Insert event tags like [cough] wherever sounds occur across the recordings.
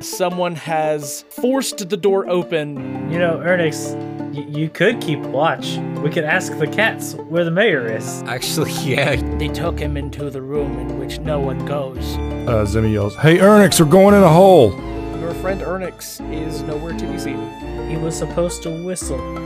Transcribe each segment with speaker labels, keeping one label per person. Speaker 1: someone has forced the door open.
Speaker 2: You know, Ernix, y- you could keep watch. We could ask the cats where the mayor is.
Speaker 3: Actually, yeah.
Speaker 4: They took him into the room in which no one goes.
Speaker 5: Uh, Zimmy yells, Hey, Ernix, we're going in a hole.
Speaker 1: Your friend Ernix is nowhere to be seen.
Speaker 2: He was supposed to whistle.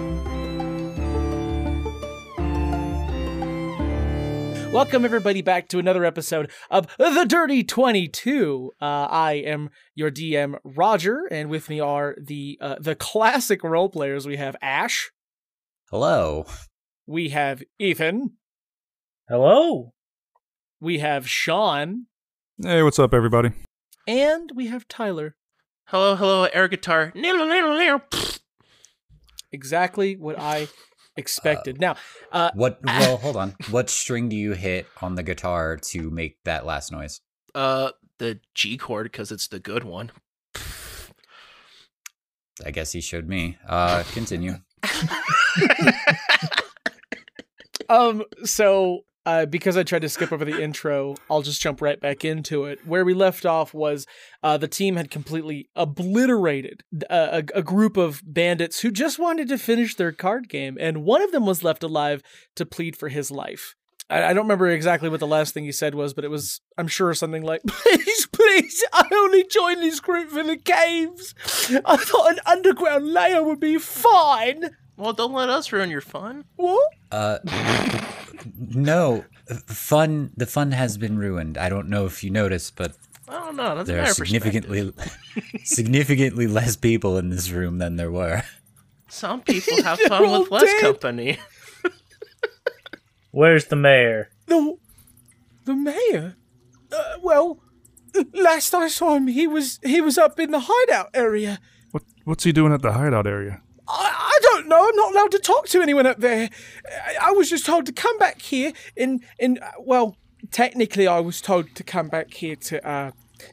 Speaker 1: Welcome, everybody, back to another episode of The Dirty 22. Uh, I am your DM, Roger, and with me are the uh, the classic role players. We have Ash,
Speaker 3: Hello.
Speaker 1: we have Ethan,
Speaker 2: Hello?
Speaker 1: we have Sean,
Speaker 5: Hey, what's up, everybody?
Speaker 1: and we have Tyler.
Speaker 6: Hello, hello, air guitar. Needle, needle, needle. Pfft.
Speaker 1: Exactly what
Speaker 6: [sighs] Uh,
Speaker 1: I expected. now, uh,
Speaker 6: [laughs]
Speaker 3: What? Well, hold on. What string do you hit on the guitar to make that last noise?
Speaker 6: Uh, the G chord because it's the good one.
Speaker 3: I guess he showed me. Uh, continue.
Speaker 1: um so uh, because I tried to skip over the intro, I'll just jump right back into it. Where we left off was uh, the team had completely obliterated a, a, a group of bandits who just wanted to finish their card game, and one of them was left alive to plead for his life. I, I don't remember exactly what the last thing he said was, but it was, I'm sure, something like, [laughs] Please, please, I only joined this group for the caves. I thought an underground layer would be fine.
Speaker 6: Well, don't let us ruin your fun.
Speaker 1: What?
Speaker 3: Uh, no. Fun. The fun has been ruined. I don't know if you noticed, but
Speaker 6: I don't know. That's a
Speaker 3: there are
Speaker 6: matter of perspective.
Speaker 3: [laughs] significantly, significantly less people in this room than there were.
Speaker 6: Some people have
Speaker 1: They're
Speaker 6: fun
Speaker 1: all
Speaker 6: with less
Speaker 1: dead.
Speaker 6: company.
Speaker 2: Where's the mayor?
Speaker 1: The the mayor. Uh, well, last I saw him, he was he was up in the hideout area.
Speaker 5: What, what's he doing at the hideout area?
Speaker 1: I, I don't know. I'm not allowed to talk to anyone up there. I, I was just told to come back here and and uh, well, technically, I was told to come back here to. Uh,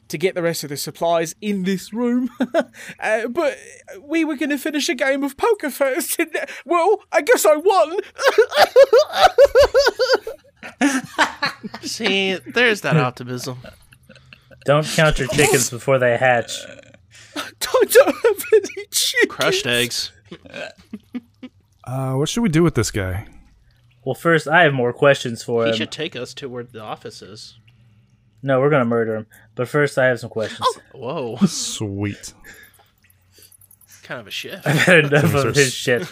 Speaker 1: to get the rest of the supplies in this room, [laughs] uh, but we were going to finish a game of poker first. And, uh, well, I guess I won. [laughs]
Speaker 6: See, there's that optimism.
Speaker 2: Don't count your chickens before they hatch.
Speaker 1: I don't have any chickens.
Speaker 6: Crushed eggs.
Speaker 5: Uh, what should we do with this guy?
Speaker 2: Well, first, I have more questions for
Speaker 6: He
Speaker 2: him.
Speaker 6: should take us to where the office is.
Speaker 2: No, we're gonna murder him. But first, I have some questions.
Speaker 6: Oh.
Speaker 2: [laughs]
Speaker 6: Whoa,
Speaker 5: Sweet.
Speaker 6: kind of a shift.
Speaker 2: I've had enough of his shit.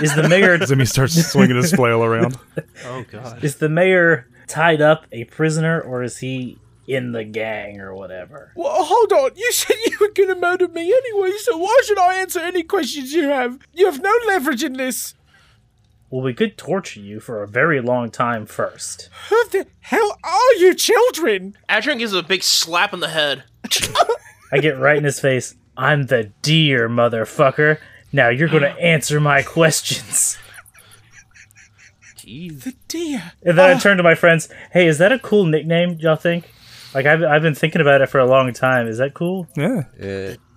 Speaker 2: Is the mayor
Speaker 5: [laughs] Zimmy [laughs] starts swinging his flail around.
Speaker 6: Oh god.
Speaker 2: is the mayor tied up a prisoner, or is he in the gang or whatever?
Speaker 1: Well, hold on. You [laughs] said you were going to murder me anyway, so why should I answer any questions you have? You have no leverage in this.
Speaker 2: Well, we could torture you for a very long time first.
Speaker 1: Who the hell are you, children?
Speaker 6: Adrian gives a big slap on the head.
Speaker 2: I get right in his face. I'm the deer, motherfucker. Now you're gonna answer my questions.
Speaker 1: The deer.
Speaker 2: And then I turn to my friends. Hey, is that a cool nickname? Y'all think? Like I've I've been thinking about it for a long time. Is that cool?
Speaker 5: Yeah.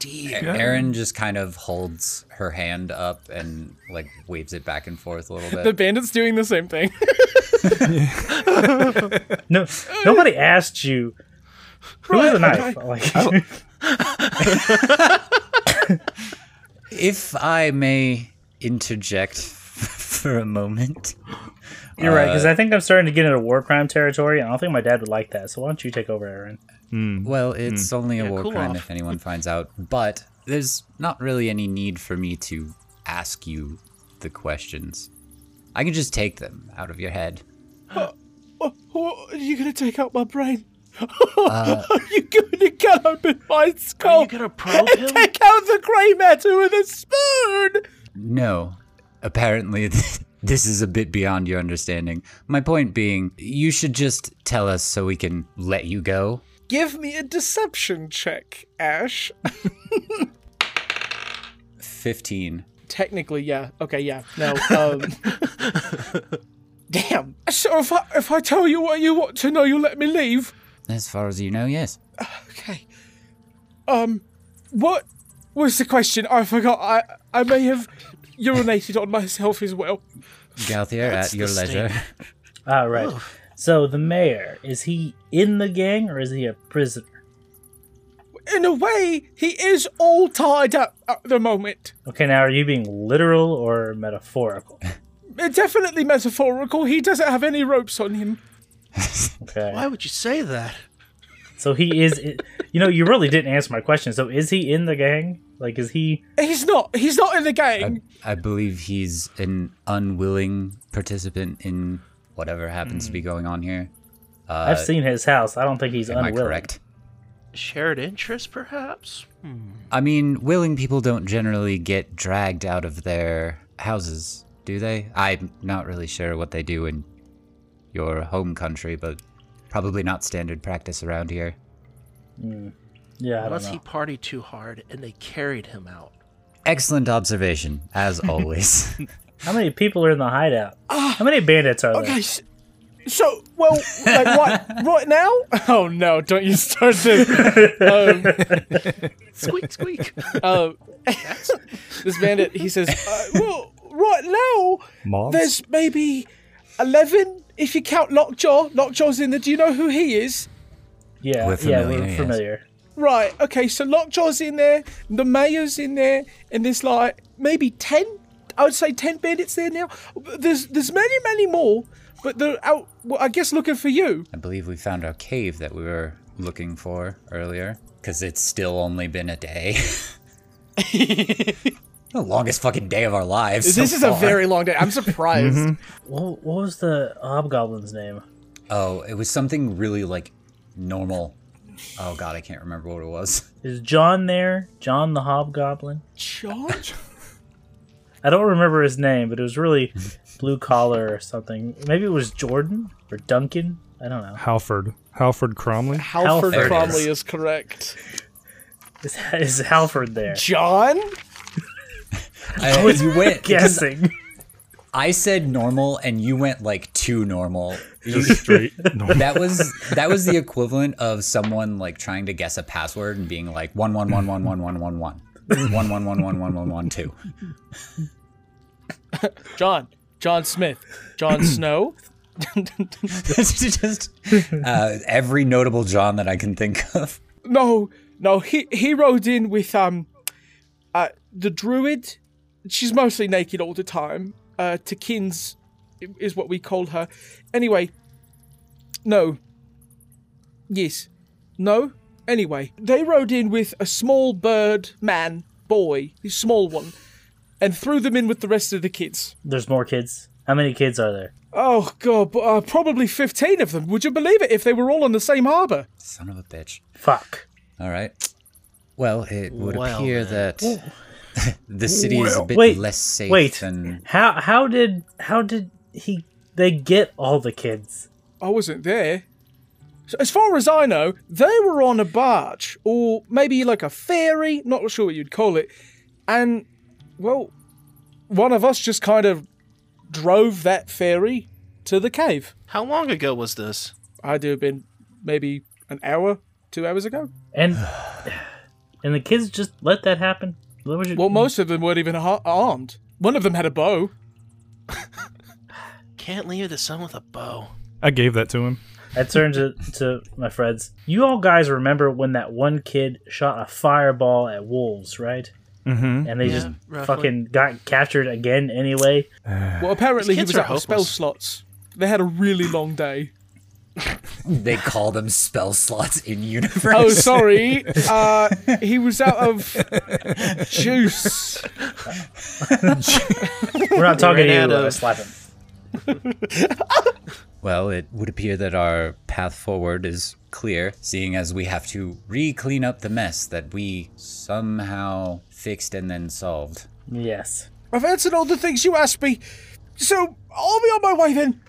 Speaker 3: Erin just kind of holds her hand up and like waves it back and forth a little bit.
Speaker 1: The bandit's doing the same thing. [laughs]
Speaker 2: No, nobody asked you. Who has a knife? Like,
Speaker 3: If I may interject [laughs] for a moment,
Speaker 2: [laughs] You're right, because I think I'm starting to get into war crime territory, and I don't think my dad would like that. So why don't you take over, Aaron?
Speaker 3: well, it's only a war
Speaker 6: cool
Speaker 3: crime
Speaker 6: off.
Speaker 3: if
Speaker 6: [laughs]
Speaker 3: anyone finds out, but there's not really any need for me to ask you the questions. I can just take them out of your head.
Speaker 1: Oh, oh, are you going to take out my brain? [laughs] are you going to cut open my
Speaker 6: Are
Speaker 1: skull
Speaker 6: Uh, you gonna probe
Speaker 1: and
Speaker 6: him?
Speaker 1: take out the grey matter with a spoon?
Speaker 3: No, apparently [laughs] this is a bit beyond your understanding. My point being, you should just tell us so we can let you go.
Speaker 1: Give me a deception check, Ash.
Speaker 3: 15.
Speaker 1: technically, yeah. Okay, yeah. No. [laughs] Um, damn. So if I, if I tell you what you want to know, you let me leave.
Speaker 3: As far as you know, yes.
Speaker 1: Okay. Um, what was the question? I forgot. I I may have urinated on myself as well.
Speaker 3: Galthier, at your leisure.
Speaker 2: Ah, right. So the mayor is he in the gang or is he a prisoner?
Speaker 1: in a way, he is all tied up at the moment.
Speaker 2: Okay, now are you being literal or metaphorical?
Speaker 1: It's definitely metaphorical. He doesn't have any ropes on him.
Speaker 2: Okay.
Speaker 6: Why would you say that?
Speaker 2: So he is. You know, you really didn't answer my question. So is he in the gang? Like, is he?
Speaker 1: He's not. He's not in the gang.
Speaker 3: I believe he's an unwilling participant in whatever happens to be
Speaker 6: Hmm.
Speaker 3: going on here. Uh,
Speaker 2: I've seen his house. I don't think he's
Speaker 3: am I
Speaker 2: unwilling.
Speaker 3: correct?
Speaker 6: Shared interest, perhaps?
Speaker 3: I mean, willing people don't generally get dragged out of their houses, do they? I'm not really sure what they do in your home country, but probably not standard practice around here.
Speaker 2: Yeah, I don't
Speaker 6: Unless he
Speaker 2: know.
Speaker 6: partied too hard and they carried him out.
Speaker 3: Excellent observation,
Speaker 1: [laughs]
Speaker 3: as always.
Speaker 2: How many people are in the hideout? How many bandits are
Speaker 1: Okay. s- So, well, like right, [laughs] right now? Oh no! Don't you start this. Um,
Speaker 6: Squeak, squeak.
Speaker 1: uh, this bandit, he says, uh, well, right now,
Speaker 5: Mobs?
Speaker 1: there's maybe 11, if you count Lockjaw. Lockjaw's in there. Do you know who he is?
Speaker 2: there? Yeah,
Speaker 3: We're
Speaker 2: yeah,
Speaker 3: familiar,
Speaker 2: we're
Speaker 3: yes.
Speaker 2: familiar.
Speaker 1: Right, okay, so Lockjaw's in there, the mayor's in there, and there's like maybe 10, I would say 10 bandits there now. There's there's many, many more, but they're out, well, I guess, looking for you.
Speaker 3: I believe we found our cave that we were looking for earlier. Because it's still only been a day.
Speaker 1: [laughs]
Speaker 3: [laughs] the longest fucking day of our lives. so
Speaker 1: this is a
Speaker 3: far.
Speaker 1: very long day. I'm surprised.
Speaker 2: What, what was the hobgoblin's name?
Speaker 3: Oh, it was something really like normal. Oh god, I can't remember what it was.
Speaker 2: Is John there? John the hobgoblin?
Speaker 1: Charge?
Speaker 2: I don't remember his name, but it was
Speaker 3: [laughs]
Speaker 2: really blue collar or something. Maybe it was Jordan or Duncan. I don't know.
Speaker 5: Halford. Halford [laughs] Cromley.
Speaker 1: Halford
Speaker 3: Halford.
Speaker 1: Cromley is correct.
Speaker 2: Is, is Halford there?
Speaker 1: John?
Speaker 3: I,
Speaker 2: [laughs]
Speaker 3: you went because
Speaker 2: Guessing.
Speaker 3: I said normal and you went like
Speaker 2: [laughs]
Speaker 3: too normal. You-
Speaker 5: Just straight. No.
Speaker 3: that was that was the equivalent of someone like trying to guess a password and being like one one one one one one one one. One one one one one one one two. [laughs]
Speaker 1: John. John Smith. John Snow.
Speaker 3: just uh, every notable John that I can think of.
Speaker 1: No, no, he he rode in with um uh the druid. She's mostly naked all the time. Uh Takins is what we called her. Anyway, no. Yes. No. Anyway, they rode in with a small bird man boy, a small one, and threw them in with the rest of the kids.
Speaker 2: There's more kids. How many kids are there?
Speaker 1: Oh god, but, uh, probably 15 of them. Would you believe it if they were all on the same harbor?
Speaker 3: Son of a bitch.
Speaker 2: Fuck.
Speaker 3: All right. Well, it would
Speaker 6: Well,
Speaker 3: appear that the city is a bit
Speaker 2: Wait,
Speaker 3: less safe
Speaker 2: wait.
Speaker 3: than
Speaker 2: How how did how did he they get all the kids?
Speaker 1: I wasn't there. So as far as I know, they were on a barge, or maybe like a ferry, not sure what you'd call it. And, well, one of us just kind of drove that ferry to the cave.
Speaker 6: [laughs] How long ago was this?
Speaker 1: I'd have been maybe an hour, two hours ago.
Speaker 2: And [sighs] and the kids just let that happen? What was your-
Speaker 6: Hmm.
Speaker 1: Well, most of them weren't even har- armed. One of them had a bow.
Speaker 6: Can't leave the son with a bow.
Speaker 5: I gave that to him.
Speaker 2: I turned to, to my friends. You all guys remember when that one kid shot a fireball at wolves, right?
Speaker 5: Mm-hmm.
Speaker 2: And they
Speaker 6: Yeah,
Speaker 2: just
Speaker 6: roughly.
Speaker 2: fucking got captured again anyway.
Speaker 1: Well, apparently he
Speaker 6: kids
Speaker 1: was
Speaker 6: are
Speaker 1: out of spell
Speaker 6: hopeless.
Speaker 1: slots. They had a really long
Speaker 6: [laughs]
Speaker 1: day.
Speaker 3: they call them spell slots in universe.
Speaker 1: Oh, sorry. Uh, he was out of juice.
Speaker 2: We're
Speaker 6: [laughs]
Speaker 2: not talking to
Speaker 6: ran
Speaker 2: you.
Speaker 6: out
Speaker 2: Let
Speaker 6: of-
Speaker 2: us slap him.
Speaker 3: Well, it would appear that our path forward is clear, seeing as we have to re clean up the mess that we somehow fixed and then solved.
Speaker 2: Yes.
Speaker 1: I've answered all the things you asked me, so I'll be on my way then.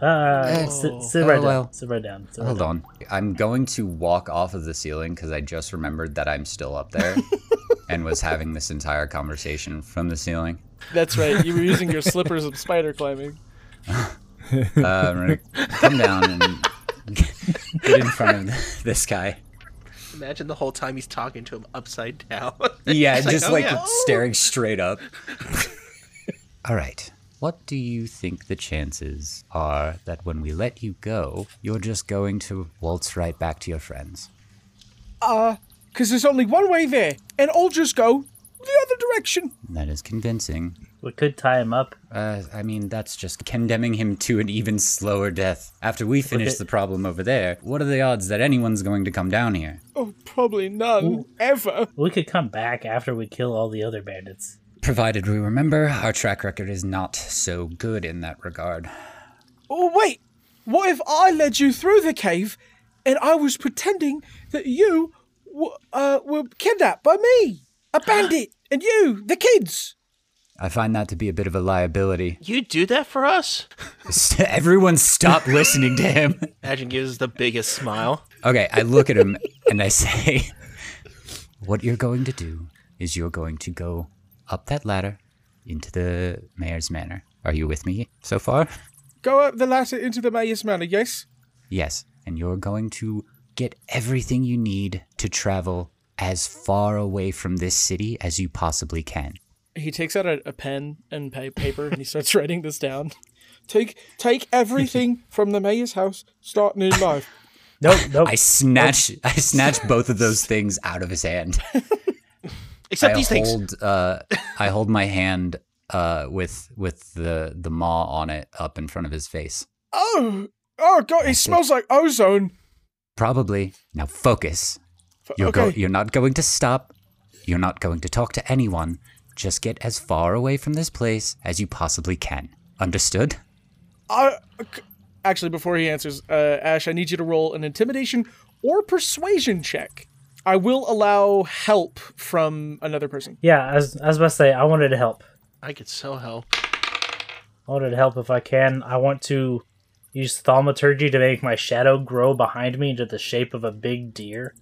Speaker 2: Uh, sit, sit
Speaker 3: Oh,
Speaker 2: right down.
Speaker 3: well.
Speaker 2: Sit right down. Sit right
Speaker 3: Hold on. I'm going to walk off of the ceiling because I just remembered that I'm still up there and was having this entire conversation from the ceiling.
Speaker 1: That's right. You were using your slippers of spider [laughs] climbing.
Speaker 3: Uh, I'm going to come down and [laughs] get in front of [laughs] this guy.
Speaker 6: Imagine the whole time he's talking to him upside down. [laughs]
Speaker 3: Yeah, just
Speaker 6: oh,
Speaker 3: like
Speaker 6: yeah.
Speaker 3: staring straight up. [laughs] All right. What do you think the chances are that when we let you go, you're just going to waltz right back to your friends?
Speaker 1: because there's only one way there, and I'll just go the other direction.
Speaker 3: That is convincing.
Speaker 2: We could tie him up.
Speaker 3: Uh, I mean, that's just condemning him to an even slower death. After we finish
Speaker 2: Okay.
Speaker 3: the problem over there, what are the odds that anyone's going to come down here?
Speaker 1: Oh, probably none ever.
Speaker 2: We could come back after we kill all the other bandits.
Speaker 3: Provided we remember, our track record is not so good in that regard.
Speaker 1: Oh wait, what if I led you through the cave, and I was pretending that you w- uh, were kidnapped by me, a [gasps] bandit, and you, the kids?
Speaker 3: I find that to be a bit of a liability. [laughs]
Speaker 6: You do that for us?
Speaker 3: Everyone stop listening to him.
Speaker 6: Adrian gives the biggest smile.
Speaker 3: Okay, I look at
Speaker 6: [laughs]
Speaker 3: him and I say, [laughs] What you're going to do is you're going to go up that ladder into the mayor's manor. Are you with me so far?
Speaker 1: Go up the ladder into the mayor's manor. Yes.
Speaker 3: Yes. And you're going to get everything you need to travel as far away from this city as you possibly can.
Speaker 1: he takes out a, a pen and pa- paper [laughs] and he starts writing this down. Take take [laughs] everything from the mayor's house, start new life.
Speaker 2: Nope, nope.
Speaker 3: I snatch I
Speaker 6: [laughs]
Speaker 3: snatch both of those things out of his hand.
Speaker 6: Except
Speaker 3: I
Speaker 6: [laughs] these things.
Speaker 3: hold, Uh, I hold my hand uh, with with the the maw on it up in front of his face.
Speaker 1: [laughs] Oh, oh god, it smells like ozone.
Speaker 3: Probably now. Focus. You're go-
Speaker 1: okay.
Speaker 3: You're not going to stop. You're not going to talk to anyone. Just get as far away from this place as you possibly can. Understood?
Speaker 1: I, actually, before he answers, uh, Ash, I need you to roll an intimidation or persuasion check. I will allow help from another person.
Speaker 2: yeah, I was, I was about to say, I wanted to help.
Speaker 6: I could so help.
Speaker 2: I wanted to help if I can. I want to use thaumaturgy to make my shadow grow behind me into the shape of a big deer.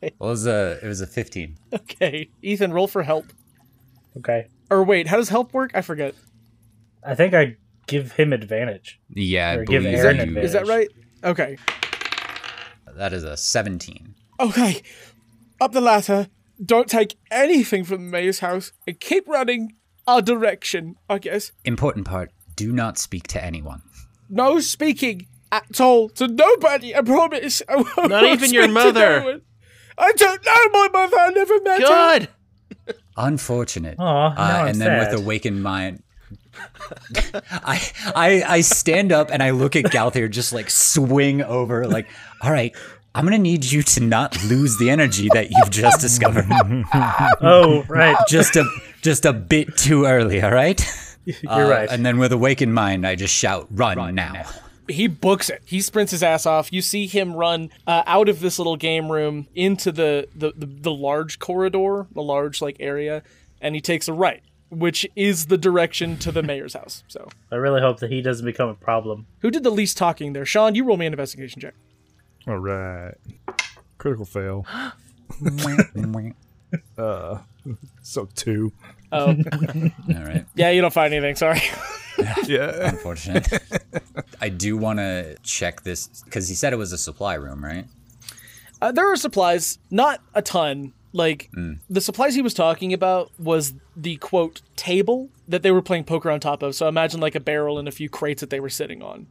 Speaker 3: Well, it was a it was a 15.
Speaker 1: [laughs] Okay, Ethan, roll for help.
Speaker 2: Okay.
Speaker 1: Or wait, how does help work? I forget.
Speaker 2: I think I give him advantage.
Speaker 3: Yeah, I
Speaker 2: Or give
Speaker 3: believe
Speaker 2: Aaron
Speaker 3: you-
Speaker 2: advantage.
Speaker 1: Is that right? Okay.
Speaker 3: that is a 17.
Speaker 1: Okay, up the ladder. Don't take anything from the mayor's house and keep running our direction, I guess.
Speaker 3: Important part: do not speak to anyone.
Speaker 1: No speaking at all to nobody, I promise. [laughs] I won't
Speaker 6: Not even your
Speaker 1: speak to
Speaker 6: mother.
Speaker 1: no one. I don't know my mother, I never met her.
Speaker 6: Good.
Speaker 3: Unfortunate.
Speaker 2: Aw, now
Speaker 3: Uh,
Speaker 2: I'm
Speaker 3: and then
Speaker 2: sad.
Speaker 3: with awakened mind, I, I I stand up and I look at Galthier just like swing over, like, all right, I'm gonna need you to not lose the energy that you've
Speaker 2: [laughs]
Speaker 3: just discovered. [laughs]
Speaker 2: Oh, right.
Speaker 3: just a just a bit too early, all right?
Speaker 2: You're right.
Speaker 3: Uh, And then with awakened mind, I just shout, "Run, now.
Speaker 1: he books it. He sprints his ass off. You see him run uh, out of this little game room into the the, the the large corridor, the large like area, and he takes a right, which is the direction to the mayor's house. So,
Speaker 2: I really hope that he doesn't become a problem.
Speaker 1: who did the least talking there? Sean, you roll me an investigation check.
Speaker 5: All right. Critical fail. So two.
Speaker 3: [laughs] all right.
Speaker 1: Yeah, you don't find anything. Sorry. [laughs]
Speaker 5: Yeah.
Speaker 3: Unfortunate. I do want to check this because he said it was a supply room, right?
Speaker 1: Uh, there are supplies, not a ton. Like the supplies he was talking about was the quote table that they were playing poker on top of. So imagine like a barrel and a few crates that they were sitting on.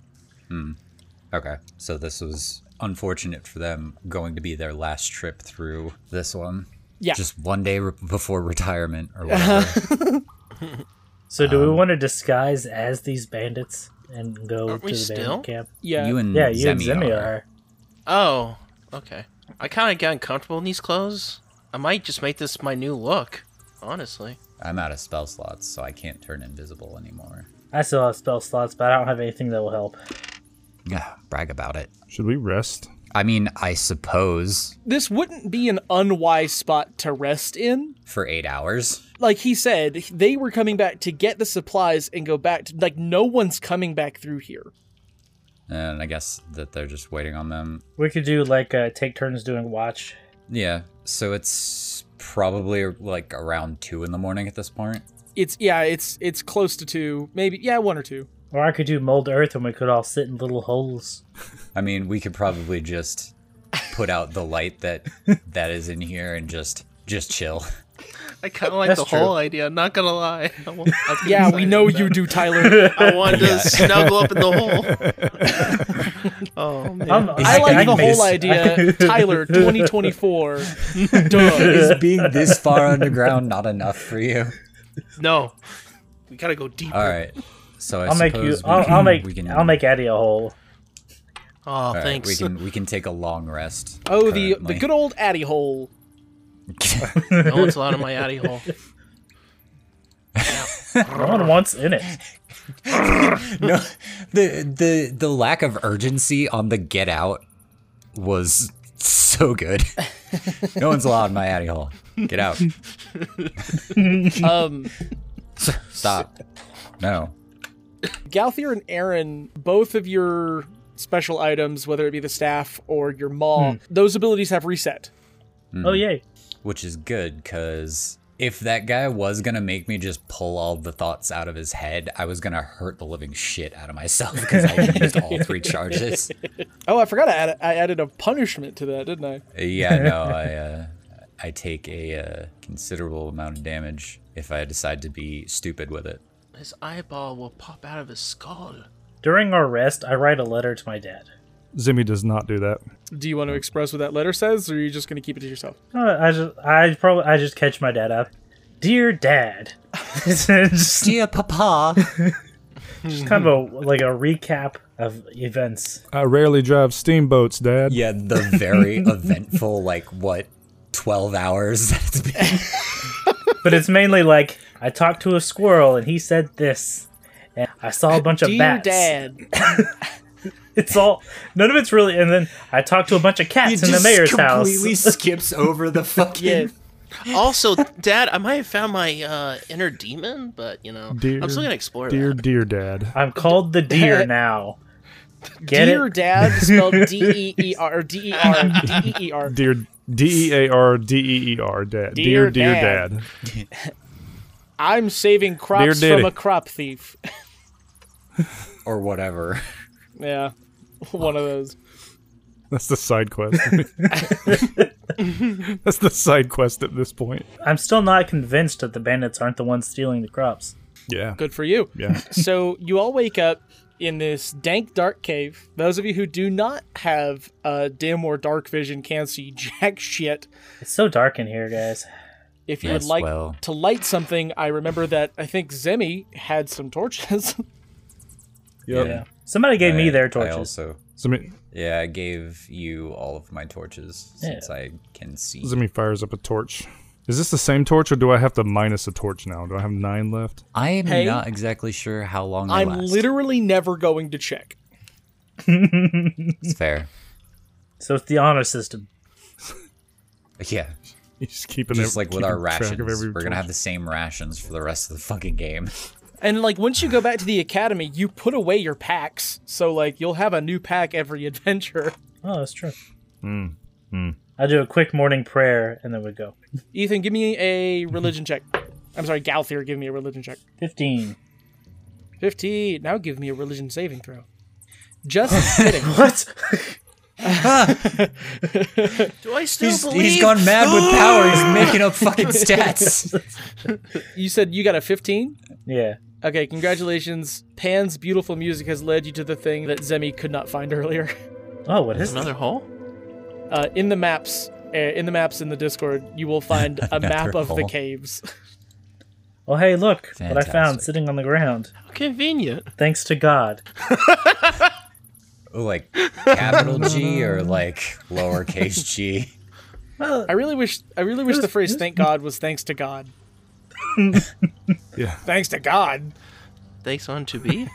Speaker 3: Okay. So this was unfortunate for them going to be their last trip through this one.
Speaker 1: Yeah.
Speaker 3: Just one day re- before retirement
Speaker 1: [laughs]
Speaker 3: or whatever.
Speaker 2: So, do
Speaker 3: Um,
Speaker 2: we want to disguise as these bandits and go
Speaker 6: Aren't
Speaker 2: to
Speaker 6: we
Speaker 2: the
Speaker 6: still?
Speaker 2: bandit camp?
Speaker 1: Yeah.
Speaker 3: you and
Speaker 2: Yeah, you
Speaker 3: Mm, Zemi
Speaker 2: and Zemi
Speaker 3: are.
Speaker 2: are.
Speaker 6: Oh, okay. I kind of got uncomfortable in these clothes. I might just make this my new look, honestly.
Speaker 3: I'm out of spell slots, so I can't turn invisible anymore.
Speaker 2: I still have spell slots, but I don't have anything that will help.
Speaker 3: Yeah, brag about it.
Speaker 5: Should we rest?
Speaker 3: I mean, I suppose
Speaker 1: this wouldn't be an unwise spot to rest in.
Speaker 3: for eight hours.
Speaker 1: Like he said, they were coming back to get the supplies and go back to like no one's coming back through here.
Speaker 3: And I guess that they're just waiting on them.
Speaker 2: We could do like uh, take turns doing watch.
Speaker 3: Yeah. So it's probably like around two in the morning at this point.
Speaker 1: It's yeah, it's it's close to two, maybe yeah, one or two.
Speaker 2: Or I could do mold earth and we could all sit in little holes.
Speaker 3: I mean, we could probably just put out the light that that is in here and just just chill.
Speaker 6: I kind of like
Speaker 2: That's
Speaker 6: the
Speaker 2: true.
Speaker 6: whole idea. Not gonna lie. [laughs] I wa- I was
Speaker 3: [laughs]
Speaker 6: getting
Speaker 1: Yeah, we
Speaker 6: excited
Speaker 1: know
Speaker 6: about
Speaker 1: you
Speaker 6: it.
Speaker 1: do, Tyler.
Speaker 6: I wanted to snuggle up in the
Speaker 3: [laughs]
Speaker 6: hole. [laughs] Oh
Speaker 2: [laughs]
Speaker 6: man.
Speaker 2: I'm-
Speaker 1: I
Speaker 2: can-
Speaker 1: like the
Speaker 2: can [laughs] make
Speaker 1: whole
Speaker 2: s-
Speaker 1: idea. [laughs] Tyler, 2024.
Speaker 3: [laughs]
Speaker 1: Duh.
Speaker 3: [laughs] Is being this far underground not enough for you?
Speaker 6: No. We gotta go deeper.
Speaker 3: All right. So I
Speaker 2: I'll make you.
Speaker 3: suppose we
Speaker 2: I'll,
Speaker 3: can,
Speaker 2: I'll make.
Speaker 3: We can,
Speaker 2: I'll make Eddie a hole.
Speaker 6: Oh,
Speaker 3: all right,
Speaker 6: thanks.
Speaker 3: we can we can take a long rest.
Speaker 1: Oh, the the
Speaker 3: currently.
Speaker 1: good old Addy hole.
Speaker 6: no one's allowed in my alley hole.
Speaker 2: No one wants in it.
Speaker 3: [laughs] no, the the the lack of urgency on the get out was so good. [laughs] no one's allowed in my alley hole. Get out.
Speaker 1: Um,
Speaker 3: [laughs] Stop. No.
Speaker 1: Galthier and Aaron, both of your special items, whether it be the staff or your maul, those abilities have reset.
Speaker 3: Hmm.
Speaker 2: Oh yay!
Speaker 3: Which is good because if that guy was gonna make me just pull all the thoughts out of his head, I was gonna hurt the living shit out of myself [laughs] because I used all
Speaker 2: [laughs]
Speaker 3: three charges.
Speaker 1: Oh, I forgot I, add, I added a punishment to that, didn't I?
Speaker 3: Yeah, no, I uh, I take a uh, considerable amount of damage if I decide to be stupid with it.
Speaker 6: His eyeball will pop out of his skull.
Speaker 2: During our rest, I write a letter to my dad.
Speaker 5: Zimmy does not do that.
Speaker 1: Do you want to express what that letter says, or are you just going to keep it to yourself?
Speaker 2: Uh, I just, I probably, I just catch my dad up. Dear Dad, [laughs] just,
Speaker 3: Dear Papa.
Speaker 2: just kind of a, like a recap of events.
Speaker 5: I rarely drive steamboats, Dad.
Speaker 3: [laughs] Yeah, the [laughs] very eventful, like, what, 12 hours that it's been.
Speaker 2: But it's mainly like I talked to a squirrel and he said this, and I saw a bunch of
Speaker 1: Dear
Speaker 2: bats.
Speaker 1: Dad,
Speaker 2: It's all none of it's really. And then I talked to a bunch of cats in the mayor's house.
Speaker 3: skips
Speaker 2: [laughs]
Speaker 3: over the fucking.
Speaker 1: yes.
Speaker 6: Also, Dad, I might have found my uh, inner demon, but you know,
Speaker 5: Dear-
Speaker 6: I'm still gonna explore
Speaker 5: Dear,
Speaker 6: that.
Speaker 5: dear Dad.
Speaker 2: I'm called the deer now. Get
Speaker 1: Dear
Speaker 2: it?
Speaker 1: Dad, spelled D E E R, D E R, D E E R.
Speaker 5: Dear D E A R D E E R Dad.
Speaker 1: Dear
Speaker 5: Dear, dear
Speaker 1: Dad.
Speaker 5: Dad.
Speaker 1: I'm saving crops
Speaker 5: Dear
Speaker 1: from
Speaker 5: Diddy.
Speaker 1: a crop thief.
Speaker 3: Or whatever.
Speaker 1: Yeah, [laughs] one of those.
Speaker 5: That's the side quest. [laughs] That's the side quest at this point.
Speaker 2: I'm still not convinced that the bandits aren't the ones stealing the crops.
Speaker 5: Yeah.
Speaker 1: Good for you.
Speaker 5: Yeah.
Speaker 1: so you all wake up in this dank, dark cave. Those of you who do not have uh, dim or dark vision can't see [laughs] jack shit.
Speaker 2: It's so dark in here, guys.
Speaker 1: If you
Speaker 3: Yes,
Speaker 1: would like
Speaker 3: well.
Speaker 1: to light something, I remember that I think Zemi had some torches. [laughs]
Speaker 3: Yeah.
Speaker 2: Somebody gave me
Speaker 3: I-
Speaker 2: their
Speaker 3: I
Speaker 2: torches.
Speaker 3: also.
Speaker 5: Zimmy,
Speaker 3: Yeah, I gave you all of my torches since I can see.
Speaker 5: Zimmy fires up a torch. Is this the same torch, or do I have to minus a torch now? Do I have nine left? [laughs]
Speaker 3: I am
Speaker 1: Hey.
Speaker 3: not exactly sure how long they
Speaker 1: I'm
Speaker 3: last.
Speaker 1: literally never going to check.
Speaker 3: It's fair.
Speaker 2: So it's the honor system.
Speaker 3: Yeah,
Speaker 5: You just keeping
Speaker 3: just
Speaker 5: every-
Speaker 3: like with our
Speaker 5: keeping track
Speaker 3: rations,
Speaker 5: of
Speaker 3: we're
Speaker 5: every
Speaker 3: gonna
Speaker 5: torch.
Speaker 3: have the same rations for the rest of the fucking
Speaker 1: [laughs]
Speaker 3: game. [laughs]
Speaker 1: And like once you go back to the academy, you put away your packs, so like you'll have a new pack every [laughs] adventure.
Speaker 2: Oh, that's true.
Speaker 3: Hmm.
Speaker 2: I do a quick morning prayer and then we go.
Speaker 1: Ethan, give me a religion check. I'm sorry, Galthier, give me a religion check.
Speaker 2: 15.
Speaker 1: 15. Now give me a religion saving throw. Just
Speaker 3: [laughs]
Speaker 1: kidding.
Speaker 2: What?
Speaker 6: Do I still believe?
Speaker 3: he's gone mad with power. He's making
Speaker 1: [laughs]
Speaker 3: up fucking stats.
Speaker 1: You said you got a 15?
Speaker 2: [laughs] yeah.
Speaker 1: Okay, congratulations. Pan's beautiful music has led you to the thing that Zemi could not find [laughs] earlier.
Speaker 2: Oh, what is that?
Speaker 6: Another hole?
Speaker 1: Uh, in the maps, uh, in the maps in the Discord, you will find a map
Speaker 3: Another
Speaker 1: of the
Speaker 3: hole.
Speaker 1: caves. [laughs]
Speaker 2: Oh, hey, look what I found
Speaker 3: Fantastic.
Speaker 2: sitting on the ground.
Speaker 6: How convenient.
Speaker 2: Thanks to God.
Speaker 3: like capital G or like lowercase G.
Speaker 1: I really wish I really wish the phrase thank God was thanks to God.
Speaker 5: Yeah.
Speaker 1: Thanks to God.
Speaker 6: Thanks on
Speaker 5: [laughs]
Speaker 6: to be.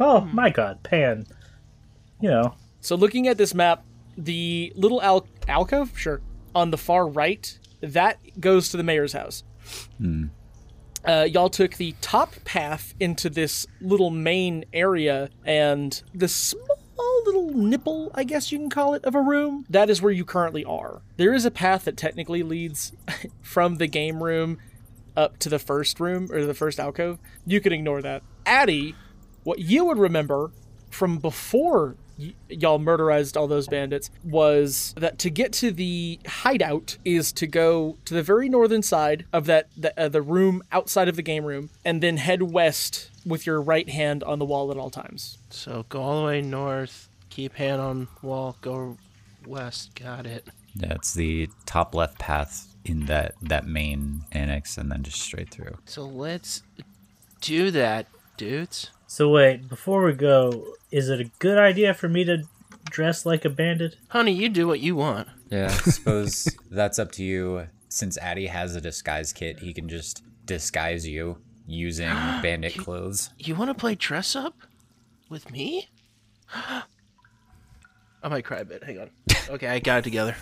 Speaker 2: Oh,
Speaker 3: Hmm.
Speaker 2: my God. Pan. You know,
Speaker 1: So looking at this map, the little al- alcove, sure, on the far right, that goes to the mayor's house. Uh, y'all took the top path into this little main area and the small little nipple, I guess you can call it, of a room. That is where you currently are. There is a path that technically leads [laughs] from the game room up to the first room or the first alcove. You can ignore that. Addie, what you would remember from before y- y'all murderized all those bandits was that to get to the hideout is to go to the very northern side of that the, uh, the room outside of the game room and then head west with your right hand on the wall at all times.
Speaker 6: So go all the way north Keep hand on wall, go west. Got it.
Speaker 3: Yeah, it's the top left path in that that main annex, and then just straight through.
Speaker 6: So let's do that, dudes.
Speaker 2: So wait, before we go, is it a good idea for me to dress like a bandit?
Speaker 6: Honey, you do what you want.
Speaker 3: Yeah, I suppose [laughs] that's up to you. Since Addy has a disguise kit, he can just disguise you using bandit clothes.
Speaker 6: You want to play dress up with me? [gasps] I might cry a bit. [laughs] Hang on. Okay, I got it together.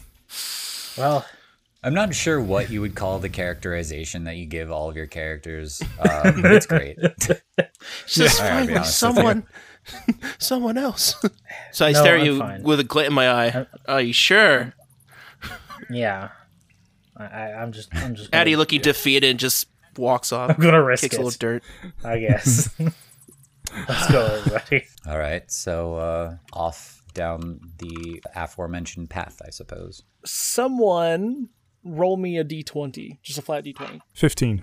Speaker 2: Well,
Speaker 3: I'm not sure what you would call the characterization that you give all of your characters. Um, but it's great. [laughs]
Speaker 6: Just
Speaker 3: All right, I'll
Speaker 6: find
Speaker 3: be
Speaker 6: me
Speaker 3: honest with you.
Speaker 6: someone, [laughs] someone else. [laughs] so I
Speaker 2: No,
Speaker 6: stare at
Speaker 2: I'm
Speaker 6: you
Speaker 2: fine.
Speaker 6: with a glint in my eye. Are you sure?
Speaker 2: yeah. I, I, I'm just, I'm just. Gonna,
Speaker 6: Addy looking defeated and just walks off.
Speaker 2: I'm gonna risk
Speaker 6: kicks
Speaker 2: it.
Speaker 6: a little dirt.
Speaker 2: I
Speaker 6: [laughs]
Speaker 2: guess. Let's go, everybody.
Speaker 3: All right, so uh, off down the aforementioned path, I suppose.
Speaker 1: Someone roll me a d20, just a flat d20.
Speaker 5: 15.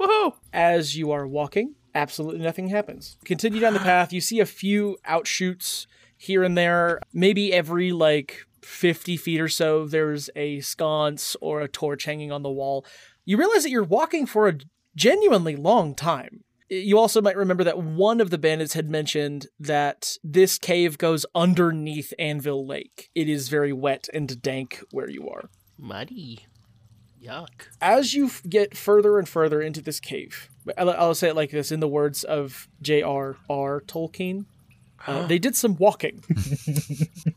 Speaker 6: Woohoo!
Speaker 1: As you are walking, absolutely nothing happens. Continue down the path. You see a few outshoots here and there. Maybe every like 50 feet or so, there's a sconce or a torch hanging on the wall. You realize that you're walking for a genuinely long time. You also might remember that one of the bandits had mentioned that this cave goes underneath Anvil Lake. It is very wet and dank where you are
Speaker 6: Muddy. Yuck.
Speaker 1: as you f- get further and further into this cave, I'll, I'll say it like this in the words of J.R.R. Tolkien. Uh, they did some walking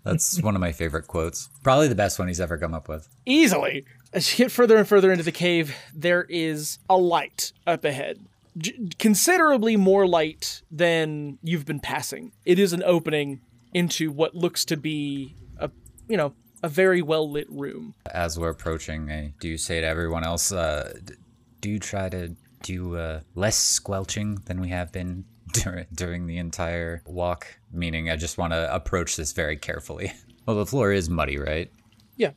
Speaker 3: That's one of my favorite quotes. Probably the best one he's ever come up with.
Speaker 1: easily. As you get further and further into the cave, there is a light up ahead. J- considerably more light than you've been passing. It is an opening into what looks to be a, you know, a very well lit room.
Speaker 3: As we're approaching, I do say to everyone else, uh, d- do try to do uh, less squelching than we have been [laughs] dur- during the entire walk. Meaning, I just want to approach this very carefully. [laughs] Well, the floor is muddy, right?
Speaker 1: Yeah,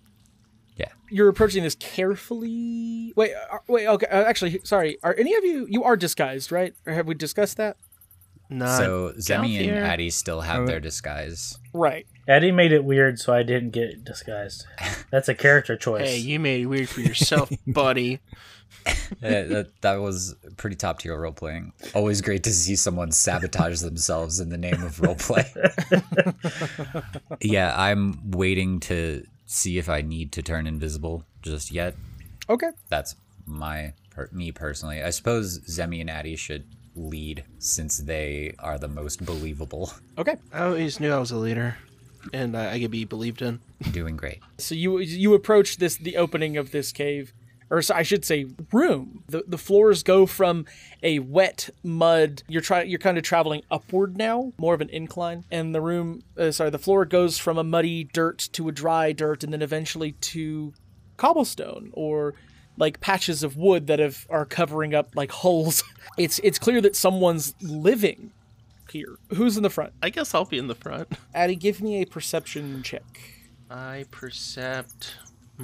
Speaker 3: Yeah.
Speaker 1: you're approaching this carefully. Wait, uh, wait. Okay, uh, actually, sorry. Are any of you you are disguised, right? Or have we discussed that?
Speaker 6: Not
Speaker 3: so Zemi and
Speaker 6: Uh, here.
Speaker 3: Addy still have their disguise.
Speaker 1: Right.
Speaker 2: Eddie made it weird, so I didn't get disguised. That's a character choice.
Speaker 6: [laughs] Hey, you made it weird for yourself, buddy.
Speaker 3: Yeah, Uh, that, that was pretty top tier role playing. Always great to see someone sabotage themselves in the name of role play. yeah, I'm waiting to see if I need to turn invisible just yet.
Speaker 1: Okay.
Speaker 3: That's my per- me personally. I suppose Zemi and Addy should lead since they are the most believable. [laughs]
Speaker 1: Okay.
Speaker 6: I always knew I was a leader, and I, I could be believed in.
Speaker 3: Doing great.
Speaker 1: So you you approach this the opening of this cave, or so I should say room. The the floors go from a wet mud. You're trying you're kind of traveling upward now, more of an incline, and the room uh, sorry the floor goes from a muddy dirt to a dry dirt, and then eventually to cobblestone or like patches of wood that have are covering up like holes. [laughs] It's it's clear that someone's living here. Who's in the front?
Speaker 6: I guess I'll be in the front.
Speaker 1: Addy, give me a perception check.
Speaker 6: I percept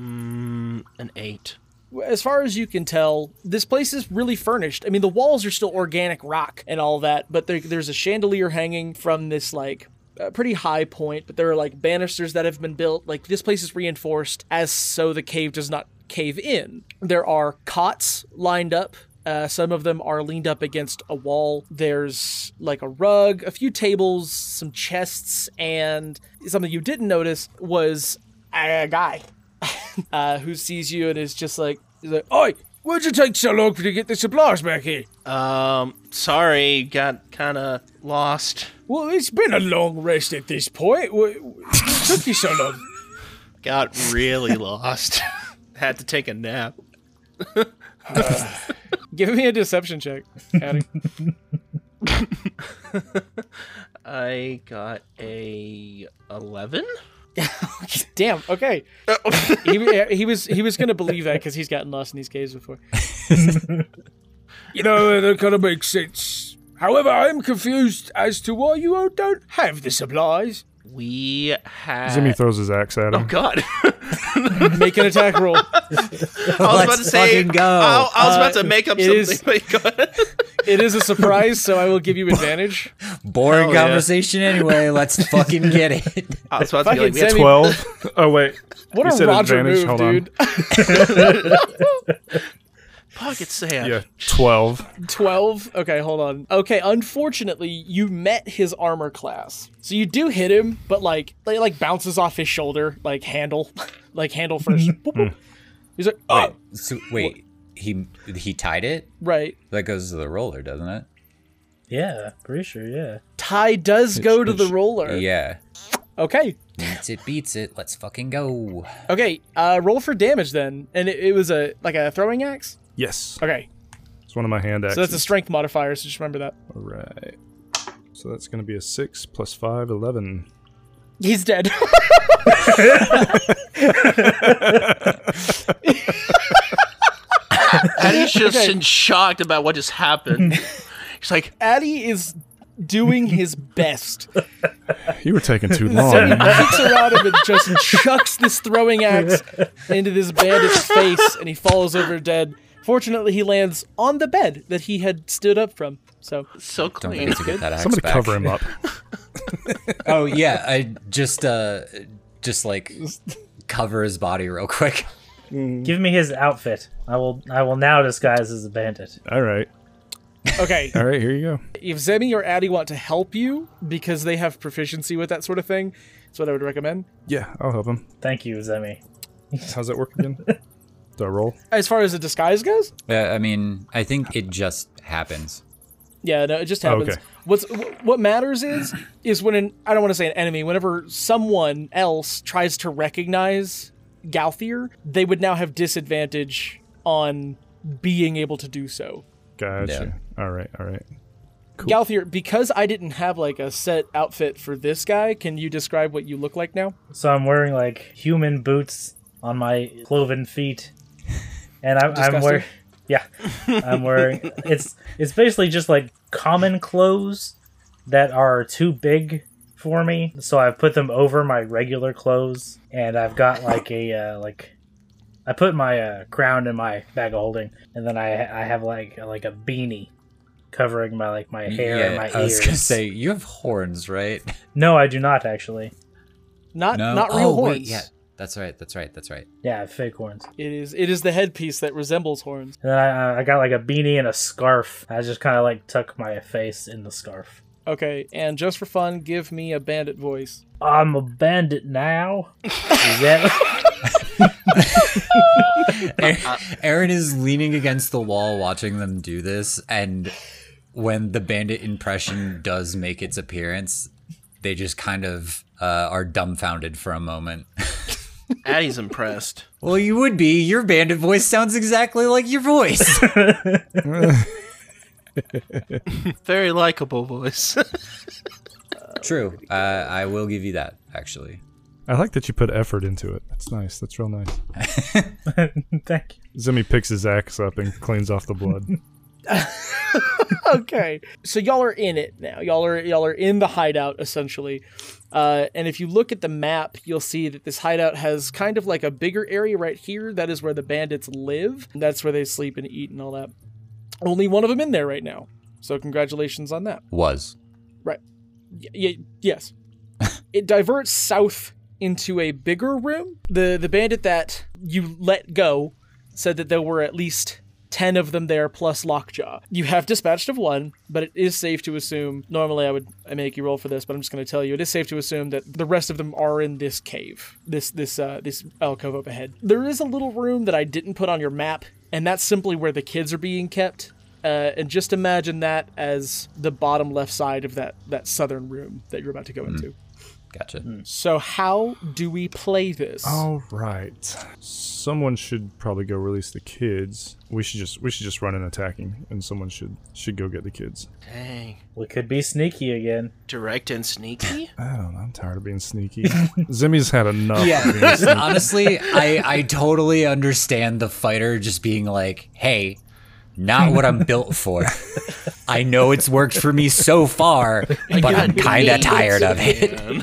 Speaker 6: mm, an eight.
Speaker 1: as far as you can tell, this place is really furnished. I mean, the walls are still organic rock and all that, but there, there's a chandelier hanging from this like a pretty high point. But there are like banisters that have been built. Like this place is reinforced as so the cave does not cave in. There are cots lined up. Uh, some of them are leaned up against a wall. There's like a rug, a few tables, some chests, and something you didn't notice was a guy uh, who sees you and is just like, he's like, "Oi, where'd you take so long to get the supplies back here?"
Speaker 6: Um, sorry, got kind of lost.
Speaker 1: Well, it's been a long rest at this point. What what [laughs] took you so long?
Speaker 6: Got really lost. [laughs] Had to take a nap.
Speaker 1: Give me a deception check. Addy.
Speaker 6: I got a eleven.
Speaker 1: [laughs] Damn. Okay.
Speaker 4: [laughs]
Speaker 1: he, he was he was gonna believe that because he's gotten lost in these caves before.
Speaker 4: [laughs] You know, that kind of makes sense. However, I'm confused as to why you all don't have the supplies.
Speaker 6: We had.
Speaker 3: Uh,
Speaker 5: Zimmy throws his axe at him.
Speaker 6: oh God! [laughs]
Speaker 1: Make an
Speaker 4: [laughs]
Speaker 1: attack roll.
Speaker 6: I was
Speaker 3: Let's
Speaker 6: about to say.
Speaker 3: fucking go.
Speaker 6: I, I was about
Speaker 1: Uh,
Speaker 6: to make up
Speaker 1: it
Speaker 6: [laughs] something.
Speaker 1: is-
Speaker 6: but go ahead.
Speaker 1: it is a surprise, so I will give you advantage.
Speaker 3: Boring
Speaker 6: Hell yeah.
Speaker 3: conversation anyway. Let's fucking get it.
Speaker 6: I was about to be
Speaker 1: Fucking
Speaker 6: like, we have
Speaker 1: Sammy-
Speaker 5: Twelve.
Speaker 3: [laughs]
Speaker 5: oh wait.
Speaker 1: What
Speaker 5: You
Speaker 1: a
Speaker 5: said
Speaker 1: Roger
Speaker 5: advantage,
Speaker 1: move,
Speaker 5: hold on.
Speaker 1: dude.
Speaker 6: pocket sand. [laughs]
Speaker 5: Yeah. Twelve.
Speaker 1: 12. Okay, hold on. Okay, unfortunately, you met his armor class. So you do hit him, but like it like bounces off his shoulder, like handle, [laughs] like handle first. Boop, boop. He's like, "Oh,
Speaker 3: So, wait, he he tied it.
Speaker 1: right."
Speaker 3: That goes to the roller, doesn't it?
Speaker 2: Yeah, pretty sure. Yeah.
Speaker 1: Ty does go to the roller.
Speaker 3: Yeah.
Speaker 1: Okay.
Speaker 3: Beats it, beats it. Let's fucking go.
Speaker 1: Okay, uh roll for damage then. And it, it was a like a throwing axe.
Speaker 5: Yes.
Speaker 1: Okay.
Speaker 5: It's one of my hand actions.
Speaker 1: So that's a strength modifier, so just remember that.
Speaker 5: All right. So that's going to be a six plus five, eleven.
Speaker 1: He's dead. [laughs]
Speaker 6: Patty's just in shocked about what just happened. She's like,
Speaker 1: Addy is doing his best.
Speaker 5: You were taking
Speaker 3: [laughs]
Speaker 1: [laughs]
Speaker 5: too long.
Speaker 1: kicks her out of it, just chucks this throwing axe into this bandit's face, and he falls over dead. Fortunately, he lands on the bed that he had stood up from. So,
Speaker 6: so
Speaker 3: Don't
Speaker 6: clean.
Speaker 3: forget to get that axe
Speaker 5: Somebody
Speaker 3: back.
Speaker 5: cover him up.
Speaker 3: Oh yeah, I just uh, just like cover his body real quick.
Speaker 2: Give me his outfit. I will. I will now disguise as a bandit.
Speaker 5: All right.
Speaker 1: okay,
Speaker 5: All right. Here you go.
Speaker 1: if Zemi or Addy want to help you because they have proficiency with that sort of thing, that's what I would recommend.
Speaker 5: Yeah, I'll help him.
Speaker 2: Thank you, Zemi.
Speaker 5: How's that work [laughs] again? Do I roll?
Speaker 1: As far as the disguise goes,
Speaker 3: Yeah, I mean, I think it just happens.
Speaker 1: Yeah, no, it just happens.
Speaker 5: okay.
Speaker 1: What's wh- what matters is is when an I don't want to say an enemy, whenever someone else tries to recognize Galthier, they would now have disadvantage on being able to do so.
Speaker 5: Gotcha. All right. All right.
Speaker 1: Galthier, because I didn't have like a set outfit for this guy, can you describe what you look like now?
Speaker 2: So I'm wearing like human boots on my cloven feet, and I'm, I'm
Speaker 1: Disgusting.
Speaker 2: wearing. [laughs] Yeah, I'm wearing. it's it's basically just like common clothes that are too big for me, so I've put them over my regular clothes, and I've got like a uh, like. I put my uh, crown in my bag of holding, and then I I have like like a beanie covering my like my hair and
Speaker 3: yeah,
Speaker 2: my
Speaker 3: I was
Speaker 2: ears.
Speaker 3: gonna say you have
Speaker 2: [laughs]
Speaker 3: horns, right?
Speaker 2: No, I do not actually. Uh,
Speaker 1: Not not real
Speaker 3: oh,
Speaker 1: horns.
Speaker 3: Wait, yeah, that's right. That's right. That's right.
Speaker 2: Yeah, I have fake horns.
Speaker 1: It is it is the headpiece that resembles horns.
Speaker 2: And then I, I got like a beanie and a scarf. I just kind of like tuck my face in the scarf.
Speaker 1: Okay, and just for fun, give me a bandit voice.
Speaker 2: I'm a bandit now. Is that-
Speaker 3: Aaron is leaning against the wall watching them do this, and when the bandit impression does make its appearance, they just kind of uh, are dumbfounded for a moment. [laughs]
Speaker 6: Addie's impressed.
Speaker 3: well, you would be. Your bandit voice sounds exactly like your voice. [laughs]
Speaker 6: Very likable voice. [laughs]
Speaker 3: True. Uh, I will give you that, actually.
Speaker 5: I like that you put effort into it. That's nice. That's real nice.
Speaker 2: Thank you. [laughs]
Speaker 5: Zimmy picks his axe up and cleans off the blood.
Speaker 1: okay so y'all are in it now y'all are y'all are in the hideout essentially uh, and if you look at the map you'll see that this hideout has kind of like a bigger area right here that is where the bandits live that's where they sleep and eat and all that only one of them in there right now so congratulations on that
Speaker 3: Was.
Speaker 1: y- y- yes it diverts south into a bigger room the the bandit that you let go said that there were at least 10 of them there plus lockjaw you have dispatched of one but it is safe to assume normally i would I make you roll for this but i'm just going to tell you it is safe to assume that the rest of them are in this cave this this uh this alcove up ahead there is a little room that i didn't put on your map and that's simply where the kids are being kept uh, and just imagine that as the bottom left side of that that southern room that you're about to go into
Speaker 3: Gotcha.
Speaker 2: Hmm.
Speaker 1: so how do we play this
Speaker 5: [laughs] All right. Someone should probably go release the kids. We should just we should just run and attack him, and someone should should go get the kids.
Speaker 6: Dang.
Speaker 2: We could be sneaky again.
Speaker 6: Direct and
Speaker 3: [laughs]
Speaker 6: sneaky?
Speaker 5: I don't know. I'm tired of being [laughs] sneaky. Zimmy's had enough.
Speaker 3: [laughs] Yeah.
Speaker 5: Of being sneaky.
Speaker 3: Honestly, I, I totally understand the fighter just being like, hey, not what I'm built for. I know it's worked for me so far, but I'm
Speaker 6: God,
Speaker 3: kind of [laughs]
Speaker 6: me. [laughs]
Speaker 3: tired of it.
Speaker 6: Man.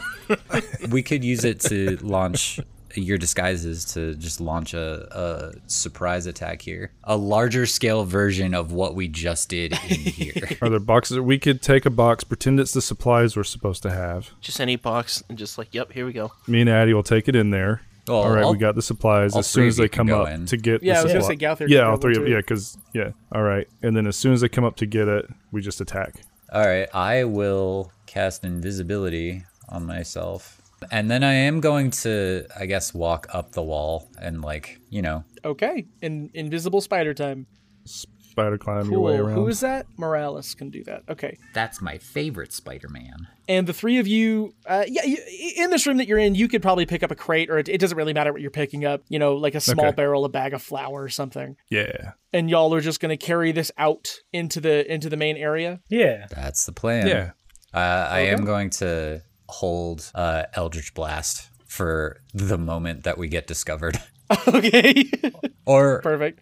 Speaker 3: We could use it to launch your disguises to just launch a, a surprise attack here. A larger scale version of what we just did in here.
Speaker 5: Are there boxes? We could take a box, pretend it's the supplies we're supposed to have.
Speaker 6: Just any box and just like, yep, here we go. [laughs]
Speaker 5: Me and Addie will take it in there.
Speaker 3: [laughs] Well,
Speaker 5: all right,
Speaker 3: all-
Speaker 5: we got the supplies
Speaker 3: all
Speaker 5: as soon
Speaker 3: three
Speaker 5: as
Speaker 3: of you
Speaker 5: they
Speaker 3: can
Speaker 5: come
Speaker 3: go
Speaker 5: up
Speaker 3: in.
Speaker 5: to get.
Speaker 1: Yeah,
Speaker 5: the
Speaker 1: I was gonna
Speaker 5: supply-
Speaker 1: say Gauthier
Speaker 5: Yeah,
Speaker 1: could
Speaker 5: all
Speaker 1: probably
Speaker 5: three
Speaker 1: do
Speaker 5: of
Speaker 1: it.
Speaker 5: yeah, because yeah. All right, and then as soon as they come up to get it, we just attack.
Speaker 3: All right, I will cast invisibility on myself. And then I am going to, I guess, walk up the wall and, like, you know,
Speaker 1: Okay. In invisible spider time.
Speaker 5: Spider climb your way
Speaker 1: Cool.
Speaker 5: around.
Speaker 1: Who is that? Morales can do that. Okay.
Speaker 3: that's my favorite Spider Man.
Speaker 1: and the three of you, uh, yeah, you, in this room that you're in, you could probably pick up a crate, or it, it doesn't really matter what you're picking up. You know, like a small
Speaker 5: Okay.
Speaker 1: barrel, a bag of flour, or something.
Speaker 5: yeah,
Speaker 1: And y'all are just gonna carry this out into the into the main area. [laughs]
Speaker 2: Yeah.
Speaker 3: That's the plan.
Speaker 5: yeah.
Speaker 3: Uh, I am going to hold uh, Eldritch Blast for the moment that we get discovered. [laughs]
Speaker 1: okay, [laughs]
Speaker 3: or
Speaker 1: perfect.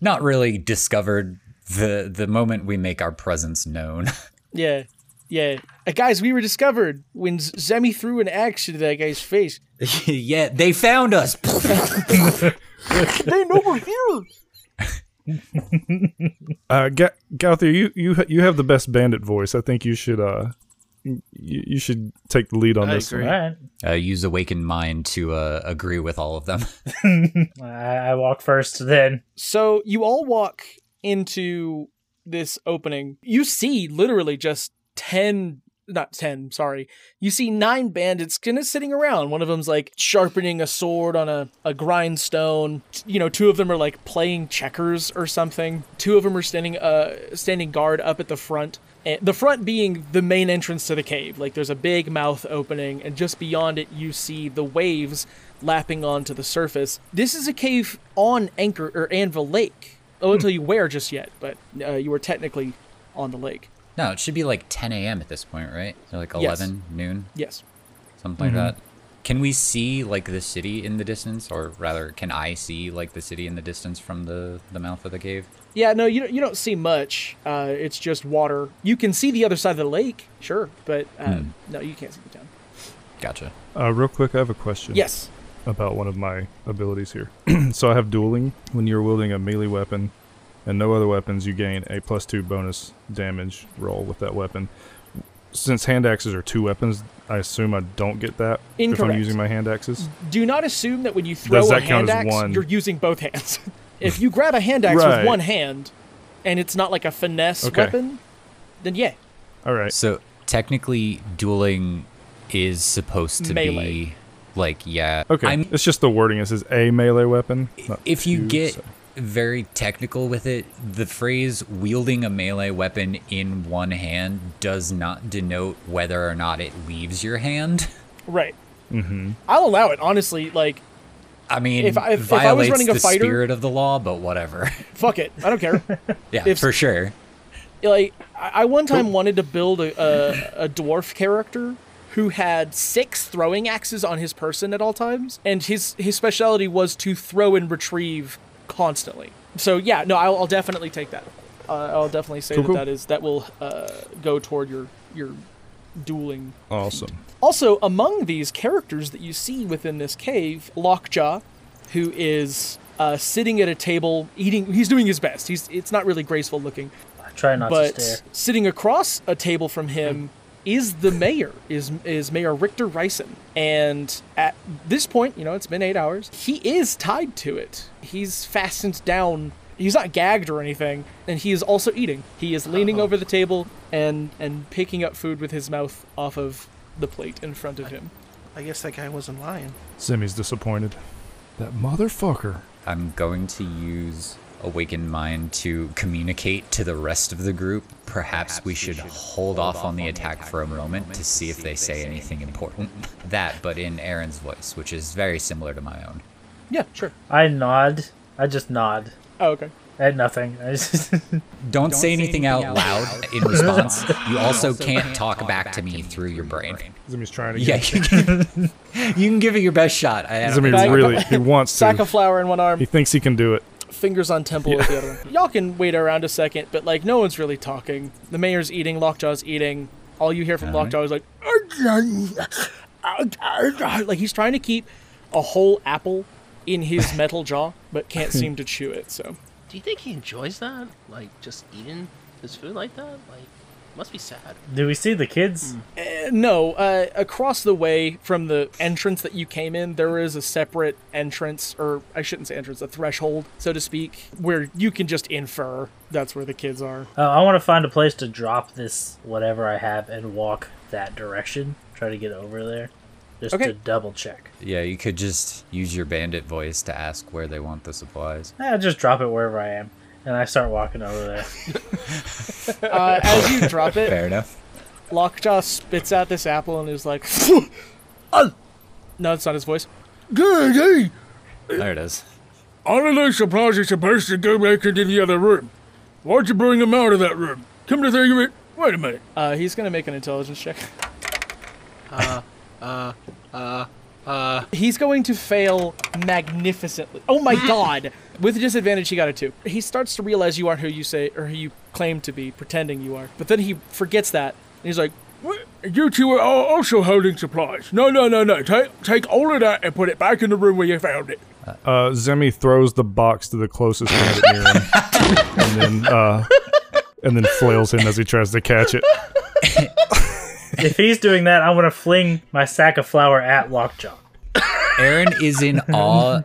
Speaker 3: not really discovered, the, the moment we make our presence known. [laughs]
Speaker 1: Yeah, yeah. Uh, guys, we were discovered when Z- Zemi threw an axe into that guy's face.
Speaker 3: yeah, they found us.
Speaker 1: they know we're here.
Speaker 5: Uh, Ga- Gauthier, you you ha- you have the best bandit voice. I think you should uh, you, you should take the lead on
Speaker 6: [laughs] I
Speaker 5: this.
Speaker 2: All
Speaker 6: agree.
Speaker 2: right.
Speaker 3: uh, use Awakened Mind to uh, agree with all of them.
Speaker 2: I, I walk first, then.
Speaker 1: So you all walk into this opening. You see literally just 10 not 10, sorry. You see nine bandits kind of sitting around. One of them's like sharpening a sword on a, a grindstone. You know, two of them are like playing checkers or something. Two of them are standing uh standing guard up at the front. And Eh, the front being the main entrance to the cave. Like there's a big mouth opening and just beyond it you see the waves lapping onto the surface. This is a cave on Anchor or Anvil Lake. I won't tell you where just yet, but uh, you were technically on the lake.
Speaker 3: No, it should be like 10 a.m. at this point, right? So like
Speaker 1: Yes.
Speaker 3: 11 noon,
Speaker 1: Yes.
Speaker 3: something like that. Can we see like the city in the distance, or rather, can I see like the city in the distance from the the mouth of the cave?
Speaker 1: Yeah, no, you don't, you don't see much. Uh, it's just water. You can see the other side of the lake, sure, but uh, no, you can't see the town.
Speaker 3: Gotcha.
Speaker 5: Uh, real quick, I have a question.
Speaker 1: Yes.
Speaker 5: about one of my abilities here. [clears throat] so I have dueling. When you're wielding a melee weapon and no other weapons, you gain a plus two bonus damage roll with that weapon. Since hand axes are two weapons, I assume I don't get that if
Speaker 1: Incorrect. Mm-hmm.
Speaker 5: I'm using my hand axes.
Speaker 1: Do not assume that when you throw
Speaker 5: Does
Speaker 1: a
Speaker 5: that count
Speaker 1: hand
Speaker 5: as
Speaker 1: axe,
Speaker 5: one?
Speaker 1: you're using both hands. [laughs] if you grab a hand axe
Speaker 5: Right.
Speaker 1: with one hand, and it's not like a finesse
Speaker 5: Okay.
Speaker 1: weapon, then yeah,
Speaker 5: All right.
Speaker 3: So technically, dueling is supposed to
Speaker 1: Melee.
Speaker 3: be like yeah.
Speaker 5: Okay.
Speaker 3: I'm,
Speaker 5: it's just the wording. It says a melee weapon. not
Speaker 3: if you
Speaker 5: two,
Speaker 3: get
Speaker 5: so-
Speaker 3: very technical with it, the phrase wielding a melee weapon in one hand does not denote whether or not it leaves your hand. [laughs]
Speaker 1: right. Mm-hmm. I'll allow it, honestly. Like,
Speaker 3: I mean,
Speaker 1: If I- if- if I was
Speaker 3: violates
Speaker 1: running a
Speaker 3: the
Speaker 1: fighter-
Speaker 3: spirit of the law, but whatever. [laughs]
Speaker 1: fuck it. I don't care.
Speaker 3: yeah,
Speaker 1: If-
Speaker 3: for sure.
Speaker 1: like I I one time wanted to build a, a, a dwarf character who had six throwing axes on his person at all times, and his his specialty was to throw and retrieve constantly. So yeah, no, I'll, I'll definitely take that. Uh, I'll definitely say
Speaker 5: Cool,
Speaker 1: that
Speaker 5: cool.
Speaker 1: that is that will uh, go toward your your dueling
Speaker 5: awesome.
Speaker 1: also, among these characters that you see within this cave, Lockjaw, who is uh, sitting at a table eating. He's doing his best. He's it's not really graceful looking,
Speaker 2: I try not
Speaker 1: but
Speaker 2: to stare.
Speaker 1: sitting across a table from him is the mayor. Is is Mayor Richter Ryson, and at this point, you know, it's been eight hours. He is tied to it. He's fastened down. He's not gagged or anything, and he is also eating. He is leaning over the table and and picking up food with his mouth off of the plate in front of him.
Speaker 6: I guess that guy wasn't lying.
Speaker 5: Zimmy's disappointed. That motherfucker.
Speaker 3: I'm going to use Awakened Mind to communicate to the rest of the group. Perhaps, we should, hold off on the attack, for a moment to see if they say anything important. [laughs] that, but in Aaron's voice, which is very similar to my own.
Speaker 1: Yeah, sure.
Speaker 2: I nod. I just nod
Speaker 1: Oh, okay.
Speaker 2: at nothing. [laughs] I just
Speaker 3: Don't, say, anything, out loud
Speaker 1: [laughs]
Speaker 3: in response. you also can't talk back to me through your brain.
Speaker 5: Zimmy's trying to
Speaker 3: [laughs] Yeah,
Speaker 5: get.
Speaker 3: you can, [laughs] you can give it your best shot. I, I don't
Speaker 5: Zimmy
Speaker 1: Back-
Speaker 5: really he wants
Speaker 1: Sack of
Speaker 5: to.
Speaker 1: flour in one arm.
Speaker 5: He thinks he can do it.
Speaker 1: fingers on temple with the other one. Y'all can wait around a second, but like no one's really talking. The mayor's eating, Lockjaw's eating. All you hear from Lockjaw is like, like he's trying to keep a whole apple in his metal jaw, but can't seem to chew it. So
Speaker 6: Do you think he enjoys that? Like just eating his food like that? Like must be sad.
Speaker 2: Do we see the
Speaker 1: Hmm.
Speaker 2: kids?
Speaker 1: no, uh, across the way from the entrance that you came in, there is a separate entrance, or I shouldn't say entrance, a threshold, so to speak, where you can just infer that's where the kids are.
Speaker 2: Uh, I want to find a place to drop this whatever I have and walk that direction. Try to get over there, just
Speaker 1: Okay.
Speaker 2: to double check.
Speaker 3: Yeah, you could just use your bandit voice to ask where they want the supplies.
Speaker 2: I Eh, just drop it wherever I am, and I start walking over there.
Speaker 1: Uh, as you drop it,
Speaker 3: [laughs] Fair enough.
Speaker 1: Lockjaw spits out this apple and is like, Uh, "No, it's not his voice."
Speaker 4: Good, hey!
Speaker 3: There it is.
Speaker 4: All of those supplies are supposed to go back into the other room. Why'd you bring them out of that room? Come to think of it, wait a minute.
Speaker 1: Uh, he's gonna make an intelligence check. Uh, uh, uh, uh. He's going to fail magnificently. Oh [laughs] my god! With disadvantage, he got a two. He starts to realize you aren't who you say or who you claim to be, pretending you are. But then he forgets that, and he's like,
Speaker 4: Wh- You two are all also holding supplies. No, no, no, no. Take, take all of that and put it back in the room where you found it.
Speaker 5: Uh, Zemi throws the box to the closest rabbit near him, and then uh, and then flails him as he tries to catch it.
Speaker 2: if he's doing that, I'm gonna fling my sack of flour at Lockjaw.
Speaker 3: Aaron is in awe.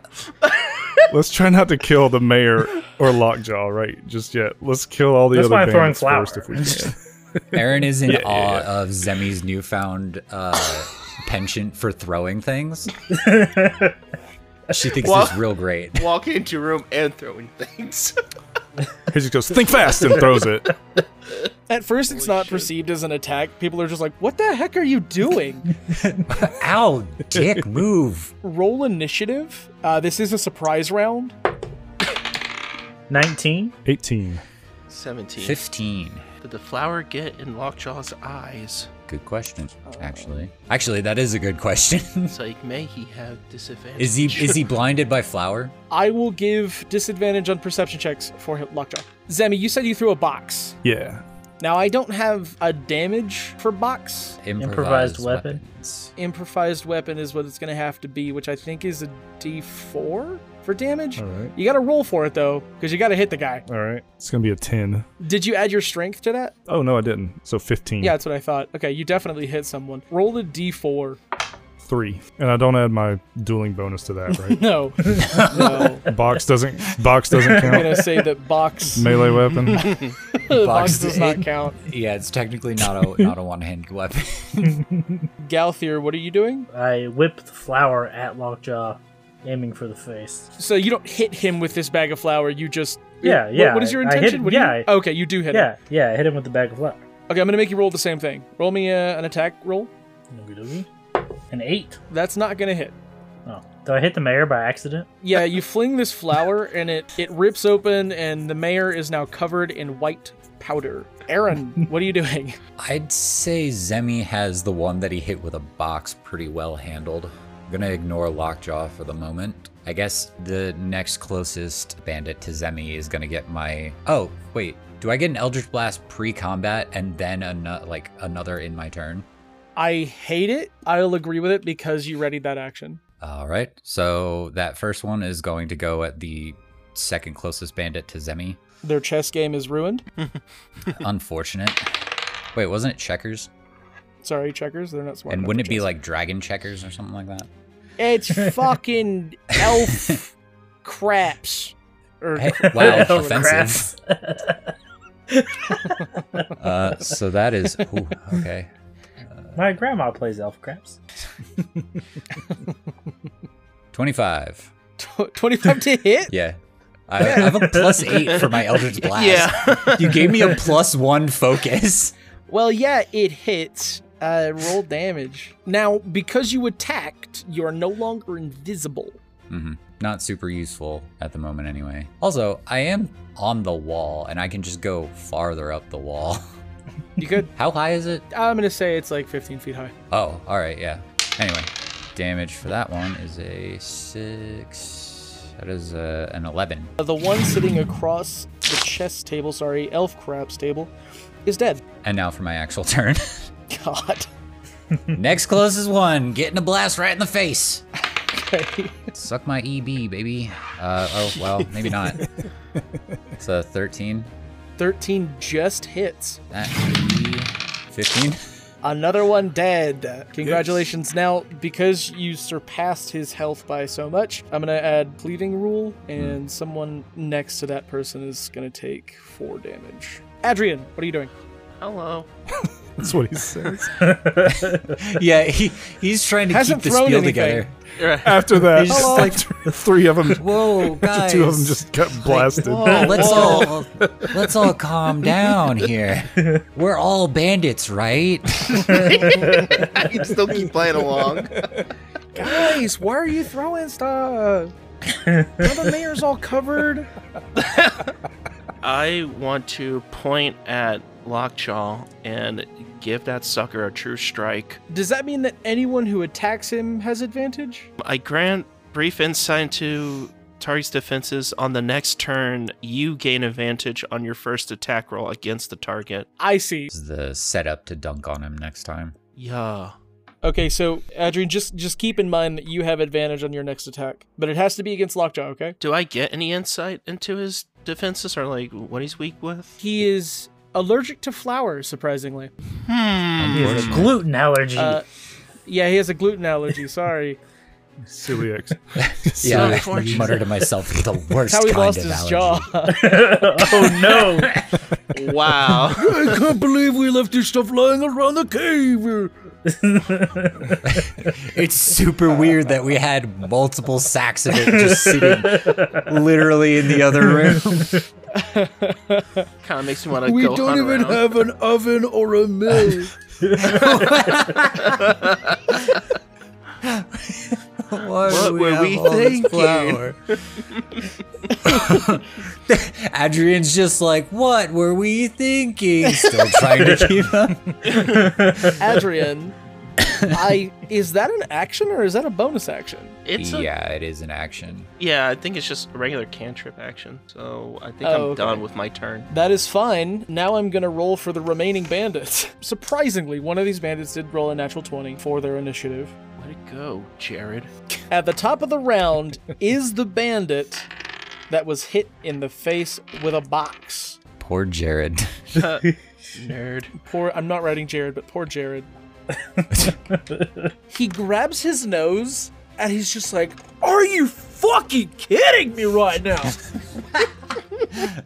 Speaker 5: Let's try not to kill the mayor or Lockjaw right just yet. Let's kill all the
Speaker 2: That's why I'm
Speaker 5: other
Speaker 2: throwing
Speaker 5: bandits first
Speaker 2: [laughs]
Speaker 5: if
Speaker 2: flour.
Speaker 5: we can.
Speaker 3: Aaron is in awe of Zemi's newfound uh, penchant for throwing things. She thinks
Speaker 6: Well-
Speaker 3: it's real great.
Speaker 6: Walk into your room and throwing things. [laughs]
Speaker 5: He just goes, "Think fast," and throws it.
Speaker 1: at first it's not perceived as an attack. People are just like, what the heck are you
Speaker 5: [laughs]
Speaker 1: doing?
Speaker 3: Ow, dick, move.
Speaker 1: Roll initiative. Uh, this is a surprise round.
Speaker 2: 19.
Speaker 5: Eighteen.
Speaker 6: Seventeen.
Speaker 3: 15.
Speaker 6: Did the flower get in Lockjaw's eyes?
Speaker 3: Good question, actually. Actually, that is a good question. [laughs]
Speaker 6: It's like may he have disadvantage.
Speaker 3: is he is he blinded by flour?
Speaker 1: I will give disadvantage on perception checks for him- Lockjaw. Zemi, you said you threw a box.
Speaker 5: Yeah.
Speaker 1: Now I don't have a damage for box.
Speaker 2: Improvised weapon.
Speaker 3: weapons.
Speaker 1: Improvised weapon is what it's gonna have to be, which I think is a D4 for damage.
Speaker 5: All right.
Speaker 1: You gotta roll for it though, because you gotta hit the guy.
Speaker 5: All right. It's gonna be a ten.
Speaker 1: Did you add your strength to that?
Speaker 5: Oh no, I didn't. So fifteen.
Speaker 1: Yeah, that's what I thought. Okay, you definitely hit someone. Roll a D4.
Speaker 5: Three. And I don't add my dueling bonus to that, right? [laughs]
Speaker 1: No, no.
Speaker 5: box doesn't. Box doesn't
Speaker 4: [laughs]
Speaker 1: I'm
Speaker 5: count.
Speaker 1: gonna say that
Speaker 3: [laughs]
Speaker 1: box.
Speaker 5: Melee weapon.
Speaker 1: [laughs] box, does not
Speaker 3: did.
Speaker 1: count.
Speaker 3: Yeah, it's technically not a not a one hand weapon.
Speaker 1: Galthier, what are you doing?
Speaker 2: I whip the flour at Lockjaw, aiming for the face.
Speaker 1: So you don't hit him with this bag of flour. You just
Speaker 2: Yeah,
Speaker 1: What-
Speaker 2: yeah,
Speaker 1: what is your
Speaker 2: I- I hit-
Speaker 1: intention? what do you-
Speaker 2: yeah, I-
Speaker 1: okay, you do hit him.
Speaker 2: Yeah, yeah, I hit him with the bag of flour.
Speaker 1: Okay, I'm gonna make you roll the same thing. Roll me uh, an attack roll.
Speaker 2: Noogie-doogie. An 8.
Speaker 1: That's not gonna hit.
Speaker 2: Oh. Do I hit the mayor by accident?
Speaker 1: Yeah, you fling this flower and it it rips open, and the mayor is now covered in white powder.
Speaker 2: [laughs]
Speaker 1: Aaron, what are you doing?
Speaker 3: I'd say Zemi has the one that he hit with a box pretty well handled. I'm gonna ignore Lockjaw for the moment. I guess the next closest bandit to Zemi is gonna get my. Oh wait, do I get an Eldritch Blast pre-combat and then ano- like another in my turn?
Speaker 1: I hate it. I'll agree with it because you readied that action.
Speaker 3: All right, so that first one is going to go at the second closest bandit to Zemi.
Speaker 1: Their chess game is ruined.
Speaker 3: Unfortunate. Wait, wasn't it checkers?
Speaker 1: Sorry, checkers. They're not smart.
Speaker 3: And
Speaker 1: enough
Speaker 3: wouldn't
Speaker 1: for
Speaker 3: it be
Speaker 1: chess.
Speaker 3: like dragon checkers or something like that?
Speaker 1: [laughs] it's fucking elf craps? Or
Speaker 3: [laughs]
Speaker 1: [laughs]
Speaker 3: wow,
Speaker 2: Oh,
Speaker 3: offensive.
Speaker 2: crap.
Speaker 3: Uh, so that is ooh, okay.
Speaker 2: My grandma plays elf craps.
Speaker 3: Twenty-five.
Speaker 1: tw- twenty-five to hit.
Speaker 3: Yeah,
Speaker 1: [laughs]
Speaker 3: I, I have a plus eight for my Eldritch Blast.
Speaker 6: Yeah.
Speaker 3: you gave me a plus one focus.
Speaker 1: Well, yeah, it hits. Uh, roll damage. Now, because you attacked, you are no longer invisible.
Speaker 3: hmm Not super useful at the moment, anyway. Also, I am on the wall, and I can just go farther up the wall.
Speaker 1: You could.
Speaker 3: [laughs] How high is it?
Speaker 1: I'm gonna say it's like 15 feet high.
Speaker 3: Oh, all right, yeah. Anyway, damage for that one is a six. That is uh, an eleven.
Speaker 1: Uh, The one sitting across the chess table, sorry, elf crab's table, is dead. [laughs]
Speaker 3: And now for my actual turn. [laughs]
Speaker 1: God.
Speaker 3: Next closest one, getting a blast right in the face.
Speaker 1: Okay.
Speaker 3: Suck my EB, baby. Uh, oh, well, maybe not. It's a 13.
Speaker 1: 13 just hits.
Speaker 3: That should be 15.
Speaker 1: Another one dead. Congratulations. Now, because you surpassed his health by so much, I'm going to add pleading rule, and someone next to that person is going to take four damage. Adrian, what are you doing? [laughs]
Speaker 6: Hello.
Speaker 5: That's what he says.
Speaker 3: Yeah, he, he's trying to
Speaker 1: Hasn't
Speaker 3: keep this
Speaker 1: thrown
Speaker 3: deal
Speaker 1: anything.
Speaker 3: together.
Speaker 5: After that,
Speaker 3: He's just
Speaker 5: Hello. three
Speaker 1: [laughs]
Speaker 5: of them,
Speaker 3: Whoa, guys.
Speaker 5: two of them just got blasted.
Speaker 3: Whoa, let's all let's all calm down here. We're all bandits, right?
Speaker 7: I can still keep playing along.
Speaker 1: Guys, why are you throwing stuff? now the mayor's all covered.
Speaker 6: I want to point at Lockjaw and give that sucker a true strike.
Speaker 1: Does that mean that anyone who attacks him has advantage?
Speaker 6: I grant brief insight into target's defenses. On the next turn, you gain advantage on your first attack roll against the target.
Speaker 1: I see.
Speaker 3: This is the setup to dunk on him next time.
Speaker 6: Yeah.
Speaker 1: Okay, so Adrian, just just keep in mind that you have advantage on your next attack, but it has to be against Lockjaw. Okay.
Speaker 6: Do I get any insight into his defenses or like what he's weak
Speaker 1: [laughs]
Speaker 6: with?
Speaker 1: He is allergic to flour, surprisingly.
Speaker 2: He has a gluten allergy.
Speaker 1: Uh, yeah, he has a gluten allergy. Sorry,
Speaker 5: Celiacs.
Speaker 3: Yeah, [laughs] I
Speaker 6: unfortunate.
Speaker 3: mutter to myself, the worst
Speaker 1: how he
Speaker 3: kind
Speaker 1: lost
Speaker 3: of
Speaker 1: his
Speaker 3: allergy.
Speaker 1: jaw.
Speaker 3: [laughs]
Speaker 2: oh [laughs] no!
Speaker 6: [laughs]
Speaker 7: Wow.
Speaker 4: I can't believe we left this stuff lying around the cave.
Speaker 3: It's super weird that we had multiple sacks of it just sitting literally in the other room.
Speaker 7: [laughs]
Speaker 6: Kind of makes me want to
Speaker 4: We
Speaker 6: go
Speaker 4: don't
Speaker 6: hunt
Speaker 4: even
Speaker 6: around.
Speaker 4: have an oven or a mill.
Speaker 3: What,
Speaker 7: were we thinking?
Speaker 3: [laughs] Adrian's just like, what were we thinking? Still trying to keep up.
Speaker 1: Adrian, I is that an action or is that a bonus action?
Speaker 6: It's a, yeah.
Speaker 3: [laughs] yeah, it is an action.
Speaker 6: I think it's just a regular cantrip action. So I think I'm
Speaker 1: Oh, okay.
Speaker 6: done with my turn.
Speaker 1: That is fine. Now I'm gonna roll for the remaining bandits. [laughs] Surprisingly, one of these bandits did roll a natural twenty for their initiative.
Speaker 6: Way to go, Jared.
Speaker 1: At the top of the
Speaker 3: [laughs]
Speaker 1: round is the bandit that was hit in the face with a box.
Speaker 3: Poor Jared.
Speaker 6: Nerd.
Speaker 1: Poor, I'm not writing Jared, but poor
Speaker 3: [laughs]
Speaker 1: Jared. he grabs his nose and he's just like,
Speaker 4: Are you fucking kidding me right now?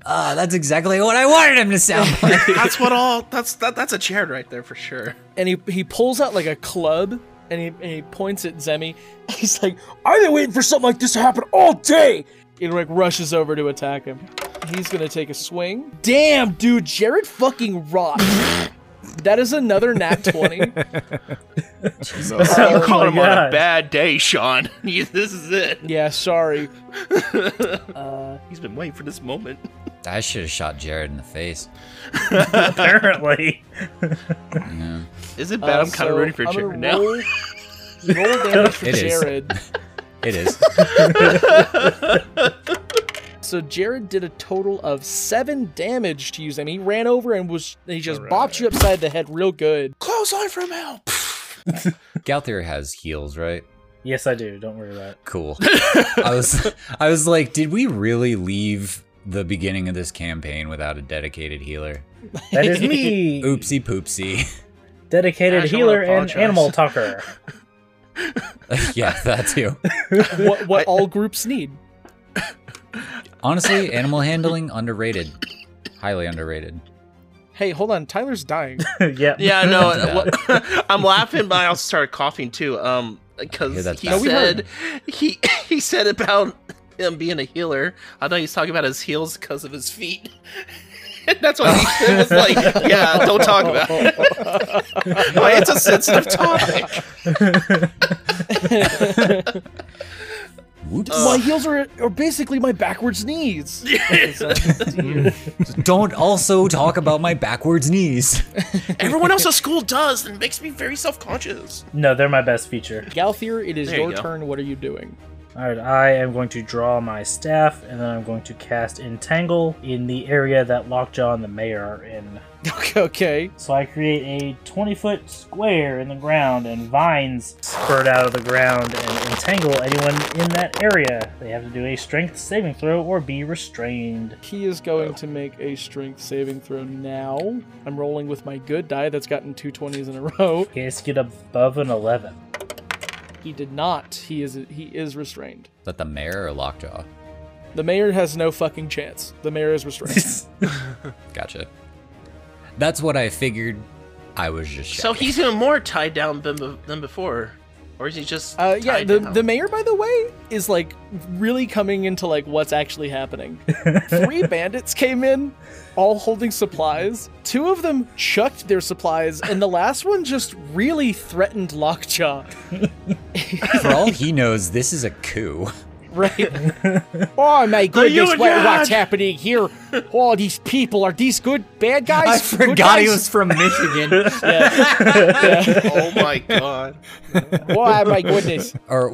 Speaker 3: Ah, that's exactly what I wanted him to [laughs] sound like.
Speaker 6: that's what all. That's that. That's a Jared right there for [laughs] sure.
Speaker 1: and he, he pulls out like a club and he, and he points at Zemi. [laughs] He's like,
Speaker 4: I've been waiting for something like this to happen all day.
Speaker 1: he like rushes over to attack him. He's gonna take a swing. Damn, dude, Jared fucking rocks. [laughs] that is another nat
Speaker 6: [laughs]
Speaker 1: 20.
Speaker 6: You're
Speaker 2: Oh
Speaker 6: calling him
Speaker 2: my
Speaker 6: on a
Speaker 2: God.
Speaker 6: bad day, Sean. [laughs] You- this is it.
Speaker 1: yeah, sorry.
Speaker 6: He's been waiting for this moment.
Speaker 3: I should have shot Jared in the face.
Speaker 2: Apparently,
Speaker 6: Is it bad?
Speaker 1: Uh,
Speaker 6: I'm kind of
Speaker 1: so
Speaker 6: rooting for
Speaker 1: I'm gonna
Speaker 6: Jared now. [laughs]
Speaker 1: Roll, roll damage for
Speaker 3: It is.
Speaker 1: Jared.
Speaker 3: It [laughs] is.
Speaker 1: So Jared did a total of seven damage to you, Zemi. He ran over and was he just bopped you upside the head real good.
Speaker 4: Close line from hell.
Speaker 3: Galthier has heels, right?
Speaker 2: yes, I do. Don't worry about it.
Speaker 3: Cool. I was I was like, did we really leave the beginning of this campaign without a dedicated healer?
Speaker 2: That is
Speaker 3: [laughs]
Speaker 2: me,
Speaker 3: Oopsie poopsie. [laughs]
Speaker 2: dedicated
Speaker 6: Ash, I wanna
Speaker 2: healer and
Speaker 6: apologize.
Speaker 2: animal
Speaker 6: [laughs]
Speaker 2: talker. [laughs]
Speaker 3: yeah, that too.
Speaker 1: What what all groups need.
Speaker 3: Honestly, animal handling underrated. Highly underrated.
Speaker 1: Hey, hold on, Tyler's [laughs] dying.
Speaker 2: yeah.
Speaker 6: [laughs] Yeah, I know.
Speaker 3: Yeah.
Speaker 6: Well, [laughs] I'm laughing, but I also started coughing too. Um,
Speaker 3: Yeah,
Speaker 6: because
Speaker 3: that's
Speaker 6: he
Speaker 3: bad. No, we
Speaker 6: said he [laughs] he said about him being a healer. I know he's talking about his heels because of his feet. [laughs] And that's why he was like, "Yeah, don't talk about it. [laughs] Like, it's a sensitive topic."
Speaker 3: Whoops.
Speaker 1: my heels are are basically my backwards
Speaker 6: [laughs]
Speaker 1: knees.
Speaker 3: Don't also talk about my backwards knees.
Speaker 6: Everyone else at school does, and it makes me very self-conscious.
Speaker 2: No, they're my best feature.
Speaker 1: Galthier, it is
Speaker 6: There you
Speaker 1: your
Speaker 6: go.
Speaker 1: turn. What are you doing?
Speaker 2: All right, I am going to draw my staff, and then I'm going to cast Entangle in the area that Lockjaw and the Mayor are in.
Speaker 1: Okay.
Speaker 2: So I create a 20 foot square in the ground, and vines spurt out of the ground and entangle anyone in that area. They have to do a strength saving throw or be restrained.
Speaker 1: He is going to make a strength saving throw now. I'm rolling with my good die that's gotten two 20s in a row.
Speaker 2: Okay, let's get above an 11.
Speaker 1: He did not. He is he is restrained.
Speaker 3: That the mayor or Lockjaw?
Speaker 1: The mayor has no fucking chance. The mayor is [laughs] restrained.
Speaker 3: Gotcha. That's what I figured. I was just
Speaker 6: So
Speaker 3: checking.
Speaker 6: he's even more tied down than, be- than before, or is he just?
Speaker 1: Uh, yeah,
Speaker 6: tied
Speaker 1: the,
Speaker 6: down?
Speaker 1: the
Speaker 6: [laughs]
Speaker 1: [laughs] mayor, by the way, is like really coming into like what's actually
Speaker 3: [laughs]
Speaker 1: happening. Three bandits came in, all holding supplies. Two of them chucked their supplies, and the last one just really threatened Lockjaw.
Speaker 3: For all he knows, this is a coup.
Speaker 1: Right? oh my goodness, what-
Speaker 6: Union!
Speaker 1: what's happening here? All these people are these good bad guys?
Speaker 3: I
Speaker 1: Good
Speaker 3: forgot he
Speaker 1: guys?
Speaker 3: was from Michigan.
Speaker 7: Oh my god.
Speaker 1: [laughs] Oh my
Speaker 3: [laughs]
Speaker 1: goodness.
Speaker 3: or
Speaker 4: I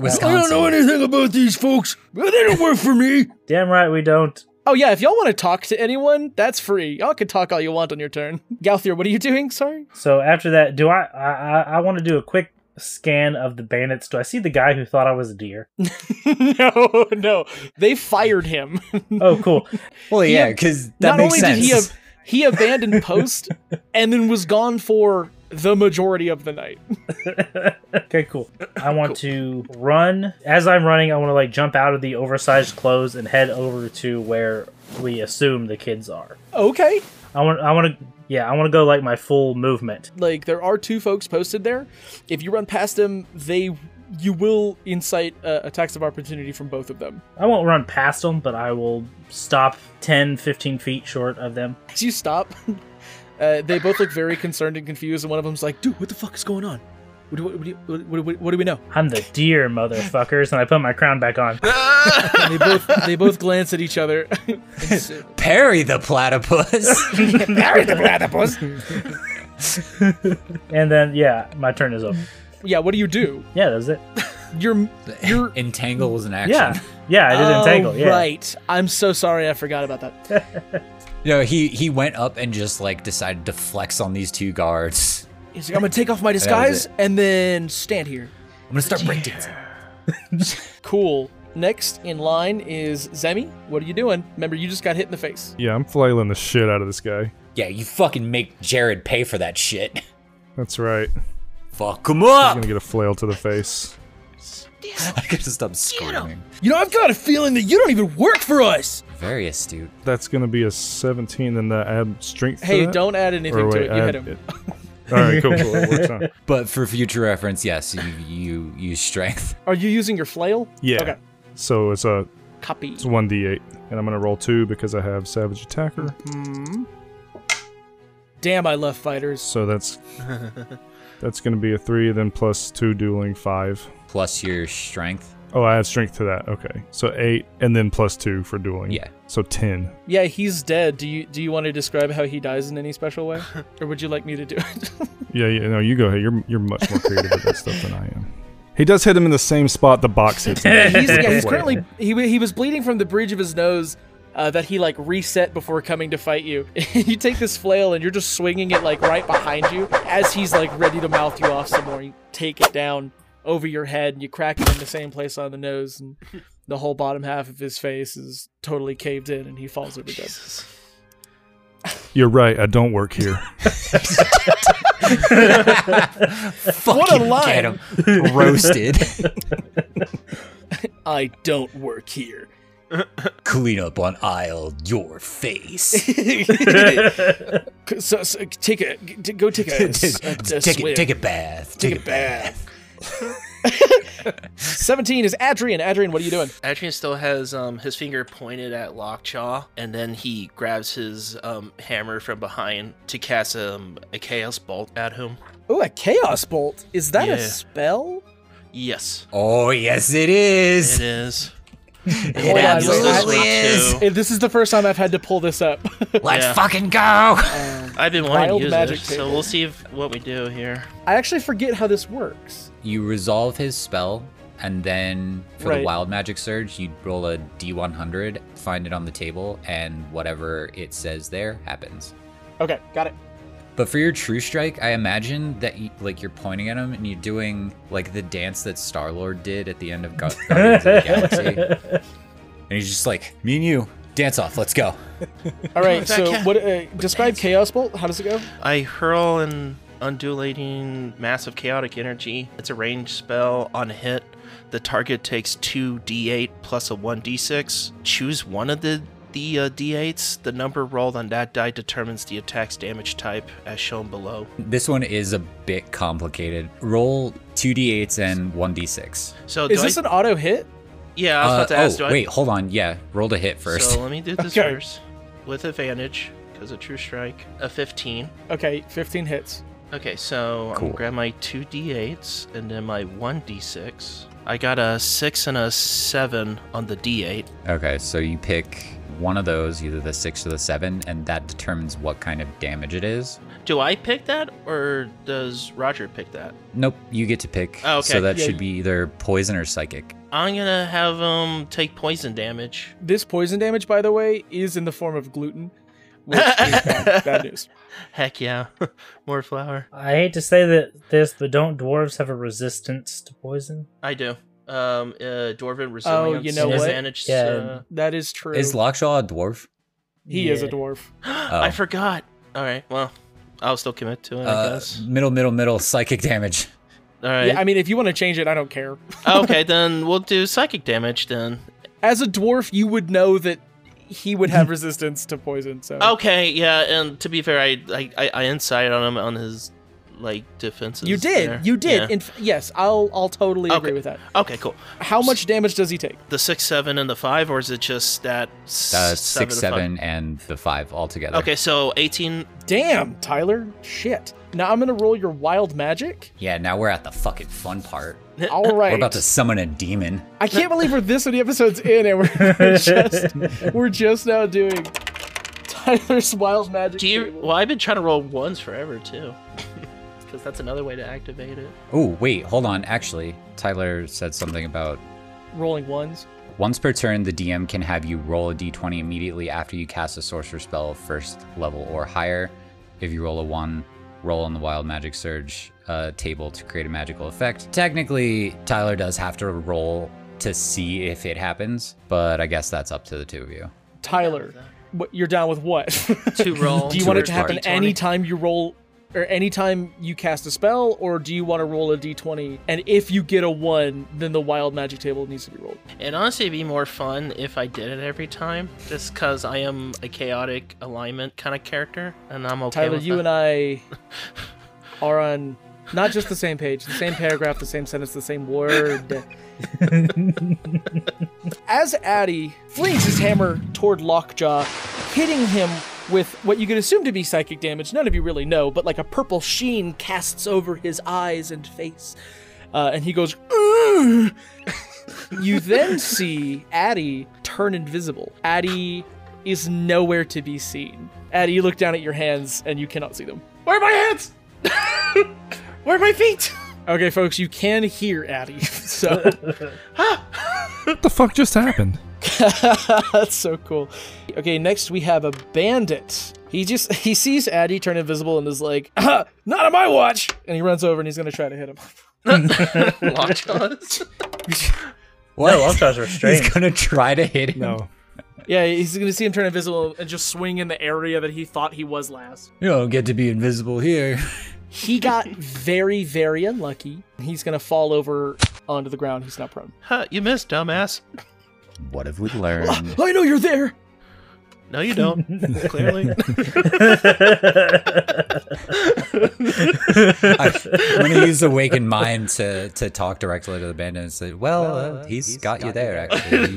Speaker 4: don't
Speaker 3: Wisconsin.
Speaker 4: know anything about these folks. They don't work for me.
Speaker 2: Damn right we don't.
Speaker 1: Oh yeah, if y'all want to talk to anyone, that's free. Y'all can talk all you want on your turn. [laughs] Galthier, what are you doing? Sorry.
Speaker 2: So after that, do I? I, I, I want to do a quick scan of the bandits. Do I see the guy who thought I was a deer?
Speaker 1: [laughs] no, no. They fired him.
Speaker 2: Oh, cool.
Speaker 3: Well,
Speaker 1: He
Speaker 3: yeah,
Speaker 1: ab-
Speaker 3: because
Speaker 1: Not
Speaker 3: that makes
Speaker 1: only
Speaker 3: sense.
Speaker 1: did he ab- he
Speaker 3: [laughs]
Speaker 1: abandoned post and then was gone for the majority of the night.
Speaker 2: Okay, cool. I want to run. As I'm running, I want to like jump out of the oversized clothes and head over to where we assume the kids are.
Speaker 1: Okay.
Speaker 2: I want. I want to. Yeah, I want to go like my full movement.
Speaker 1: Like there are two folks posted there. If you run past them, they you will incite uh, attacks of opportunity from both of them.
Speaker 2: I won't run past them, but I will stop 10, 15 feet short of them.
Speaker 1: As you stop, [laughs] uh, they both look very concerned and confused, and one of them's like, "Dude, what the fuck is going on? What do, what, do you- what, what, what, what do we know?"
Speaker 2: I'm the deer, motherfuckers, and I put my crown
Speaker 1: [laughs]
Speaker 2: back on.
Speaker 1: And they both they
Speaker 3: [laughs]
Speaker 1: both glance at each other. [laughs]
Speaker 3: Parry the platypus. [laughs]
Speaker 2: And then, yeah, my turn is over.
Speaker 1: yeah, what do you do?
Speaker 2: Yeah, that's it.
Speaker 1: You're you're
Speaker 3: Entangle was an action.
Speaker 2: Yeah, yeah, I did entangle.
Speaker 1: Oh,
Speaker 2: Yeah,
Speaker 1: Right. I'm so sorry. I forgot about that.
Speaker 5: [laughs]
Speaker 3: No, he he went up and just like decided to flex on these two guards.
Speaker 1: He's like, I'm gonna take off my disguise
Speaker 3: it.
Speaker 1: and then stand here.
Speaker 3: I'm gonna start breakdancing.
Speaker 1: Cool. Next in line is Zemi. What are you doing? Remember, you just got hit in the face.
Speaker 5: [laughs] Yeah, I'm flailing the shit out of this guy.
Speaker 3: Yeah, you fucking make Jared pay for that shit.
Speaker 5: That's right.
Speaker 3: Fuck him
Speaker 5: I'm
Speaker 3: up.
Speaker 5: gonna get a flail to the face.
Speaker 3: [laughs] I gotta stop screaming.
Speaker 4: You know, I've got a feeling that you don't even work for us.
Speaker 3: Very astute.
Speaker 5: That's gonna be a 17, and the add strength. to
Speaker 1: Hey,
Speaker 5: that?
Speaker 1: don't add anything
Speaker 5: Or
Speaker 1: to
Speaker 5: wait,
Speaker 1: it. You hit
Speaker 5: add
Speaker 1: him.
Speaker 5: it. All right, cool, cool. It
Speaker 1: [laughs]
Speaker 5: works out.
Speaker 3: But for future reference, yes, you you use strength.
Speaker 1: Are you using your flail?
Speaker 5: Yeah.
Speaker 1: Okay.
Speaker 5: So it's a
Speaker 1: Copy.
Speaker 5: it's one d8, and I'm gonna roll two because I have savage attacker.
Speaker 1: Damn, I love fighters.
Speaker 5: So that's that's gonna be a three, then plus two dueling five.
Speaker 3: Plus your strength.
Speaker 5: Oh, I add strength to that. Okay, so eight, and then plus two for dueling.
Speaker 3: Yeah.
Speaker 5: So ten.
Speaker 1: Yeah, he's dead. Do you do you want to describe how he dies in any special
Speaker 5: [laughs]
Speaker 1: way, or would you like me to do it?
Speaker 5: Yeah, yeah. No, you go ahead. You're you're much more creative with that stuff than I am. [laughs] He does hit him in the same spot the box hits him.
Speaker 1: [laughs] he's, yeah, he's
Speaker 5: Wait.
Speaker 1: currently he wa- he was bleeding from the bridge of his nose. Uh, that he like reset before coming to fight you. [laughs] you take this flail and you're just swinging it like right behind you as he's like ready to mouth you off some more. You take it down over your head and you crack it in the same place on the nose and the whole bottom half of his face is totally caved in and he falls over dead.
Speaker 5: You're right. I don't work here.
Speaker 3: Fucking
Speaker 1: line.
Speaker 3: get him roasted. [laughs]
Speaker 1: I don't work here.
Speaker 3: Clean up on aisle your face.
Speaker 1: [laughs] So, so take a g- go take a, s- a- a
Speaker 3: take
Speaker 1: swim.
Speaker 3: it, take a bath. Take, a bath.
Speaker 1: [laughs] Seventeen is Adrian. Adrian, what are you doing?
Speaker 6: Adrian still has um, his finger pointed at Lockjaw, and then he grabs his um, hammer from behind to cast um, a chaos bolt at him.
Speaker 1: Oh, a chaos bolt. Is that
Speaker 6: Yeah.
Speaker 1: a spell?
Speaker 6: Yes,
Speaker 3: Oh yes, it
Speaker 6: it
Speaker 1: [laughs]
Speaker 3: is.
Speaker 6: is. It
Speaker 1: Hold on, wait,
Speaker 6: absolutely
Speaker 3: I-
Speaker 6: is.
Speaker 1: Eh, This is the first time I've had to pull this up. [laughs]
Speaker 3: Let's
Speaker 6: Yeah.
Speaker 3: fucking go.
Speaker 6: I've been wanting
Speaker 1: Wild
Speaker 6: to use
Speaker 1: magic
Speaker 6: this,
Speaker 1: table.
Speaker 6: so we'll see if, what we do here.
Speaker 1: I actually forget how this works.
Speaker 3: [laughs] You resolve his spell, and then for
Speaker 1: Right.
Speaker 3: the wild magic surge, you roll a d100, find it on the table, and whatever it says there happens.
Speaker 1: Okay, got it.
Speaker 3: But for your true strike, I imagine that you, like you're pointing at him and you're doing like the dance that Star Lord did at the end of Gu- Guardians of the Galaxy, and he's just like, "Me and you, dance off, let's go."
Speaker 1: All
Speaker 6: [laughs]
Speaker 1: right.
Speaker 6: Come on,
Speaker 1: So
Speaker 6: Becca.
Speaker 1: what? Uh, describe chaos bolt. How does it go?
Speaker 6: I hurl an undulating mass of chaotic energy. It's a range spell on a hit. The target takes 2d8 plus a 1d6. Choose one of the the uh, d8s. The number rolled on that die determines the attack's damage type, as shown below.
Speaker 3: This one is a bit complicated. Roll two d8s and one d6.
Speaker 6: So
Speaker 1: Is
Speaker 6: do
Speaker 1: this
Speaker 6: I,
Speaker 1: an auto hit?
Speaker 6: yeah, I was about to
Speaker 3: Uh,
Speaker 6: ask.
Speaker 3: oh,
Speaker 6: do I,
Speaker 3: wait, hold on. Yeah, roll a hit first.
Speaker 6: So let me do this
Speaker 1: [laughs] Okay.
Speaker 6: first with advantage because a true strike. A 15.
Speaker 1: Okay, fifteen hits.
Speaker 6: Okay, so I'm
Speaker 3: Cool.
Speaker 6: gonna grab my two d8s and then my one d6. I got a six and a seven on the d8.
Speaker 3: Okay, so you pick one of those, either the six or the seven, and that determines what kind of damage it is.
Speaker 6: Do I pick that or does Roger pick that?
Speaker 3: Nope, you get to pick.
Speaker 6: Oh, okay.
Speaker 3: So that
Speaker 1: Yeah,
Speaker 3: should be either poison or psychic.
Speaker 6: I'm gonna have him take poison damage.
Speaker 1: This poison damage, by the way, is in the form of gluten, which
Speaker 6: [laughs]
Speaker 1: is bad, bad news.
Speaker 6: Heck yeah, [laughs] more flour.
Speaker 2: I hate to say that this, but don't dwarves have a resistance to poison?
Speaker 6: I do. Um, uh, dwarven resilience.
Speaker 1: Oh, you know what?
Speaker 6: disadvantage,
Speaker 2: Yeah.
Speaker 6: uh,
Speaker 1: That is true.
Speaker 3: Is Lockshaw a dwarf?
Speaker 1: he is a
Speaker 2: Yeah.
Speaker 1: dwarf.
Speaker 6: uh,
Speaker 3: Oh.
Speaker 6: [gasps] I forgot. All right. Well, I'll still commit to it. I
Speaker 3: Uh,
Speaker 6: guess.
Speaker 3: middle, middle, middle, psychic damage.
Speaker 6: All right.
Speaker 1: Yeah, I mean, [laughs] if you want to change it, I don't care.
Speaker 6: okay, then we'll do psychic damage then.
Speaker 1: As a dwarf, you would know that he would
Speaker 3: [laughs]
Speaker 1: have resistance to poison. So
Speaker 6: Okay, yeah, and to be fair, I I I, I insight on him on his like defenses.
Speaker 1: you did,
Speaker 6: there.
Speaker 1: you did.
Speaker 6: Yeah.
Speaker 1: In f- yes, I'll I'll totally agree
Speaker 6: Okay.
Speaker 1: with that.
Speaker 6: Okay, cool.
Speaker 1: How much damage does he take?
Speaker 6: The six, seven, and the five, or is it just that s-
Speaker 3: Uh,
Speaker 6: seven
Speaker 3: six,
Speaker 6: to five?
Speaker 3: seven, and the five altogether.
Speaker 6: Okay, so eighteen.
Speaker 1: Damn, Tyler, shit. Now I'm gonna roll your wild
Speaker 6: [laughs]
Speaker 1: magic.
Speaker 3: Yeah, now we're at the fucking fun part.
Speaker 1: All right.
Speaker 3: We're about to summon a demon.
Speaker 1: I can't believe we're this many episodes in and
Speaker 3: [laughs]
Speaker 1: we're, we're just we're just now doing Tyler's wild magic.
Speaker 6: Do you?
Speaker 1: table.
Speaker 6: Well, I've been trying to roll ones forever too, [laughs] because that's another way to activate it.
Speaker 3: Oh, wait, hold on. Actually, Tyler said something about
Speaker 1: rolling ones?
Speaker 3: once per turn, the DM can have you roll a d20 immediately after you cast a sorcerer spell of first level or higher. If you roll a one, roll on the wild magic surge uh, table to create a magical effect. Technically, Tyler does have to roll to see if it happens, but I guess that's up to the two of you.
Speaker 1: Tyler, what, you're down with what? [laughs]
Speaker 6: Two roll.
Speaker 1: Do you want it
Speaker 3: Two
Speaker 1: to happen
Speaker 6: D20?
Speaker 1: anytime you roll or anytime you cast a spell, or do you want to roll a d20? And if you get a one, then the wild magic table needs to be rolled.
Speaker 6: It'd honestly be more fun if I did it every time, just because I am a chaotic alignment kind of character, and I'm okay
Speaker 1: Tyler,
Speaker 6: with
Speaker 1: you
Speaker 6: that.
Speaker 1: and I are on not just the same page, the same paragraph, the same sentence, the same word. As Addy flings his hammer toward Lockjaw, hitting him with what you could assume to be psychic damage, none of you really know, but like a purple sheen casts over his eyes and face. Uh, and he goes, "Ugh." You then see Addy turn invisible. Addy is nowhere to be seen. Addy, you look down at your hands and you cannot see them.
Speaker 6: Where are
Speaker 1: [laughs]
Speaker 6: my hands? Where are my feet?
Speaker 1: Okay, folks, you can hear Addy. [laughs] So
Speaker 5: [laughs] What the fuck just happened?
Speaker 1: that's so cool. Okay, next we have a bandit. He just he sees Addy turn invisible and is like, [laughs] "Ah, "Not on my watch!" And he runs over and he's gonna try to hit him. [laughs]
Speaker 6: [laughs] Lockjaws.
Speaker 3: What? [laughs]
Speaker 2: No,
Speaker 1: [laughs]
Speaker 2: Lockjaw's restrained.
Speaker 3: He's gonna try to hit him.
Speaker 5: No.
Speaker 1: Yeah, he's gonna see him turn invisible and just swing in the area that he thought he was last.
Speaker 3: You don't get to be invisible here.
Speaker 1: He got very, very unlucky. He's gonna fall over onto the ground. He's not prone.
Speaker 6: Huh, you missed, dumbass.
Speaker 3: What have we
Speaker 1: [laughs]
Speaker 3: learned?
Speaker 1: I know you're there.
Speaker 6: No, you don't.
Speaker 1: [laughs]
Speaker 6: Clearly.
Speaker 3: I, am gonna use awakened mind to to talk directly to the bandit and say, "Well, uh, he's got, you there, [laughs] actually."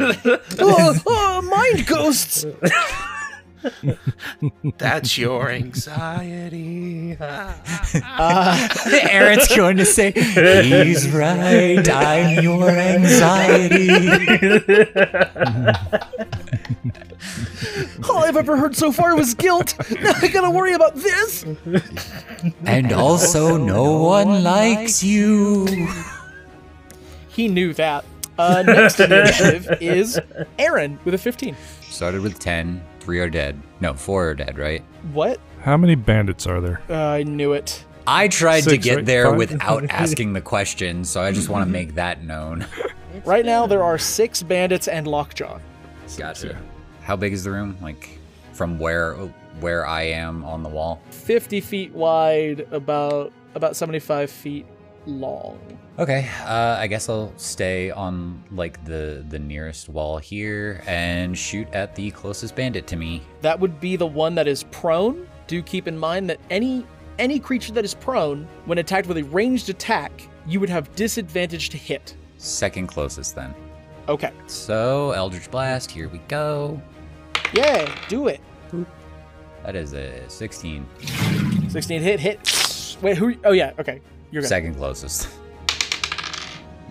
Speaker 1: oh, oh, mind ghosts.
Speaker 5: [laughs]
Speaker 6: That's your anxiety.
Speaker 3: Aaron's going to say, "He's right. I'm your anxiety."
Speaker 1: All I've ever heard so far was guilt. Now I gotta worry about this.
Speaker 3: And also, no one likes you.
Speaker 1: He knew that. Uh, next initiative is Aaron with a 15.
Speaker 3: Started with 10, three are dead. No, four are dead, right?
Speaker 1: What?
Speaker 5: How many bandits are there?
Speaker 1: Uh, I knew it.
Speaker 3: I tried to
Speaker 5: Six,
Speaker 3: get
Speaker 5: right?
Speaker 3: there
Speaker 5: Five? [laughs] Mm-hmm.
Speaker 3: without asking the question, so I just want to make that known.
Speaker 1: Right now, there are six bandits and Lockjaw.
Speaker 3: Gotcha. How big is the room? Like from where where I am on the wall?
Speaker 1: 50 feet wide, about about 75 feet long.
Speaker 3: Okay, uh, I guess I'll stay on like the the nearest wall here and shoot at the closest bandit to me.
Speaker 1: That would be the one that is prone. Do keep in mind that any any creature that is prone, when attacked with a ranged attack, you would have disadvantage to hit.
Speaker 3: Second closest then.
Speaker 1: Okay.
Speaker 3: So Eldritch Blast, here we go.
Speaker 1: Yeah, do it.
Speaker 3: That is a 16.
Speaker 1: 16 hit, hit. Wait, who? Oh, yeah, okay. You're good.
Speaker 3: Second closest.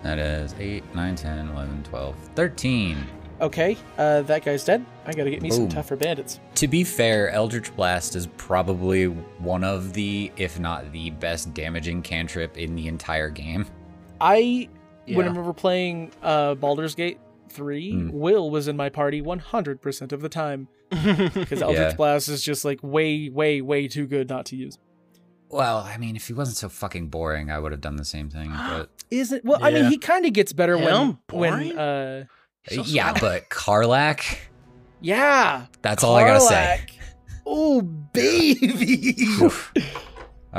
Speaker 3: That is 8, 9, 10, 11, 12, 13.
Speaker 1: Okay, uh, that guy's dead. I gotta get me some
Speaker 3: Boom.
Speaker 1: tougher bandits.
Speaker 3: To be fair, Eldritch Blast is probably one of the, if not the best damaging cantrip in the entire game.
Speaker 1: I, when I
Speaker 6: Yeah.
Speaker 1: remember playing uh, Baldur's Gate 3,
Speaker 3: Mm.
Speaker 1: Will was in my party 100% of the time.
Speaker 3: [laughs]
Speaker 1: Because Eldritch
Speaker 3: Yeah.
Speaker 1: Blast is just like way, way, way too good not to use.
Speaker 3: Well, I mean, if he wasn't so fucking boring, I would have done the same thing, but
Speaker 1: Isn't well? I mean,
Speaker 6: Yeah.
Speaker 1: he kind of gets better when
Speaker 6: Him?
Speaker 1: when
Speaker 6: Boring?
Speaker 1: uh
Speaker 6: So
Speaker 3: yeah,
Speaker 6: sad.
Speaker 3: but Karlak,
Speaker 1: yeah.
Speaker 3: that's all I got to say.
Speaker 1: Oh
Speaker 3: [laughs]
Speaker 1: baby.
Speaker 3: All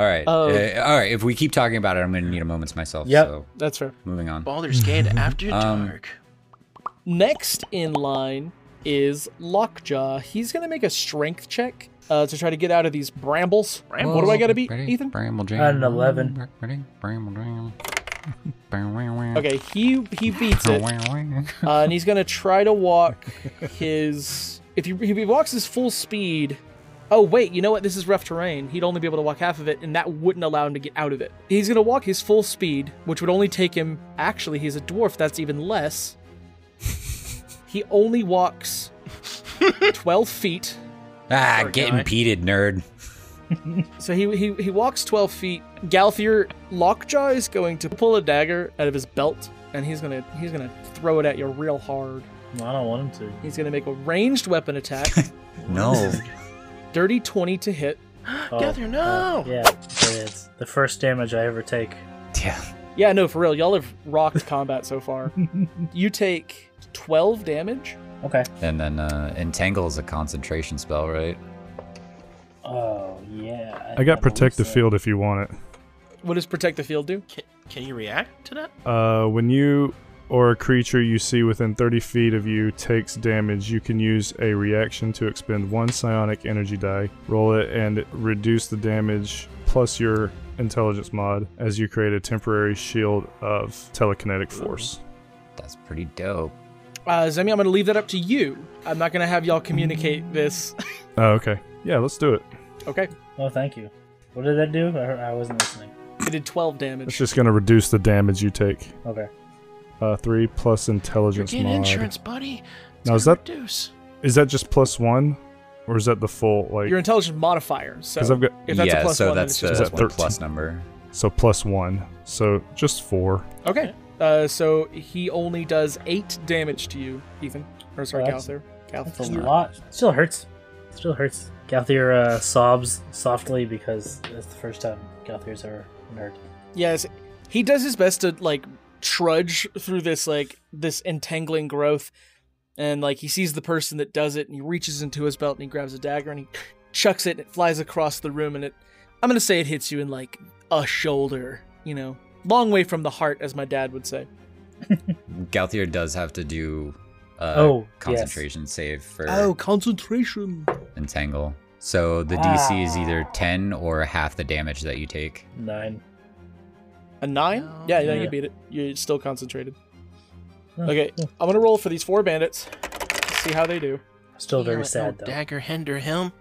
Speaker 3: right.
Speaker 1: Oh.
Speaker 3: Uh, all right, if we keep talking about it, I'm going to need a moment's myself,
Speaker 2: Yep.
Speaker 3: so
Speaker 1: That's fair.
Speaker 3: moving on.
Speaker 5: [laughs]
Speaker 6: Baldur's Gate after
Speaker 3: Um,
Speaker 6: dark.
Speaker 1: Next in line is Lockjaw. He's gonna make a strength check uh, to try to get out of these brambles.
Speaker 6: Bramble.
Speaker 1: What do I gotta
Speaker 3: be,
Speaker 1: beat, Ethan?
Speaker 3: Bramble Jam.
Speaker 2: At an 11.
Speaker 3: Ready? Bramble Jam.
Speaker 1: Okay, he he beats it, uh, and he's gonna try to walk his. If he, if he walks his full speed, oh wait, you know what? This is rough terrain. He'd only be able to walk half of it, and that wouldn't allow him to get out of it. He's gonna walk his full speed, which would only take him. Actually, he's a dwarf. That's even less. he only walks twelve feet.
Speaker 3: [laughs] Ah,
Speaker 6: Poor
Speaker 3: get
Speaker 6: guy.
Speaker 3: impeded, nerd.
Speaker 1: So he, he he walks 12 feet. Galthier Lockjaw is going to pull a dagger out of his belt, and he's gonna he's gonna throw it at you real hard.
Speaker 2: Well, I don't want him
Speaker 1: He's gonna make a ranged weapon attack,
Speaker 3: No.
Speaker 1: dirty 20 to hit.
Speaker 2: to. Oh,
Speaker 6: Gather, no!
Speaker 2: uh, yeah, it's the first damage I ever take.
Speaker 3: [laughs] yeah.
Speaker 1: Yeah, no, for real, y'all have rocked combat so far. you take 12 damage.
Speaker 2: Okay.
Speaker 3: And then uh, entangle is a concentration spell, right?
Speaker 2: Oh yeah.
Speaker 5: I got
Speaker 2: don't
Speaker 5: protect the
Speaker 2: think so.
Speaker 5: field if you want it.
Speaker 1: What does protect the field do?
Speaker 6: Can, can you react to that?
Speaker 5: Uh, when you or a creature you see within 30 feet of you takes damage, you can use a reaction to expend one psionic energy die, roll it, and reduce the damage plus your intelligence mod as you create a temporary shield of telekinetic
Speaker 6: Uh-huh.
Speaker 5: force.
Speaker 3: That's pretty dope.
Speaker 1: Uh, Zemi, I'm gonna leave that up to you. I'm not gonna have y'all communicate this.
Speaker 5: Oh, okay. Yeah, let's do it.
Speaker 1: okay,
Speaker 2: Oh, thank you. What did that do? I, I wasn't listening.
Speaker 1: it did 12
Speaker 5: It's
Speaker 1: damage.
Speaker 5: just going to reduce the damage you take.
Speaker 2: Okay.
Speaker 5: Uh, three plus
Speaker 6: You're
Speaker 5: intelligence
Speaker 6: getting
Speaker 5: mod.
Speaker 6: insurance, buddy. It's
Speaker 5: Now, is
Speaker 6: gonna
Speaker 5: that-
Speaker 6: reduce?
Speaker 5: Is that just plus one, or is that the full like?
Speaker 1: Your intelligence modifier. So
Speaker 5: 'Cause I've got
Speaker 1: if that's
Speaker 3: yeah,
Speaker 1: a plus
Speaker 3: so
Speaker 1: one, then
Speaker 3: that's
Speaker 1: it's
Speaker 3: the
Speaker 1: just
Speaker 5: Is that
Speaker 3: one
Speaker 5: 13?
Speaker 3: plus number.
Speaker 5: so plus one. So just four.
Speaker 1: Okay. Uh, so he only does eight damage to you, Ethan. Or sorry,
Speaker 2: Oh, that's-
Speaker 1: Galther.
Speaker 2: That's a
Speaker 1: Galther.
Speaker 2: lot. Still hurts. Still hurts. Galthier uh, sobs softly because that's the first time Galthier's ever nerd.
Speaker 1: Yes, he does his best to like trudge through this like this entangling growth, and like he sees the person that does it, and he reaches into his belt and he grabs a dagger and he chucks it, and it flies across the room, and it. I'm gonna say it hits you in like a shoulder, you know, long way from the heart, as my dad would say.
Speaker 3: Galthier does have to do uh,
Speaker 2: Oh, yes.
Speaker 3: concentration save for
Speaker 1: Oh, concentration!
Speaker 3: entangle. So the DC is either 10 or half the damage that you take. [laughs]
Speaker 2: Nine.
Speaker 1: A nine?
Speaker 6: No.
Speaker 1: Yeah, yeah,
Speaker 2: Yeah.
Speaker 1: you beat it. You're still concentrated.
Speaker 2: Oh,
Speaker 1: Okay, I'm gonna roll for these four bandits. See how they do.
Speaker 2: Still
Speaker 6: You
Speaker 2: very
Speaker 6: let
Speaker 2: sad
Speaker 6: no
Speaker 2: though.
Speaker 6: Dagger hinder him.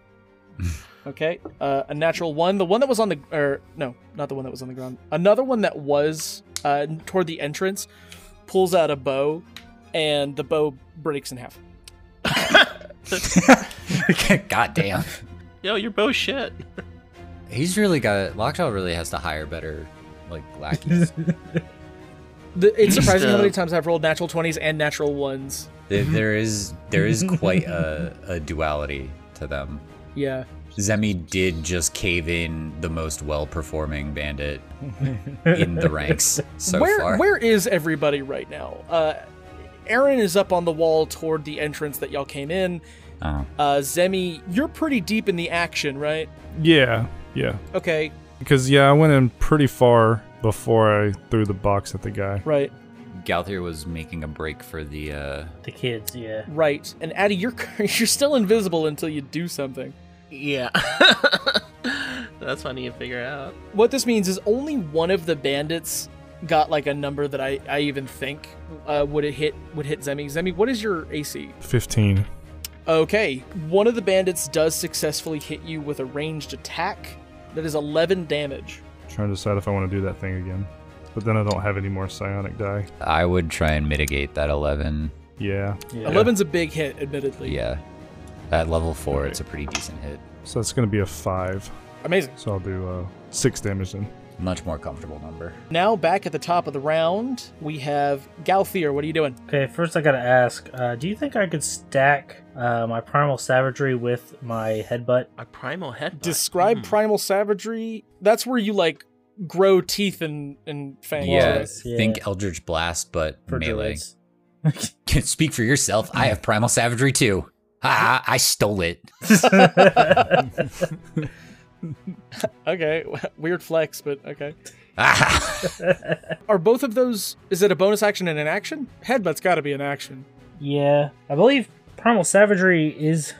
Speaker 1: Okay, uh, a natural one. The one that was on the, or no, not the one that was on the ground. Another one that was uh, toward the entrance pulls out a bow, and the bow breaks in half.
Speaker 3: God damn.
Speaker 6: Yo, you're both shit.
Speaker 3: He's really got Lockjaw really has to hire better like
Speaker 1: [laughs]
Speaker 3: lackeys.
Speaker 1: The, it's surprising how
Speaker 6: So-
Speaker 1: many
Speaker 3: uh,
Speaker 1: times I've rolled natural twenties and natural ones.
Speaker 3: there, there is there is quite a, a duality to them.
Speaker 1: Yeah,
Speaker 3: Zemi did just cave in the most well performing bandit in the
Speaker 1: [laughs]
Speaker 3: ranks so
Speaker 1: where
Speaker 3: far.
Speaker 1: where is everybody right now? Uh, Aaron is up on the wall toward the entrance that y'all came in.
Speaker 3: Oh.
Speaker 1: Uh, Zemi, you're pretty deep in the action, right?
Speaker 5: Yeah, yeah.
Speaker 1: Okay,
Speaker 5: Because yeah, I went in pretty far before I threw the box at the guy.
Speaker 1: right,
Speaker 3: Galthier was making a break for the uh,
Speaker 2: The kids, yeah.
Speaker 1: right. And Addy, you're [laughs] you're still invisible until you do something.
Speaker 6: Yeah. [laughs] That's funny to figure out.
Speaker 1: What this means is only one of the bandits got like a number that I I even think uh, would it hit would hit Zemi. Zemi, what is your AC?
Speaker 5: Fifteen.
Speaker 1: Okay, one of the bandits does successfully hit you with a ranged attack. That is 11 damage.
Speaker 5: Trying to decide if I want to do that thing again, but then I don't have any more psionic die.
Speaker 3: I would try and mitigate that 11.
Speaker 5: Yeah,
Speaker 2: yeah.
Speaker 1: 11's a big hit, admittedly.
Speaker 3: Yeah. At level 4, it's a pretty decent hit.
Speaker 5: so that's gonna be a five.
Speaker 1: Amazing.
Speaker 5: So I'll do uh, six damage then.
Speaker 3: Much more comfortable number.
Speaker 1: Now back at the top of the round, we have Galthier. What are you doing?
Speaker 2: Okay, first I gotta ask uh, do you think I could stack uh, my Primal Savagery with my Headbutt?
Speaker 6: A primal Hmm. head.
Speaker 1: Describe
Speaker 6: Mm-hmm.
Speaker 1: primal savagery. That's where you like grow teeth and and fangs.
Speaker 3: yeah,
Speaker 1: right?
Speaker 2: yeah.
Speaker 3: think Eldritch Blast, but
Speaker 2: For
Speaker 3: melee.
Speaker 2: druids?
Speaker 3: Speak for yourself. I have Primal Savagery too. Ah, I stole it. [laughs]
Speaker 1: Okay. [laughs] Weird flex, but okay.
Speaker 3: Ah.
Speaker 1: Are both of those? Is it a bonus action and an action? Headbutt's got to be an action.
Speaker 2: [laughs] Yeah, I believe Primal Savagery is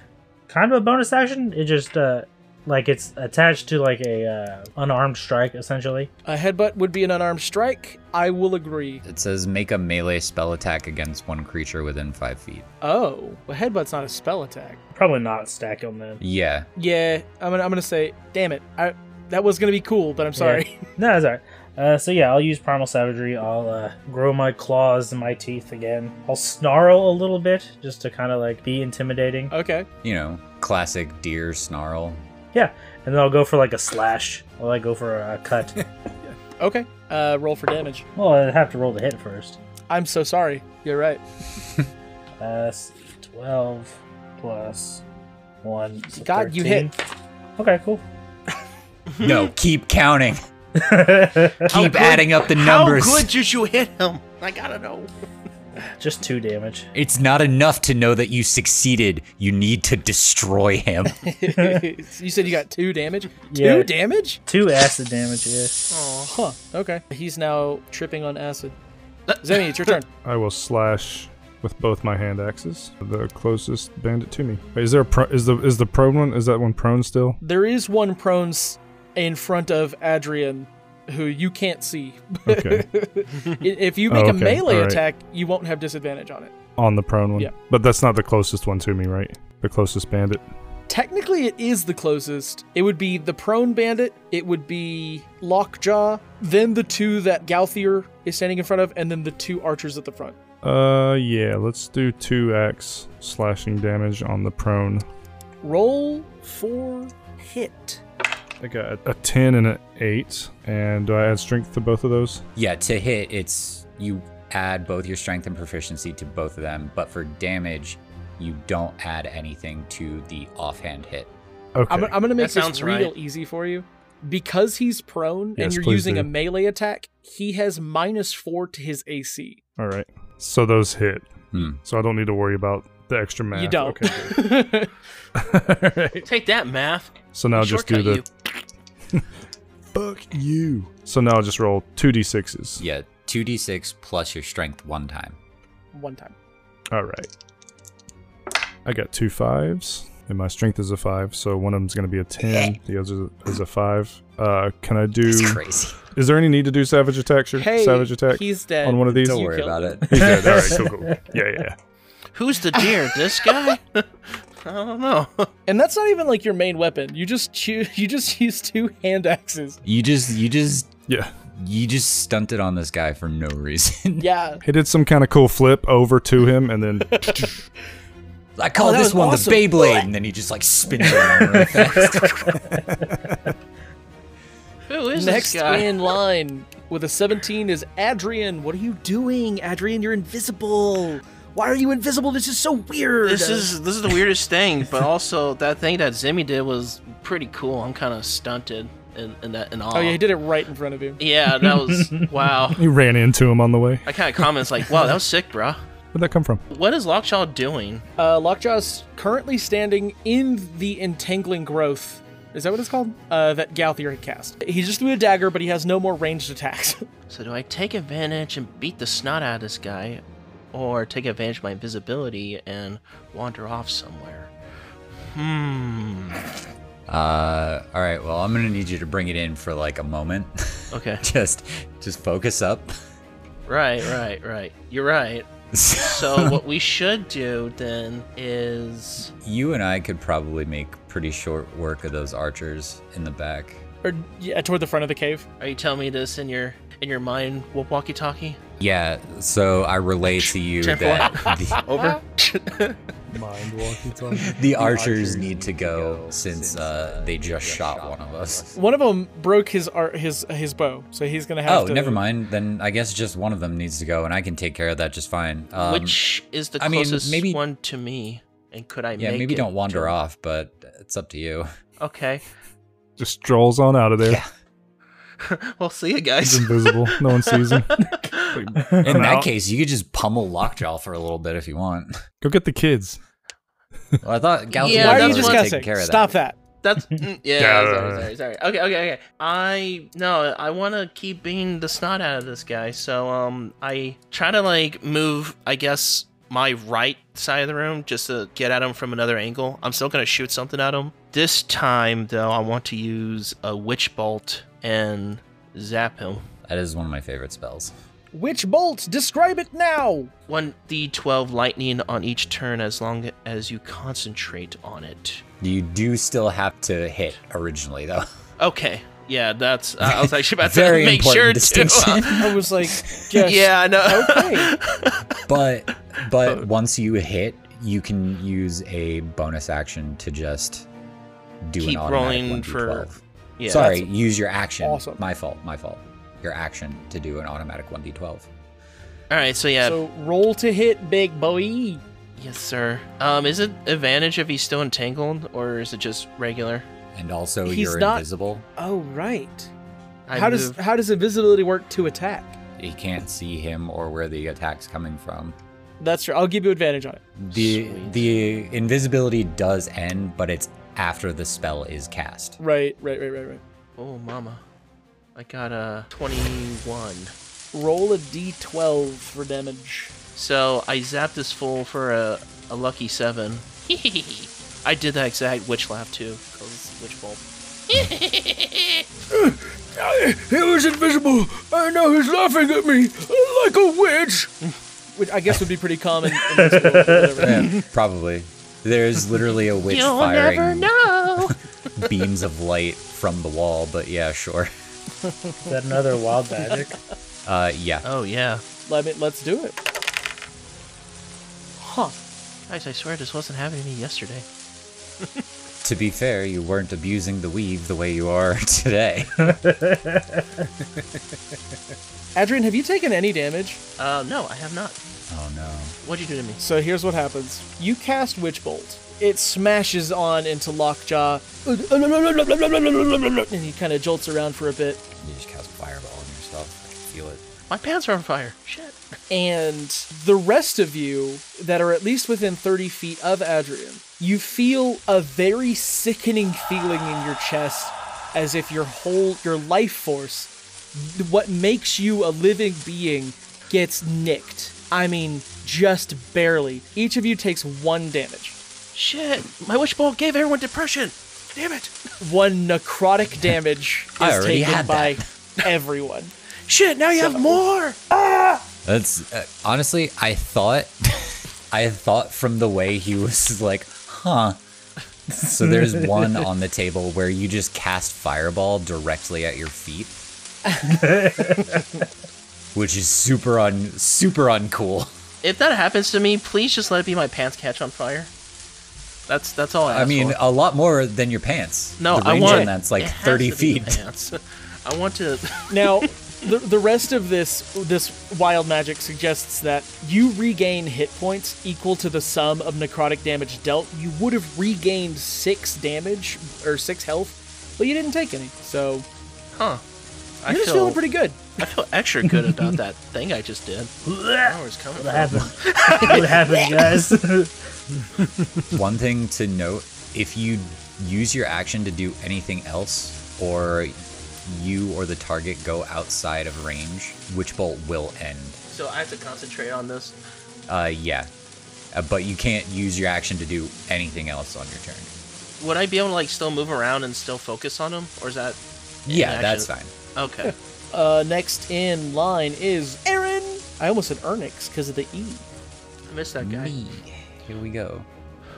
Speaker 2: kind of a bonus action. It just uh, like it's attached to like a uh, unarmed strike essentially.
Speaker 1: A headbutt would be an unarmed strike. I will agree.
Speaker 3: It says make a melee spell attack against one creature within five feet.
Speaker 1: Oh, well, headbutt's not a spell attack.
Speaker 2: Probably not stack them then.
Speaker 3: Yeah,
Speaker 1: Yeah, I'm gonna I'm gonna say, damn it. I that was gonna be cool, but I'm sorry. [laughs]
Speaker 2: No, that's alright. Uh, so yeah, I'll use Primal Savagery. I'll uh, grow my claws and my teeth again. I'll snarl a little bit just to kind of like be intimidating,
Speaker 1: okay.
Speaker 3: you know, classic deer
Speaker 6: [laughs]
Speaker 3: snarl.
Speaker 2: and then I'll go for like a slash. I'll like go for a, a cut.
Speaker 1: Okay. Uh, roll for damage.
Speaker 2: well, I have to roll the hit first.
Speaker 1: I'm so sorry. You're right. [laughs]
Speaker 2: Uh, s- twelve plus one. so
Speaker 1: God, you
Speaker 2: 13. Okay, cool.
Speaker 3: No, keep counting. Keep
Speaker 6: good-
Speaker 3: adding up the numbers.
Speaker 6: How Oh, good did you hit him? I gotta know.
Speaker 2: Just two damage.
Speaker 3: It's not enough to know that you succeeded. You need to destroy him.
Speaker 1: you said you got two damage.
Speaker 2: Yeah.
Speaker 1: Two damage?
Speaker 2: Two acid damage, yeah.
Speaker 1: Huh. Okay. He's now tripping on acid. Zemi, it's your turn.
Speaker 5: I will slash with both my hand axes the closest bandit to me. Wait, is there a pro- is the is the prone one? Is that one prone still?
Speaker 1: There is one prone s- in front of Adrian, who you can't see.
Speaker 5: Okay,
Speaker 1: I- if you make
Speaker 5: Oh,
Speaker 1: a
Speaker 5: okay.
Speaker 1: melee
Speaker 5: All right.
Speaker 1: attack, you won't have disadvantage on it.
Speaker 5: on the prone one.
Speaker 1: Yeah.
Speaker 5: But that's not the closest one to me, right? The closest bandit.
Speaker 1: Technically, it is the closest. It would be the prone bandit. It would be Lockjaw, then the two that Galthier is standing in front of, and then the two archers at the front.
Speaker 5: Uh, yeah. Let's do two axe slashing damage on the prone.
Speaker 1: Roll for hit.
Speaker 5: I got a ten and an eight. And do I add strength to both of those?
Speaker 3: yeah, to hit, it's you add both your strength and proficiency to both of them, but for damage, you don't add anything to the offhand hit.
Speaker 5: Okay.
Speaker 1: I'm, I'm gonna make
Speaker 6: That
Speaker 1: this
Speaker 6: sounds
Speaker 1: real
Speaker 6: right.
Speaker 1: easy for you. Because he's prone and
Speaker 5: Yes,
Speaker 1: you're
Speaker 5: please
Speaker 1: using
Speaker 5: do.
Speaker 1: a melee attack, he has minus four to his AC.
Speaker 5: All right. So those hit.
Speaker 3: Hmm.
Speaker 5: So I don't need to worry about the extra math.
Speaker 1: you don't.
Speaker 5: Ah, Okay. good. All right.
Speaker 6: Take that, math.
Speaker 5: So now just do the
Speaker 6: Shortcut
Speaker 5: Fuck you. So now I'll just roll two d6s.
Speaker 3: Yeah, 2d6 plus your strength one time.
Speaker 1: [laughs] One time.
Speaker 5: All right. I got two fives, and my strength is a five, so one of them's going to be a 10, the other is a five. Uh, can I do.
Speaker 3: It's crazy.
Speaker 5: Is there any need to do savage attack? Sure.
Speaker 1: Hey,
Speaker 5: savage attack?
Speaker 1: he's dead.
Speaker 5: On one of these?
Speaker 3: Don't
Speaker 1: You
Speaker 5: [laughs]
Speaker 3: worry
Speaker 1: killed
Speaker 3: about it. [laughs]
Speaker 5: He's dead. All right, cool, cool. Yeah, yeah.
Speaker 6: you. Who's the
Speaker 5: [laughs]
Speaker 6: deer? this [laughs] guy? I don't know.
Speaker 1: And that's not even like your main weapon. You just choose. [laughs] You just use two hand axes.
Speaker 3: You just, you just,
Speaker 5: Yeah.
Speaker 3: you just stunted on this guy for no reason. [laughs]
Speaker 1: Yeah.
Speaker 5: He did some kind of cool flip over to him, and then.
Speaker 3: I call
Speaker 1: Oh, that
Speaker 3: this
Speaker 1: was
Speaker 3: one
Speaker 1: awesome.
Speaker 3: the Beyblade, and then he just like spins around real fast. [laughs]
Speaker 6: Who is
Speaker 1: Next
Speaker 6: this guy?
Speaker 1: in line with a 17 is Adrian. What are you doing, Adrian? You're invisible. Why are you invisible? This is so weird.
Speaker 6: This is this is the weirdest thing, but also that thing that Zimmy did was pretty cool. I'm kind of stunted in, in that in awe.
Speaker 1: Oh yeah, he did it right in front of you.
Speaker 6: Yeah, that
Speaker 1: [laughs]
Speaker 6: was wow.
Speaker 5: You ran into him on the way.
Speaker 6: I kind of comments like, "Wow, that was sick, bruh."
Speaker 5: Where'd that come from?
Speaker 6: What is Lockjaw doing?
Speaker 1: Uh, Lockjaw's currently standing in the entangling growth. Is that what it's called? Uh, that Galthier had cast. He just threw a dagger, but he has no more ranged attacks. [laughs]
Speaker 6: So do I take advantage and beat the snot out of this guy, or take advantage of my invisibility and wander off somewhere? Hmm.
Speaker 3: Uh, all right. Well, I'm gonna need you to bring it in for like a moment. [laughs]
Speaker 6: Okay.
Speaker 3: just, just focus up.
Speaker 6: Right, right, right. You're right.
Speaker 1: [laughs]
Speaker 6: So what we should do then is
Speaker 3: you and I could probably make pretty short work of those archers in the back.
Speaker 1: or yeah, toward the front of the cave.
Speaker 6: are you telling me this in your in your mind walkie talkie?
Speaker 3: Yeah. So I relay to you
Speaker 6: Ten
Speaker 3: that the,
Speaker 6: [laughs] Over.
Speaker 5: Mind walkie talkie.
Speaker 3: [laughs] the archers need to go since uh, they just shot one of us.
Speaker 1: One of them broke his ar- his his bow, so he's gonna have
Speaker 3: Oh,
Speaker 1: to.
Speaker 3: never mind. Then I guess just one of them needs to go, and I can take care of that just fine. Um,
Speaker 6: Which is the
Speaker 3: I mean,
Speaker 6: closest
Speaker 3: maybe-
Speaker 6: one to me? And could I
Speaker 3: yeah,
Speaker 6: make
Speaker 3: maybe
Speaker 6: it
Speaker 3: don't wander
Speaker 6: to-
Speaker 3: off, but it's up to you.
Speaker 6: Okay. [laughs]
Speaker 5: Just strolls on out of there.
Speaker 3: Yeah.
Speaker 6: well, see you
Speaker 5: He's
Speaker 3: [laughs]
Speaker 6: guys.
Speaker 5: invisible. No one sees him.
Speaker 3: In that
Speaker 5: out.
Speaker 3: case, you could just pummel Lockjaw for a little bit if you [laughs] want.
Speaker 5: Go get the kids.
Speaker 3: Well, I thought Galtier
Speaker 6: Yeah,
Speaker 1: Why are you
Speaker 6: that's what-
Speaker 1: discussing?
Speaker 3: care of
Speaker 1: Stop that.
Speaker 6: That's mm, yeah.
Speaker 5: Yeah,
Speaker 6: sorry,
Speaker 5: yeah,
Speaker 6: sorry, sorry. Okay, okay, okay. I no, I want to keep beating the snot out of this guy. So um, I try to like move. I guess my right side of the room just to get at him from another angle. I'm still gonna shoot something at him. This time though, I want to use a witch bolt and zap him.
Speaker 3: that. That is one of my favorite spells.
Speaker 1: Which bolt? Describe it now.
Speaker 6: 1d12 lightning on each turn as long as you concentrate on it.
Speaker 3: You do still have to hit originally, though.
Speaker 6: Okay. Yeah, [laughs] that's. uh,
Speaker 3: [laughs]
Speaker 6: I was actually about
Speaker 3: Very
Speaker 6: to [laughs] uh, make
Speaker 3: important
Speaker 6: sure
Speaker 3: distinction.
Speaker 6: to.
Speaker 1: I was
Speaker 6: [laughs]
Speaker 1: like, yes.
Speaker 6: yeah,
Speaker 3: [laughs]
Speaker 6: I know.
Speaker 1: Okay.
Speaker 3: but
Speaker 6: Oh.
Speaker 3: but once you hit, you can use a bonus action to just do
Speaker 6: Keep
Speaker 3: an automatic
Speaker 6: rolling
Speaker 3: 1d12.
Speaker 6: Yeah,
Speaker 3: Sorry, use your action.
Speaker 1: awesome.
Speaker 3: My fault. My fault. Your action to do an automatic 1d12.
Speaker 6: All right, so [laughs] yeah,
Speaker 1: So roll to hit, big boy.
Speaker 6: yes, sir. Um, is it advantage if he's still entangled, or is it just regular?
Speaker 3: And also,
Speaker 1: He's
Speaker 3: you're
Speaker 1: not-
Speaker 3: invisible.
Speaker 1: Oh right.
Speaker 6: I
Speaker 1: how does
Speaker 6: move-
Speaker 1: how does invisibility work to attack?
Speaker 3: You can't see him or where the attack's coming from.
Speaker 1: That's true. I'll give you advantage on it.
Speaker 3: The the invisibility does end, but it's after the spell is cast.
Speaker 1: Right, right, right, right, right.
Speaker 6: Oh, mama, I got a twenty-one.
Speaker 1: Roll a d12 for damage.
Speaker 6: So I zapped this fool for a, a lucky seven. [laughs] I did that exact witch laugh too, 'cause witch bolt.
Speaker 4: He was invisible. I know he's laughing at me like a witch.
Speaker 1: [laughs] Which I guess would be pretty common. In this world,
Speaker 6: [laughs]
Speaker 1: whatever.
Speaker 3: Yeah, probably. There's literally a witch firing
Speaker 6: know.
Speaker 3: beams of light from the wall, but yeah, sure.
Speaker 2: Is that another wild magic?
Speaker 3: Uh, yeah.
Speaker 6: oh yeah.
Speaker 1: Let me, let's do it. Huh.
Speaker 6: Guys, I swear this wasn't happening to me yesterday.
Speaker 3: To be fair, you weren't abusing the weave the way you are [laughs] today.
Speaker 1: Adrian, have you taken any damage?
Speaker 6: Uh, no, I have not.
Speaker 3: oh no.
Speaker 6: What'd you do to me?
Speaker 1: So here's what happens. You cast Witch Bolt. It smashes on into Lockjaw, and he kind of jolts around for a bit.
Speaker 3: You just cast fireball on yourself. I can feel it.
Speaker 6: My pants are on fire. Shit.
Speaker 1: and the rest of you that are at least within 30 feet of Adrian, you feel a very sickening feeling in your chest as if your whole your life force what makes you a living being gets nicked. I mean, just barely. Each of you takes 1 damage.
Speaker 6: Shit. My witch ball gave everyone depression. Damn it.
Speaker 1: 1 necrotic damage
Speaker 3: [laughs] I
Speaker 1: is
Speaker 3: already
Speaker 1: taken
Speaker 3: had
Speaker 1: by [laughs]
Speaker 3: that.
Speaker 1: everyone.
Speaker 6: Shit, now you have more.
Speaker 3: That's uh, honestly, I thought, [laughs] I thought from the way he was [laughs] like, huh. So there's one on the table where you just cast fireball directly at your feet, which is super un super uncool.
Speaker 6: If that happens to me, please just let it be my pants catch on fire. That's that's all I
Speaker 3: I
Speaker 6: ask
Speaker 3: mean,
Speaker 6: for.
Speaker 3: a lot more than your pants.
Speaker 6: no,
Speaker 3: the
Speaker 6: I
Speaker 3: range
Speaker 6: want
Speaker 3: on that's like
Speaker 6: it has [laughs]
Speaker 3: 30
Speaker 6: to be
Speaker 3: feet.
Speaker 6: the pants. I want to
Speaker 1: Now, the, the rest of this this wild magic suggests that you regain hit points equal to the sum of necrotic damage dealt. You would have regained six damage or six health, but you didn't take any. So
Speaker 6: Huh. I
Speaker 1: you're just
Speaker 6: feel,
Speaker 1: feeling pretty good.
Speaker 6: I feel extra good
Speaker 3: [laughs]
Speaker 6: about that thing I just [laughs] did.
Speaker 2: what
Speaker 6: Where's coming from?
Speaker 2: happened? [laughs] what happened, guys?
Speaker 3: One thing to note if you use your action to do anything else, or you or the target go outside of range, Witch Bolt will end.
Speaker 6: So I have to concentrate on this.
Speaker 3: Uh, yeah. Uh, but you can't use your action to do anything else on your turn.
Speaker 6: Would I be able to like still move around and still focus on him, or is that?
Speaker 3: Yeah,
Speaker 6: inaction?
Speaker 3: that's fine.
Speaker 6: Okay.
Speaker 1: Uh, next in line is Aaron. I almost said Ernix because of the E.
Speaker 6: I missed that guy.
Speaker 3: Me. Here we go.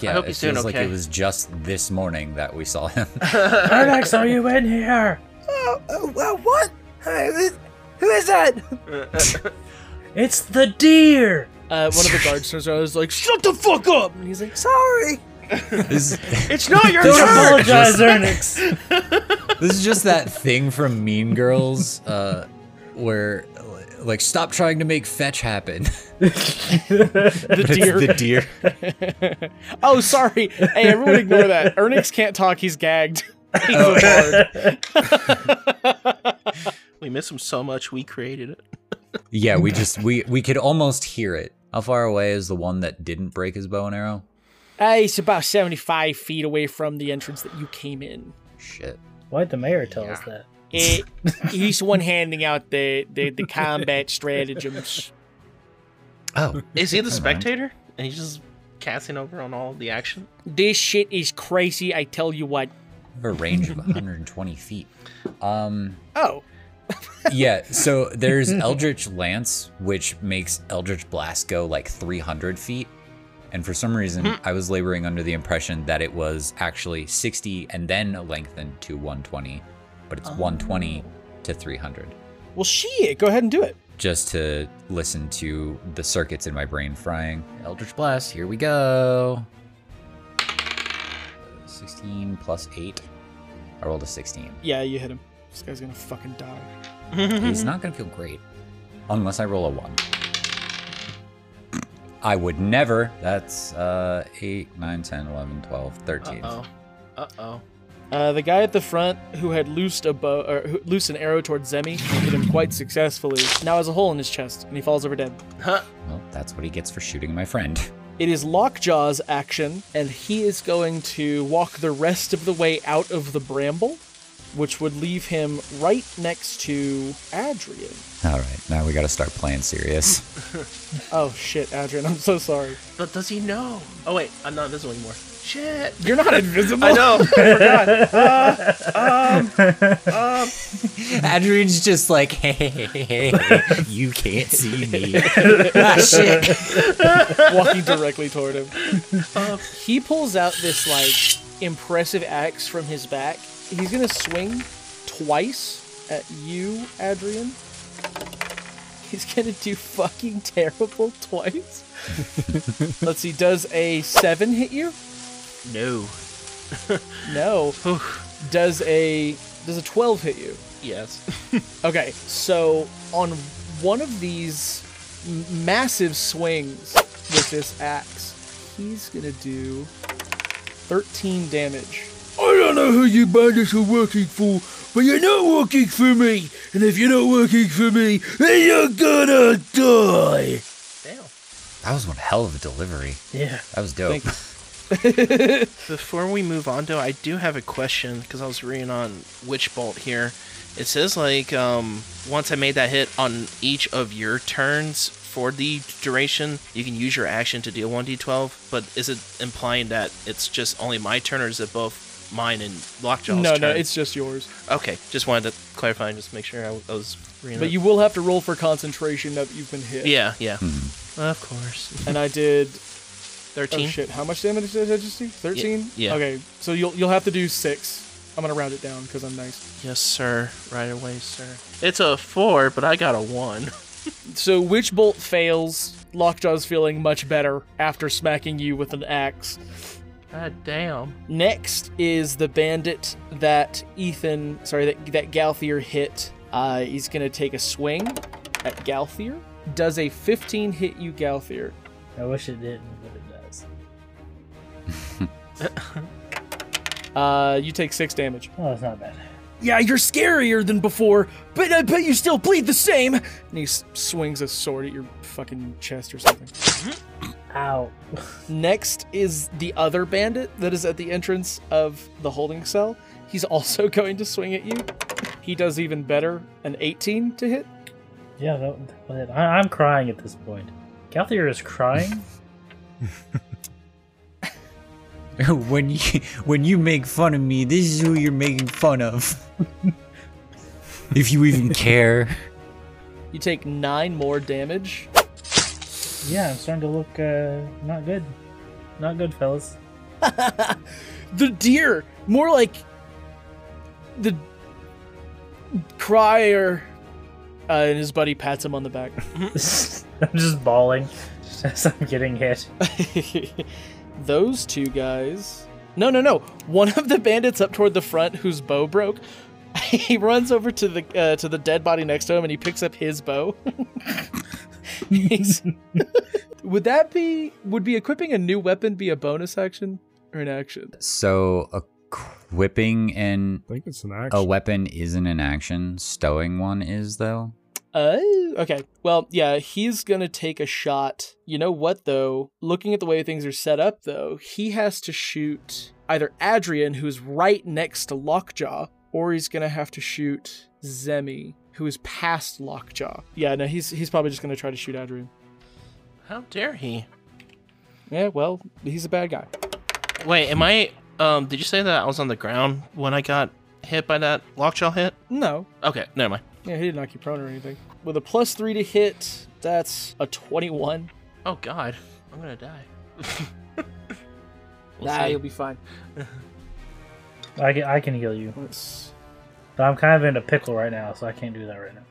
Speaker 3: Yeah,
Speaker 6: hope
Speaker 3: it
Speaker 6: he's
Speaker 3: feels
Speaker 6: doing
Speaker 3: like
Speaker 6: okay.
Speaker 3: it was just this morning that we saw him. [laughs]
Speaker 2: Ernex, are you in here?
Speaker 8: Oh, what? Who is that?
Speaker 2: It's the deer.
Speaker 1: Uh, one of
Speaker 3: [laughs]
Speaker 1: the guards turns around and is like, "Shut the fuck up!" And he's like,
Speaker 8: Sorry.
Speaker 3: this,
Speaker 6: It's
Speaker 1: [laughs]
Speaker 6: not your
Speaker 2: Don't
Speaker 3: turn!
Speaker 2: apologize, Ernix.
Speaker 3: this is just that thing from Mean Girls, uh, where like stop trying to make fetch happen. [laughs]
Speaker 1: "The deer."
Speaker 3: the deer.
Speaker 1: oh, sorry. Hey, everyone, ignore [laughs] that. Ernix can't talk. He's gagged. He's a bard.
Speaker 6: We miss him so much. We created it.
Speaker 3: Yeah, we just we we could almost hear it. How far away is the one that didn't break his bow and arrow?
Speaker 1: Uh, it's about 75 feet away from the entrance that you came in.
Speaker 3: Shit.
Speaker 2: Why'd the mayor tell us that?
Speaker 1: It, he's the one handing out the, the, the combat stratagems.
Speaker 3: Oh,
Speaker 6: Is he the spectator? And he's just casting over on all the action.
Speaker 1: This shit is crazy, I tell you what.
Speaker 3: I have a range of 120 feet. Um,
Speaker 1: Oh,
Speaker 3: yeah. So there's Eldritch Lance, which makes Eldritch Blast go like 300 feet. And for some reason, I was laboring under the impression that it was actually 60 and then lengthened to 120, but it's 120 to 300.
Speaker 1: well, shit. Go ahead and do it.
Speaker 3: Just to listen to the circuits in my brain frying. Eldritch Blast, here we go. 16 plus 8. I rolled a 16.
Speaker 1: Yeah, you hit him. This guy's gonna fucking die.
Speaker 3: He's not gonna feel great unless I roll a one. I would never. That's uh, 8, 9, 10, 11, 12, 13.
Speaker 6: Uh oh. Uh oh.
Speaker 1: Uh, the guy at the front who had loosed a bow, or who, loosed an arrow towards Zemi, hit him quite successfully. Now has a hole in his chest, and he falls over dead.
Speaker 6: Huh.
Speaker 3: Well, that's what he gets for shooting my friend. [laughs]
Speaker 1: It is Lockjaw's action, and he is going to walk the rest of the way out of the bramble, which would leave him right next to Adrian.
Speaker 3: All right, now we gotta start playing serious.
Speaker 1: Oh shit, Adrian, [laughs] I'm so sorry.
Speaker 6: But does he know? Oh wait, I'm not invisible anymore. Shit.
Speaker 1: You're not invisible.
Speaker 6: I know.
Speaker 3: [laughs] Adrian's just like, [laughs] hey, hey, hey, hey, you can't see [laughs] me. ah, shit.
Speaker 1: walking directly toward [laughs] him. Um, he pulls out this like impressive axe from his back. He's gonna swing twice at you, Adrian. He's gonna do fucking terrible [laughs] twice. Let's see, does a seven hit you?
Speaker 6: [laughs] no.
Speaker 1: No. does a does a twelve hit you?
Speaker 6: Yes.
Speaker 1: Okay, so on one of these m- massive swings with this axe, he's gonna do 13 damage.
Speaker 4: I don't know who you bandits are working for, but you're not working for me. And if you're not working for me, then you're gonna die.
Speaker 6: Damn.
Speaker 3: That was one hell of a delivery.
Speaker 2: Yeah.
Speaker 3: That was dope.
Speaker 1: Thank you.
Speaker 6: Before we move on, though, I do have a question because I was reading on Witch Bolt here. It says like um, once I made that hit on each of your turns for the duration, you can use your action to deal one d12. But is it implying that it's just only my turn, or is it both mine and Lockjaw's
Speaker 1: No,
Speaker 6: turn?
Speaker 1: no, it's just yours.
Speaker 6: okay. Just wanted to clarify and just make sure I, I was reading.
Speaker 1: But
Speaker 6: it.
Speaker 1: you will have to roll for concentration now that you've been hit.
Speaker 6: yeah, yeah, of course.
Speaker 1: And I did. Oh
Speaker 6: Thirteen.
Speaker 1: shit! How much damage did I just do? Thirteen.
Speaker 6: yeah.
Speaker 1: Okay, so you'll you'll have to do six. I'm gonna round it down because I'm nice.
Speaker 6: yes, sir. Right away, sir. It's a four, but I got a one. [laughs]
Speaker 1: So Witch Bolt fails. Lockjaw's feeling much better after smacking you with an axe.
Speaker 6: God damn.
Speaker 1: Next is the bandit that Ethan, sorry, that that Galthier hit. Uh, he's going to take a swing at Galthier. Does a 15 hit you, Galthier?
Speaker 2: I wish it didn't, but it does.
Speaker 1: Uh, you take six damage.
Speaker 2: Oh, that's not bad.
Speaker 1: Yeah, you're scarier than before, but I bet you still bleed the same. And he s- swings a sword at your fucking chest or something.
Speaker 2: Ow.
Speaker 1: Next is the other bandit that is at the entrance of the holding cell. He's also [laughs] going to swing at you. He does even better, an 18 to hit.
Speaker 2: Yeah, that, that was it. I, I'm crying at this point. Galthier is crying.
Speaker 3: when you when you make fun of me, this is who you're making fun of. if you even care.
Speaker 1: You take nine more damage.
Speaker 2: yeah, I'm starting to look uh, not good. Not good, fellas. [laughs]
Speaker 1: The deer, more like the crier. Uh, and his buddy pats him on the back.
Speaker 2: I'm just bawling [laughs] as I'm getting hit.
Speaker 1: Those two guys. No, no, no. One of the bandits up toward the front, whose bow broke, [laughs] he runs over to the uh, to the dead body next to him and he picks up his bow. [laughs] He's- [laughs] would that be would be equipping a new weapon be a bonus action or an action?
Speaker 3: So equipping and
Speaker 5: I think it's an action.
Speaker 3: a weapon isn't an action. Stowing one is though.
Speaker 1: Uh, okay. Well, yeah, he's gonna take a shot. You know what, though? Looking at the way things are set up, though, he has to shoot either Adrian, who's right next to Lockjaw, or he's gonna have to shoot Zemi, who is past Lockjaw. Yeah, no, he's he's probably just gonna try to shoot Adrian.
Speaker 6: How dare he?
Speaker 1: Yeah, well, he's a bad guy.
Speaker 6: Wait, am I? Um, did you say that I was on the ground when I got hit by that lockjaw hit?
Speaker 1: No,
Speaker 6: Okay, never mind.
Speaker 1: yeah, he didn't knock you prone or anything. With a plus three to hit, that's a twenty-one.
Speaker 6: Oh God, I'm gonna die. We'll
Speaker 1: nah,
Speaker 6: see.
Speaker 1: you'll be fine.
Speaker 2: I, ca- I can heal you,
Speaker 1: Let's
Speaker 2: but I'm kind of in a pickle right now, so I can't do that right now.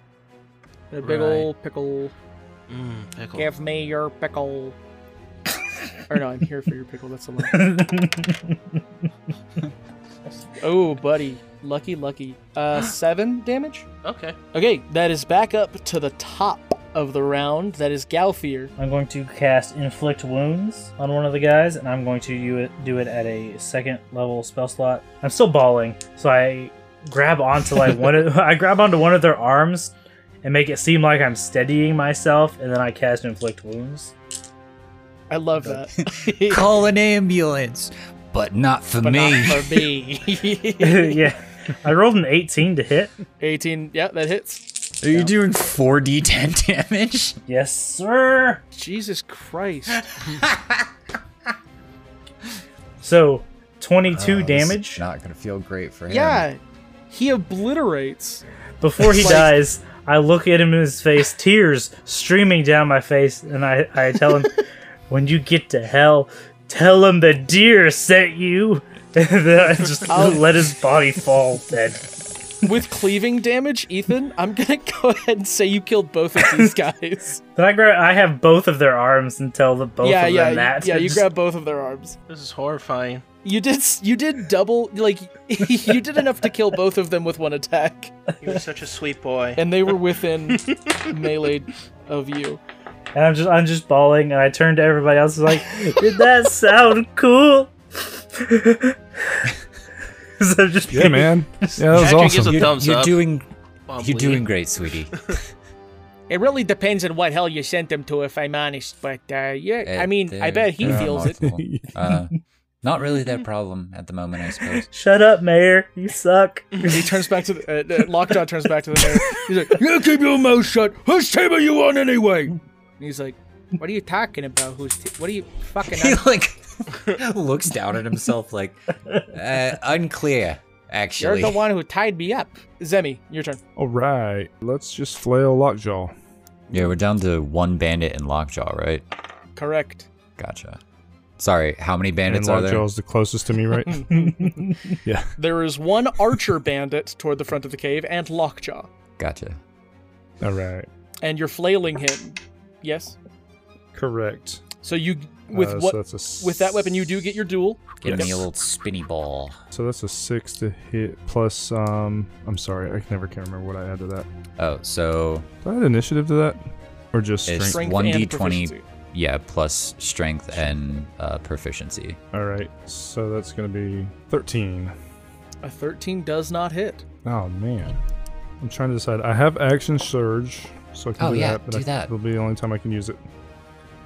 Speaker 1: a big
Speaker 6: Right.
Speaker 1: ol' pickle.
Speaker 6: Mm, pickle.
Speaker 1: Give me your pickle. [laughs] or no, I'm here for your pickle. That's a lie. [laughs] Oh, buddy. Lucky, lucky. [gasps] Uh, seven damage?
Speaker 6: Okay.
Speaker 1: Okay, that is back up to the top of the round. That is Galfier.
Speaker 2: I'm going to cast Inflict Wounds on one of the guys, and I'm going to do it, do it at a second level spell slot. I'm still bawling, so I grab onto like one of, [laughs] I grab onto one of their arms and make it seem like I'm steadying myself, and then I cast Inflict Wounds. [laughs]
Speaker 1: I love that.
Speaker 3: [laughs] Call an ambulance, but not
Speaker 1: [laughs]
Speaker 3: for
Speaker 1: but [laughs]
Speaker 3: me. [laughs]
Speaker 1: not for me. [laughs]
Speaker 2: yeah, I rolled an 18 to hit.
Speaker 1: 18. Yeah, that hits.
Speaker 3: Are you doing 4d10 damage?
Speaker 2: Yes, sir.
Speaker 1: Jesus Christ.
Speaker 2: So 22
Speaker 3: Oh, this is
Speaker 2: damage.
Speaker 3: Not gonna feel great for him.
Speaker 1: Yeah, he obliterates.
Speaker 2: Before he
Speaker 1: Like-
Speaker 2: dies, I look at him in his face, tears streaming down my face, and I, I tell him, [laughs] When you get to hell, tell him the deer sent you. [laughs] and then I just let his body fall dead.
Speaker 1: With cleaving damage, Ethan, I'm going to [laughs] go ahead and say you killed both of [laughs] these guys.
Speaker 2: Then I grab, I have both of their arms and tell the both
Speaker 1: yeah,
Speaker 2: of
Speaker 1: yeah,
Speaker 2: them that.
Speaker 1: yeah, you
Speaker 2: Just-
Speaker 1: grab both of their arms.
Speaker 6: This is horrifying.
Speaker 1: You did s- you did double like [laughs] you did enough to kill both of them with one attack,
Speaker 6: You're such a sweet boy.
Speaker 1: and they were
Speaker 4: [laughs]
Speaker 1: within melee of you.
Speaker 2: And I'm just, I'm just bawling, and I turn to everybody else and like,
Speaker 1: [laughs]
Speaker 2: Did that sound cool? [laughs] so I'm just
Speaker 5: yeah,
Speaker 3: [laughs]
Speaker 5: man. Yeah, that was
Speaker 6: Patrick gives
Speaker 5: awesome.
Speaker 6: a thumbs
Speaker 3: You're
Speaker 6: up.
Speaker 3: doing
Speaker 6: While I'm
Speaker 3: you're doing
Speaker 6: bleeding.
Speaker 3: great, sweetie.
Speaker 1: It really depends on what hell you sent them to, if I'm honest. But uh, yeah, [laughs] I
Speaker 3: It-
Speaker 1: mean, I
Speaker 3: they're-
Speaker 1: bet he
Speaker 3: they're
Speaker 1: feels it.
Speaker 3: [laughs] unlawful. Uh, not really their problem at the moment,
Speaker 1: [laughs]
Speaker 3: I suppose.
Speaker 2: [laughs] Shut up, Mayor. You suck.
Speaker 1: He turns back to the uh, uh, Lockjaw. Turns back to the mayor. He's like,
Speaker 4: [laughs] You keep your mouth shut. Whose team are you on anyway?
Speaker 1: he's like, what are you talking about? Who's t- what are you
Speaker 4: [laughs]
Speaker 1: fucking?
Speaker 3: he [laughs] like [laughs] looks down at
Speaker 1: [laughs]
Speaker 3: himself, like uh, unclear. Actually,
Speaker 1: one who tied me up. Zemi, your turn.
Speaker 5: All right, let's just flail lockjaw.
Speaker 3: yeah, we're down to one bandit and Lockjaw, right?
Speaker 1: Correct.
Speaker 3: Gotcha. Sorry, how many
Speaker 5: And
Speaker 3: bandits are there?
Speaker 5: lockjaw's the closest to me,
Speaker 3: [laughs]
Speaker 5: right? [laughs]
Speaker 1: There is one archer bandit toward the front of the cave, and Lockjaw,
Speaker 3: Gotcha.
Speaker 5: All right,
Speaker 1: and you're flailing him. Yes.
Speaker 5: correct.
Speaker 1: So you with
Speaker 5: Uh, so
Speaker 1: what
Speaker 5: that's a s-
Speaker 1: with that weapon you do get your duel.
Speaker 3: Give me
Speaker 5: Yes.
Speaker 3: a little spinny ball.
Speaker 5: So that's a six to hit plus. Um, I'm sorry, I never can remember what I add to that.
Speaker 3: Oh, so
Speaker 5: Do I add initiative to that, or just
Speaker 3: It's-
Speaker 5: strength?
Speaker 1: Strength
Speaker 3: 1d20.
Speaker 1: and proficiency.
Speaker 3: yeah, plus strength and uh, proficiency.
Speaker 5: All right, so that's gonna be thirteen.
Speaker 1: A thirteen does not hit.
Speaker 5: Oh man, I'm trying to decide. I have action surge, so I can
Speaker 3: Oh,
Speaker 5: do
Speaker 3: yeah,
Speaker 5: that. But
Speaker 3: do
Speaker 5: I-
Speaker 3: that.
Speaker 5: It'll be the only time I can use it.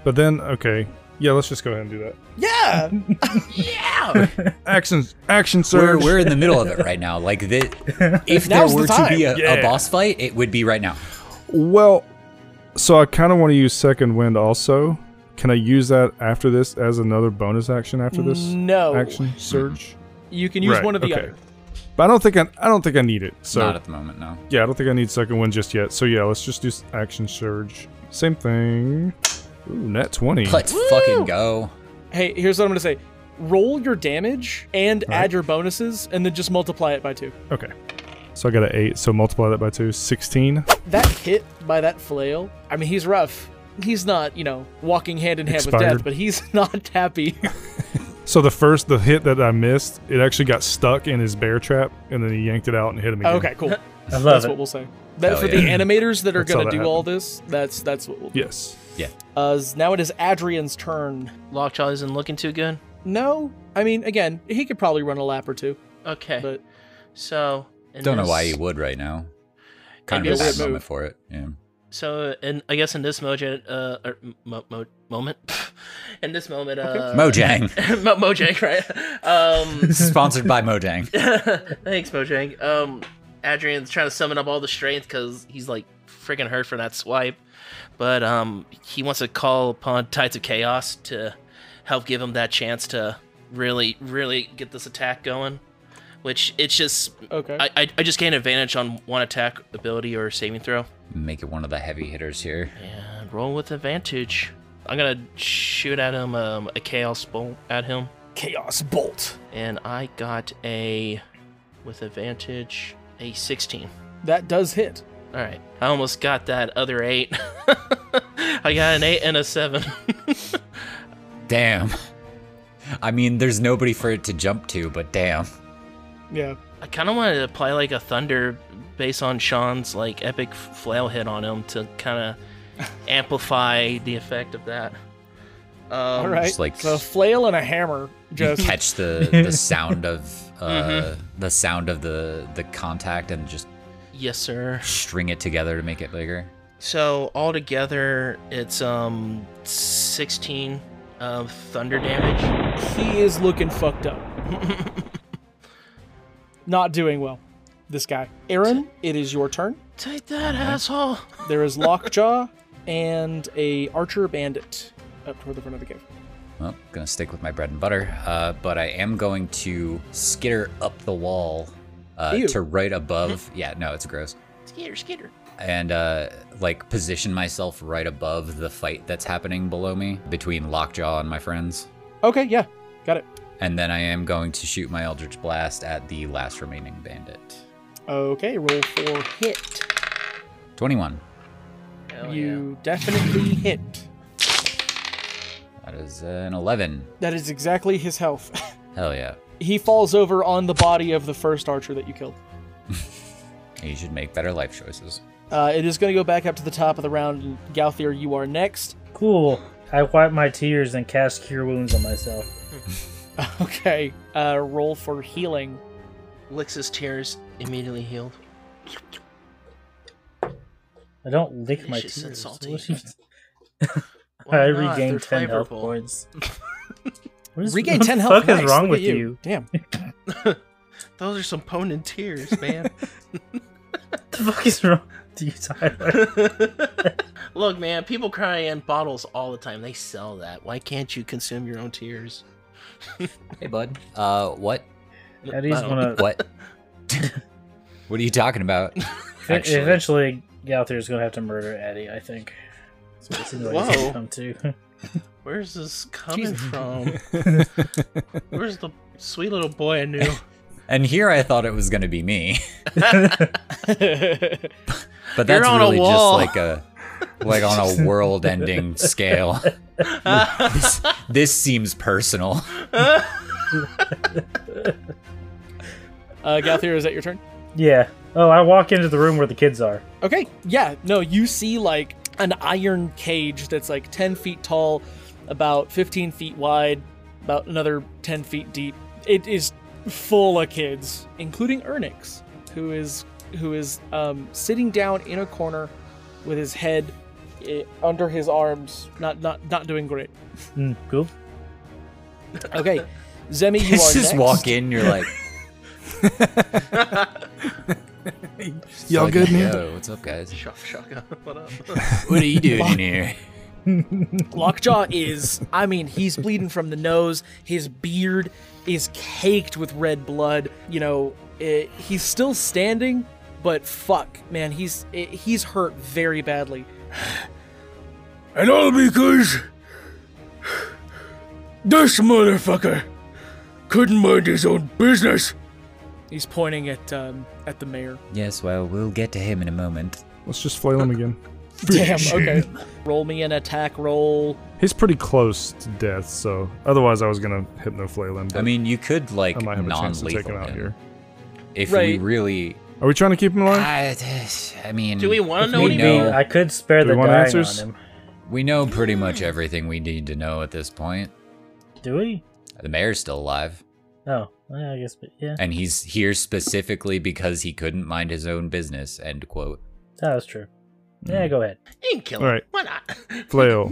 Speaker 5: But then, okay, yeah, let's just go ahead and do that.
Speaker 1: Yeah.
Speaker 3: [laughs]
Speaker 5: Action, action
Speaker 3: We're,
Speaker 5: surge.
Speaker 3: we're in the middle of it right now. Like thi-
Speaker 5: [laughs]
Speaker 3: if there
Speaker 1: Now's the
Speaker 3: were to be
Speaker 1: time.
Speaker 3: a,
Speaker 5: Yeah.
Speaker 3: a boss fight, it would be right now.
Speaker 5: Well, so I kind of want to use second wind also. Can I use that after this as another bonus action after this
Speaker 1: No.
Speaker 5: action surge?
Speaker 1: You can use
Speaker 5: Right,
Speaker 1: one or the
Speaker 5: okay.
Speaker 1: other.
Speaker 5: But I don't think I, I don't think I need it. So
Speaker 3: Not at the moment, no.
Speaker 5: yeah, I don't think I need second wind just yet. So yeah, let's just do s- action surge. Same thing. Ooh, net twenty.
Speaker 3: Let's fucking go.
Speaker 1: Hey, here's what I'm gonna say. Roll your damage and add your bonuses, and then just multiply it by two.
Speaker 5: Okay. So I got an eight. So multiply that by two. Sixteen.
Speaker 1: That hit by that flail. I mean, he's rough. He's not, you know, walking hand in hand with
Speaker 5: Expired.
Speaker 1: death, but he's [laughs] not happy.
Speaker 5: So the first the hit that I missed, it actually got stuck in his bear trap, and then he yanked it out and hit him again.
Speaker 3: Oh,
Speaker 1: okay,
Speaker 3: [laughs]
Speaker 1: cool.
Speaker 2: I love
Speaker 1: that's
Speaker 2: it.
Speaker 1: what we'll say. That,
Speaker 3: Hell
Speaker 1: for the
Speaker 3: yeah.
Speaker 1: animators that are
Speaker 5: That's
Speaker 1: gonna
Speaker 5: how that
Speaker 1: do all this, that's that's what we'll do.
Speaker 5: Yes. [laughs]
Speaker 1: Uh, now it is Adrian's turn.
Speaker 6: Lockjaw isn't looking too good.
Speaker 1: No, I mean, again, he could probably run a lap or two,
Speaker 6: Okay,
Speaker 1: but
Speaker 6: so in
Speaker 3: Don't know why
Speaker 6: this-
Speaker 3: you would right now. Kind of
Speaker 6: It'd
Speaker 3: a
Speaker 6: be a
Speaker 1: weird
Speaker 3: bad moment
Speaker 1: move.
Speaker 3: for it. Yeah.
Speaker 6: So, and I guess in this mojo, uh, or mo- mo- moment, [laughs] in this moment, uh,
Speaker 3: [laughs] Mojang.
Speaker 6: [laughs] Mo- Mojang, right? Um,
Speaker 3: Sponsored by Mojang.
Speaker 6: [laughs] thanks, Mojang. Um, Adrian's trying to summon up all the strength because he's like freaking hurt from that swipe, but um, he wants to call upon Tides of Chaos to help give him that chance to really, really get this attack going. Which it's just,
Speaker 1: okay.
Speaker 3: Uh,
Speaker 6: I, I, I just gain advantage on one attack ability or saving throw.
Speaker 3: Make it one of the heavy hitters here.
Speaker 6: And roll with advantage. I'm gonna shoot at him um, a chaos bolt at him,
Speaker 1: Chaos Bolt.
Speaker 6: and I got a with advantage a 16.
Speaker 1: That does hit.
Speaker 6: All right, I almost got that other eight. [laughs] I got an eight and a seven. [laughs]
Speaker 3: Damn. I mean, there's nobody for it to jump to, but damn.
Speaker 1: Yeah.
Speaker 6: I kind of wanted to apply like a thunder based on Sean's like epic flail hit on him to kind of amplify the effect of that. Um,
Speaker 1: All right.
Speaker 3: just like-
Speaker 1: so a flail and a hammer.
Speaker 3: You [laughs]
Speaker 1: Just Mm-hmm. [laughs]
Speaker 3: catch the, the sound of uh, the sound of the the contact and just
Speaker 6: Yes, sir.
Speaker 3: string it together to make it bigger.
Speaker 6: So altogether, it's um 16 of thunder damage.
Speaker 1: he is looking fucked
Speaker 3: [laughs]
Speaker 1: up. Not doing well. This guy,
Speaker 3: [laughs]
Speaker 1: Aaron. It is your turn.
Speaker 6: Take that, asshole!
Speaker 1: There is Lockjaw and a Archer Bandit up toward the front of the cave.
Speaker 3: Well, gonna stick with my bread and butter, uh, but I am going to skitter up the wall uh,
Speaker 1: Ew. Mm-hmm.
Speaker 3: to right above. yeah, no, it's gross.
Speaker 6: Skitter, skitter.
Speaker 3: and uh, like position myself right above the fight that's happening below me between Lockjaw and my friends.
Speaker 1: Okay. Yeah. Got it.
Speaker 3: And then I am going to shoot my Eldritch Blast at the last remaining bandit.
Speaker 1: Okay. Roll for hit.
Speaker 3: 21.
Speaker 6: Hell
Speaker 1: you definitely hit.
Speaker 3: That is an 11.
Speaker 1: That is exactly his health. [laughs]
Speaker 3: Hell yeah.
Speaker 1: he falls over on the body of the first archer that you killed.
Speaker 3: You should make better life choices.
Speaker 1: Uh, it is going to go back up to the top of the round. and Galthier, you are next.
Speaker 2: Cool. I wipe my tears and cast Cure Wounds on myself.
Speaker 1: [laughs] Okay, uh, roll for healing.
Speaker 6: yeah. Lix's tears immediately healed.
Speaker 2: I don't lick my
Speaker 6: Delicious and
Speaker 2: tears.
Speaker 6: salty.
Speaker 2: What is-
Speaker 6: [laughs] Why
Speaker 2: I
Speaker 6: not?
Speaker 2: regained
Speaker 6: They're
Speaker 2: ten health
Speaker 6: flavorful. [laughs]
Speaker 2: points. What is,
Speaker 1: Regain
Speaker 2: what
Speaker 1: ten
Speaker 2: the
Speaker 1: health.
Speaker 2: fuck
Speaker 1: Nice,
Speaker 2: is wrong
Speaker 1: look
Speaker 2: with
Speaker 1: at
Speaker 2: you?
Speaker 1: [laughs] Damn.
Speaker 6: Those are some
Speaker 2: [laughs]
Speaker 6: potent tears, man. [laughs]
Speaker 2: What the fuck is wrong with you,
Speaker 6: [laughs]
Speaker 2: Tyler?
Speaker 6: Look, man, people cry in bottles all the time. They sell that. Why can't you consume your own tears?
Speaker 3: Hey, bud. Uh, what?
Speaker 2: I just
Speaker 6: Wow.
Speaker 2: wanna-
Speaker 3: [laughs] What? what are you talking [laughs] about?
Speaker 2: Eventually, Eventually, Galthier's gonna have to murder Eddie. I think. So it seems like it's gonna
Speaker 6: Whoa.
Speaker 2: come to. [laughs]
Speaker 6: Where's this coming [laughs] from? Where's the sweet little boy I [laughs] knew?
Speaker 3: And here I thought it was going to be me. [laughs] but that's
Speaker 1: Uh,
Speaker 6: You're on a
Speaker 3: really [laughs]
Speaker 6: wall.
Speaker 3: just like a like on a world-ending scale. this, this seems [laughs] personal.
Speaker 1: Uh, Galthier, is that your turn?
Speaker 2: Yeah. Oh, I walk into the room where the kids are.
Speaker 1: Okay, yeah, no, you see like an iron cage that's like 10 feet tall, about 15 feet wide, about another 10 feet deep. It is full of kids, including Ernix, who is who is um, sitting down in a corner with his head eh, under his arms, not not not doing great.
Speaker 2: Mm, cool.
Speaker 1: Okay, Zemi, you
Speaker 3: [laughs] Just
Speaker 1: are next.
Speaker 3: walk in, you're [laughs] like,
Speaker 5: Y'all
Speaker 3: like,
Speaker 5: good, man?
Speaker 3: Yo, what's up, guys?
Speaker 6: Shock, shock. What up?
Speaker 3: [laughs] What are you doing in here?
Speaker 1: Lockjaw is, I mean, he's bleeding from the nose. His beard is caked with red blood. You know, eh, he's still standing, but fuck, man, he's eh, he's hurt very badly.
Speaker 4: [sighs] And all because this motherfucker couldn't mind his own business.
Speaker 1: He's pointing at um, at the mayor.
Speaker 3: Yes, well, we'll get to him in a moment.
Speaker 5: Let's just flail him again.
Speaker 1: Damn. Okay. Roll me an attack roll.
Speaker 5: He's pretty close to death, so otherwise I was gonna hypnoflail him. But
Speaker 3: I mean, you could like
Speaker 5: I might have a chance to take him
Speaker 3: non-lethal
Speaker 5: out
Speaker 3: him
Speaker 5: here.
Speaker 3: if we
Speaker 1: Right.
Speaker 3: really.
Speaker 5: Are we trying to keep him alive?
Speaker 3: I, I mean,
Speaker 6: Do we want to know
Speaker 3: we
Speaker 6: what he
Speaker 3: know-
Speaker 6: means?
Speaker 2: I could spare
Speaker 5: Do
Speaker 2: the
Speaker 5: we want
Speaker 2: dying
Speaker 5: answers?
Speaker 2: on him.
Speaker 3: we know pretty much everything we need to know at this point.
Speaker 2: Do we?
Speaker 3: The mayor's still alive,
Speaker 2: Oh, well, I guess. But yeah,
Speaker 3: and he's here specifically because he couldn't mind his own business. End quote.
Speaker 2: that was true.
Speaker 5: Hmm.
Speaker 2: Yeah, go ahead.
Speaker 6: You can kill him.
Speaker 5: All right.
Speaker 6: Why not? [laughs]
Speaker 3: Ah.
Speaker 5: Flail.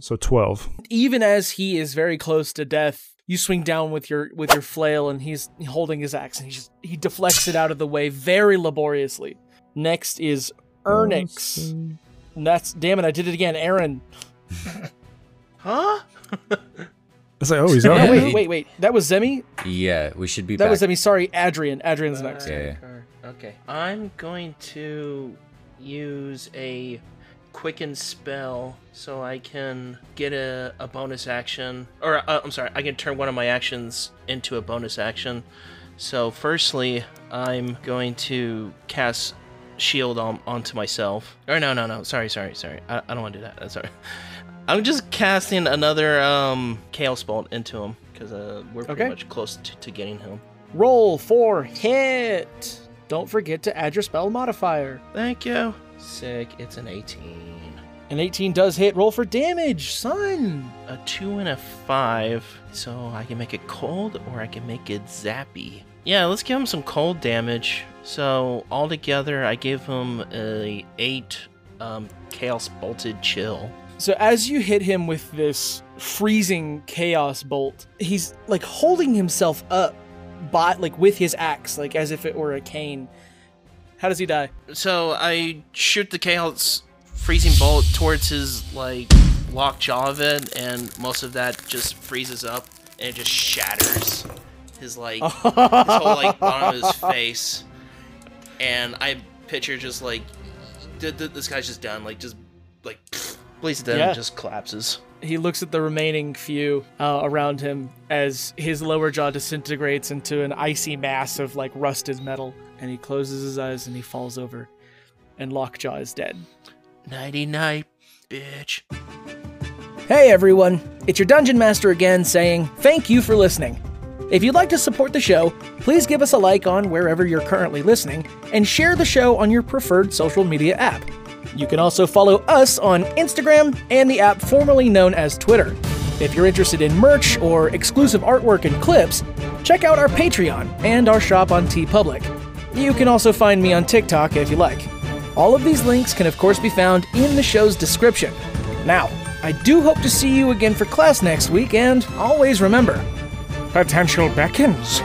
Speaker 5: so twelve.
Speaker 1: Even as he is very close to death, you swing down with your with your flail, and he's holding his axe, and he just he deflects it out of the way very laboriously. Next is Ernix. And that's damn it! I did it again, Aaron.
Speaker 6: huh?
Speaker 5: It's like, oh,
Speaker 3: [laughs]
Speaker 5: he's out.
Speaker 1: Oh,
Speaker 5: here.
Speaker 1: wait, wait, wait. That was Zemi.
Speaker 3: Yeah, we should be
Speaker 1: That
Speaker 3: back.
Speaker 1: was Zemi. Sorry, Adrian. Adrian's next.
Speaker 3: Yeah.
Speaker 6: Okay. I'm going to use a quicken spell so I can get a, a bonus action. Or, uh, I'm sorry, I can turn one of my actions into a bonus action. So, firstly, I'm going to cast shield on, onto myself. Or, no, no, no. Sorry, sorry, sorry. I, I don't want to do that. That's Sorry. I'm just casting another um, Chaos Bolt into him because uh, we're pretty
Speaker 1: Okay.
Speaker 6: much close to, to getting him.
Speaker 1: Roll for hit. Don't forget to add your spell modifier.
Speaker 6: Thank you. Sick. It's an 18.
Speaker 1: An 18 does hit. Roll for damage, son.
Speaker 6: A 2 and a 5. So I can make it cold or I can make it zappy. Yeah, let's give him some cold damage. So altogether, I gave him a 8 um, Chaos Bolted Chill.
Speaker 1: So as you hit him with this freezing chaos bolt, he's like holding himself up by like with his axe, like as if it were a cane. How does he die? [laughs]
Speaker 6: So I shoot the Chaos Freezing Bolt towards his, like, locked jaw of it, and most of that just freezes up and it just shatters his, like, his whole like bottom of his face, and I picture just like th- th- this guy's just done, like just like [sniffs] please done,
Speaker 1: Yeah.
Speaker 6: just collapses.
Speaker 1: He looks at the remaining few uh, around him as his lower jaw disintegrates into an icy mass of like rusted metal, and he closes his eyes and he falls over, and Lockjaw is dead.
Speaker 6: Nighty night, bitch.
Speaker 1: Hey everyone, it's your Dungeon Master again saying thank you for listening. If you'd like to support the show, please give us a like on wherever you're currently listening and share the show on your preferred social media app. You can also follow us on Instagram and the app formerly known as Twitter. If you're interested in merch or exclusive artwork and clips, check out our Patreon and our shop on TeePublic. You can also find me on TikTok if you like. All of these links can, of course, be found in the show's description. Now, I do hope to see you again for class next week, and always remember potential beckons.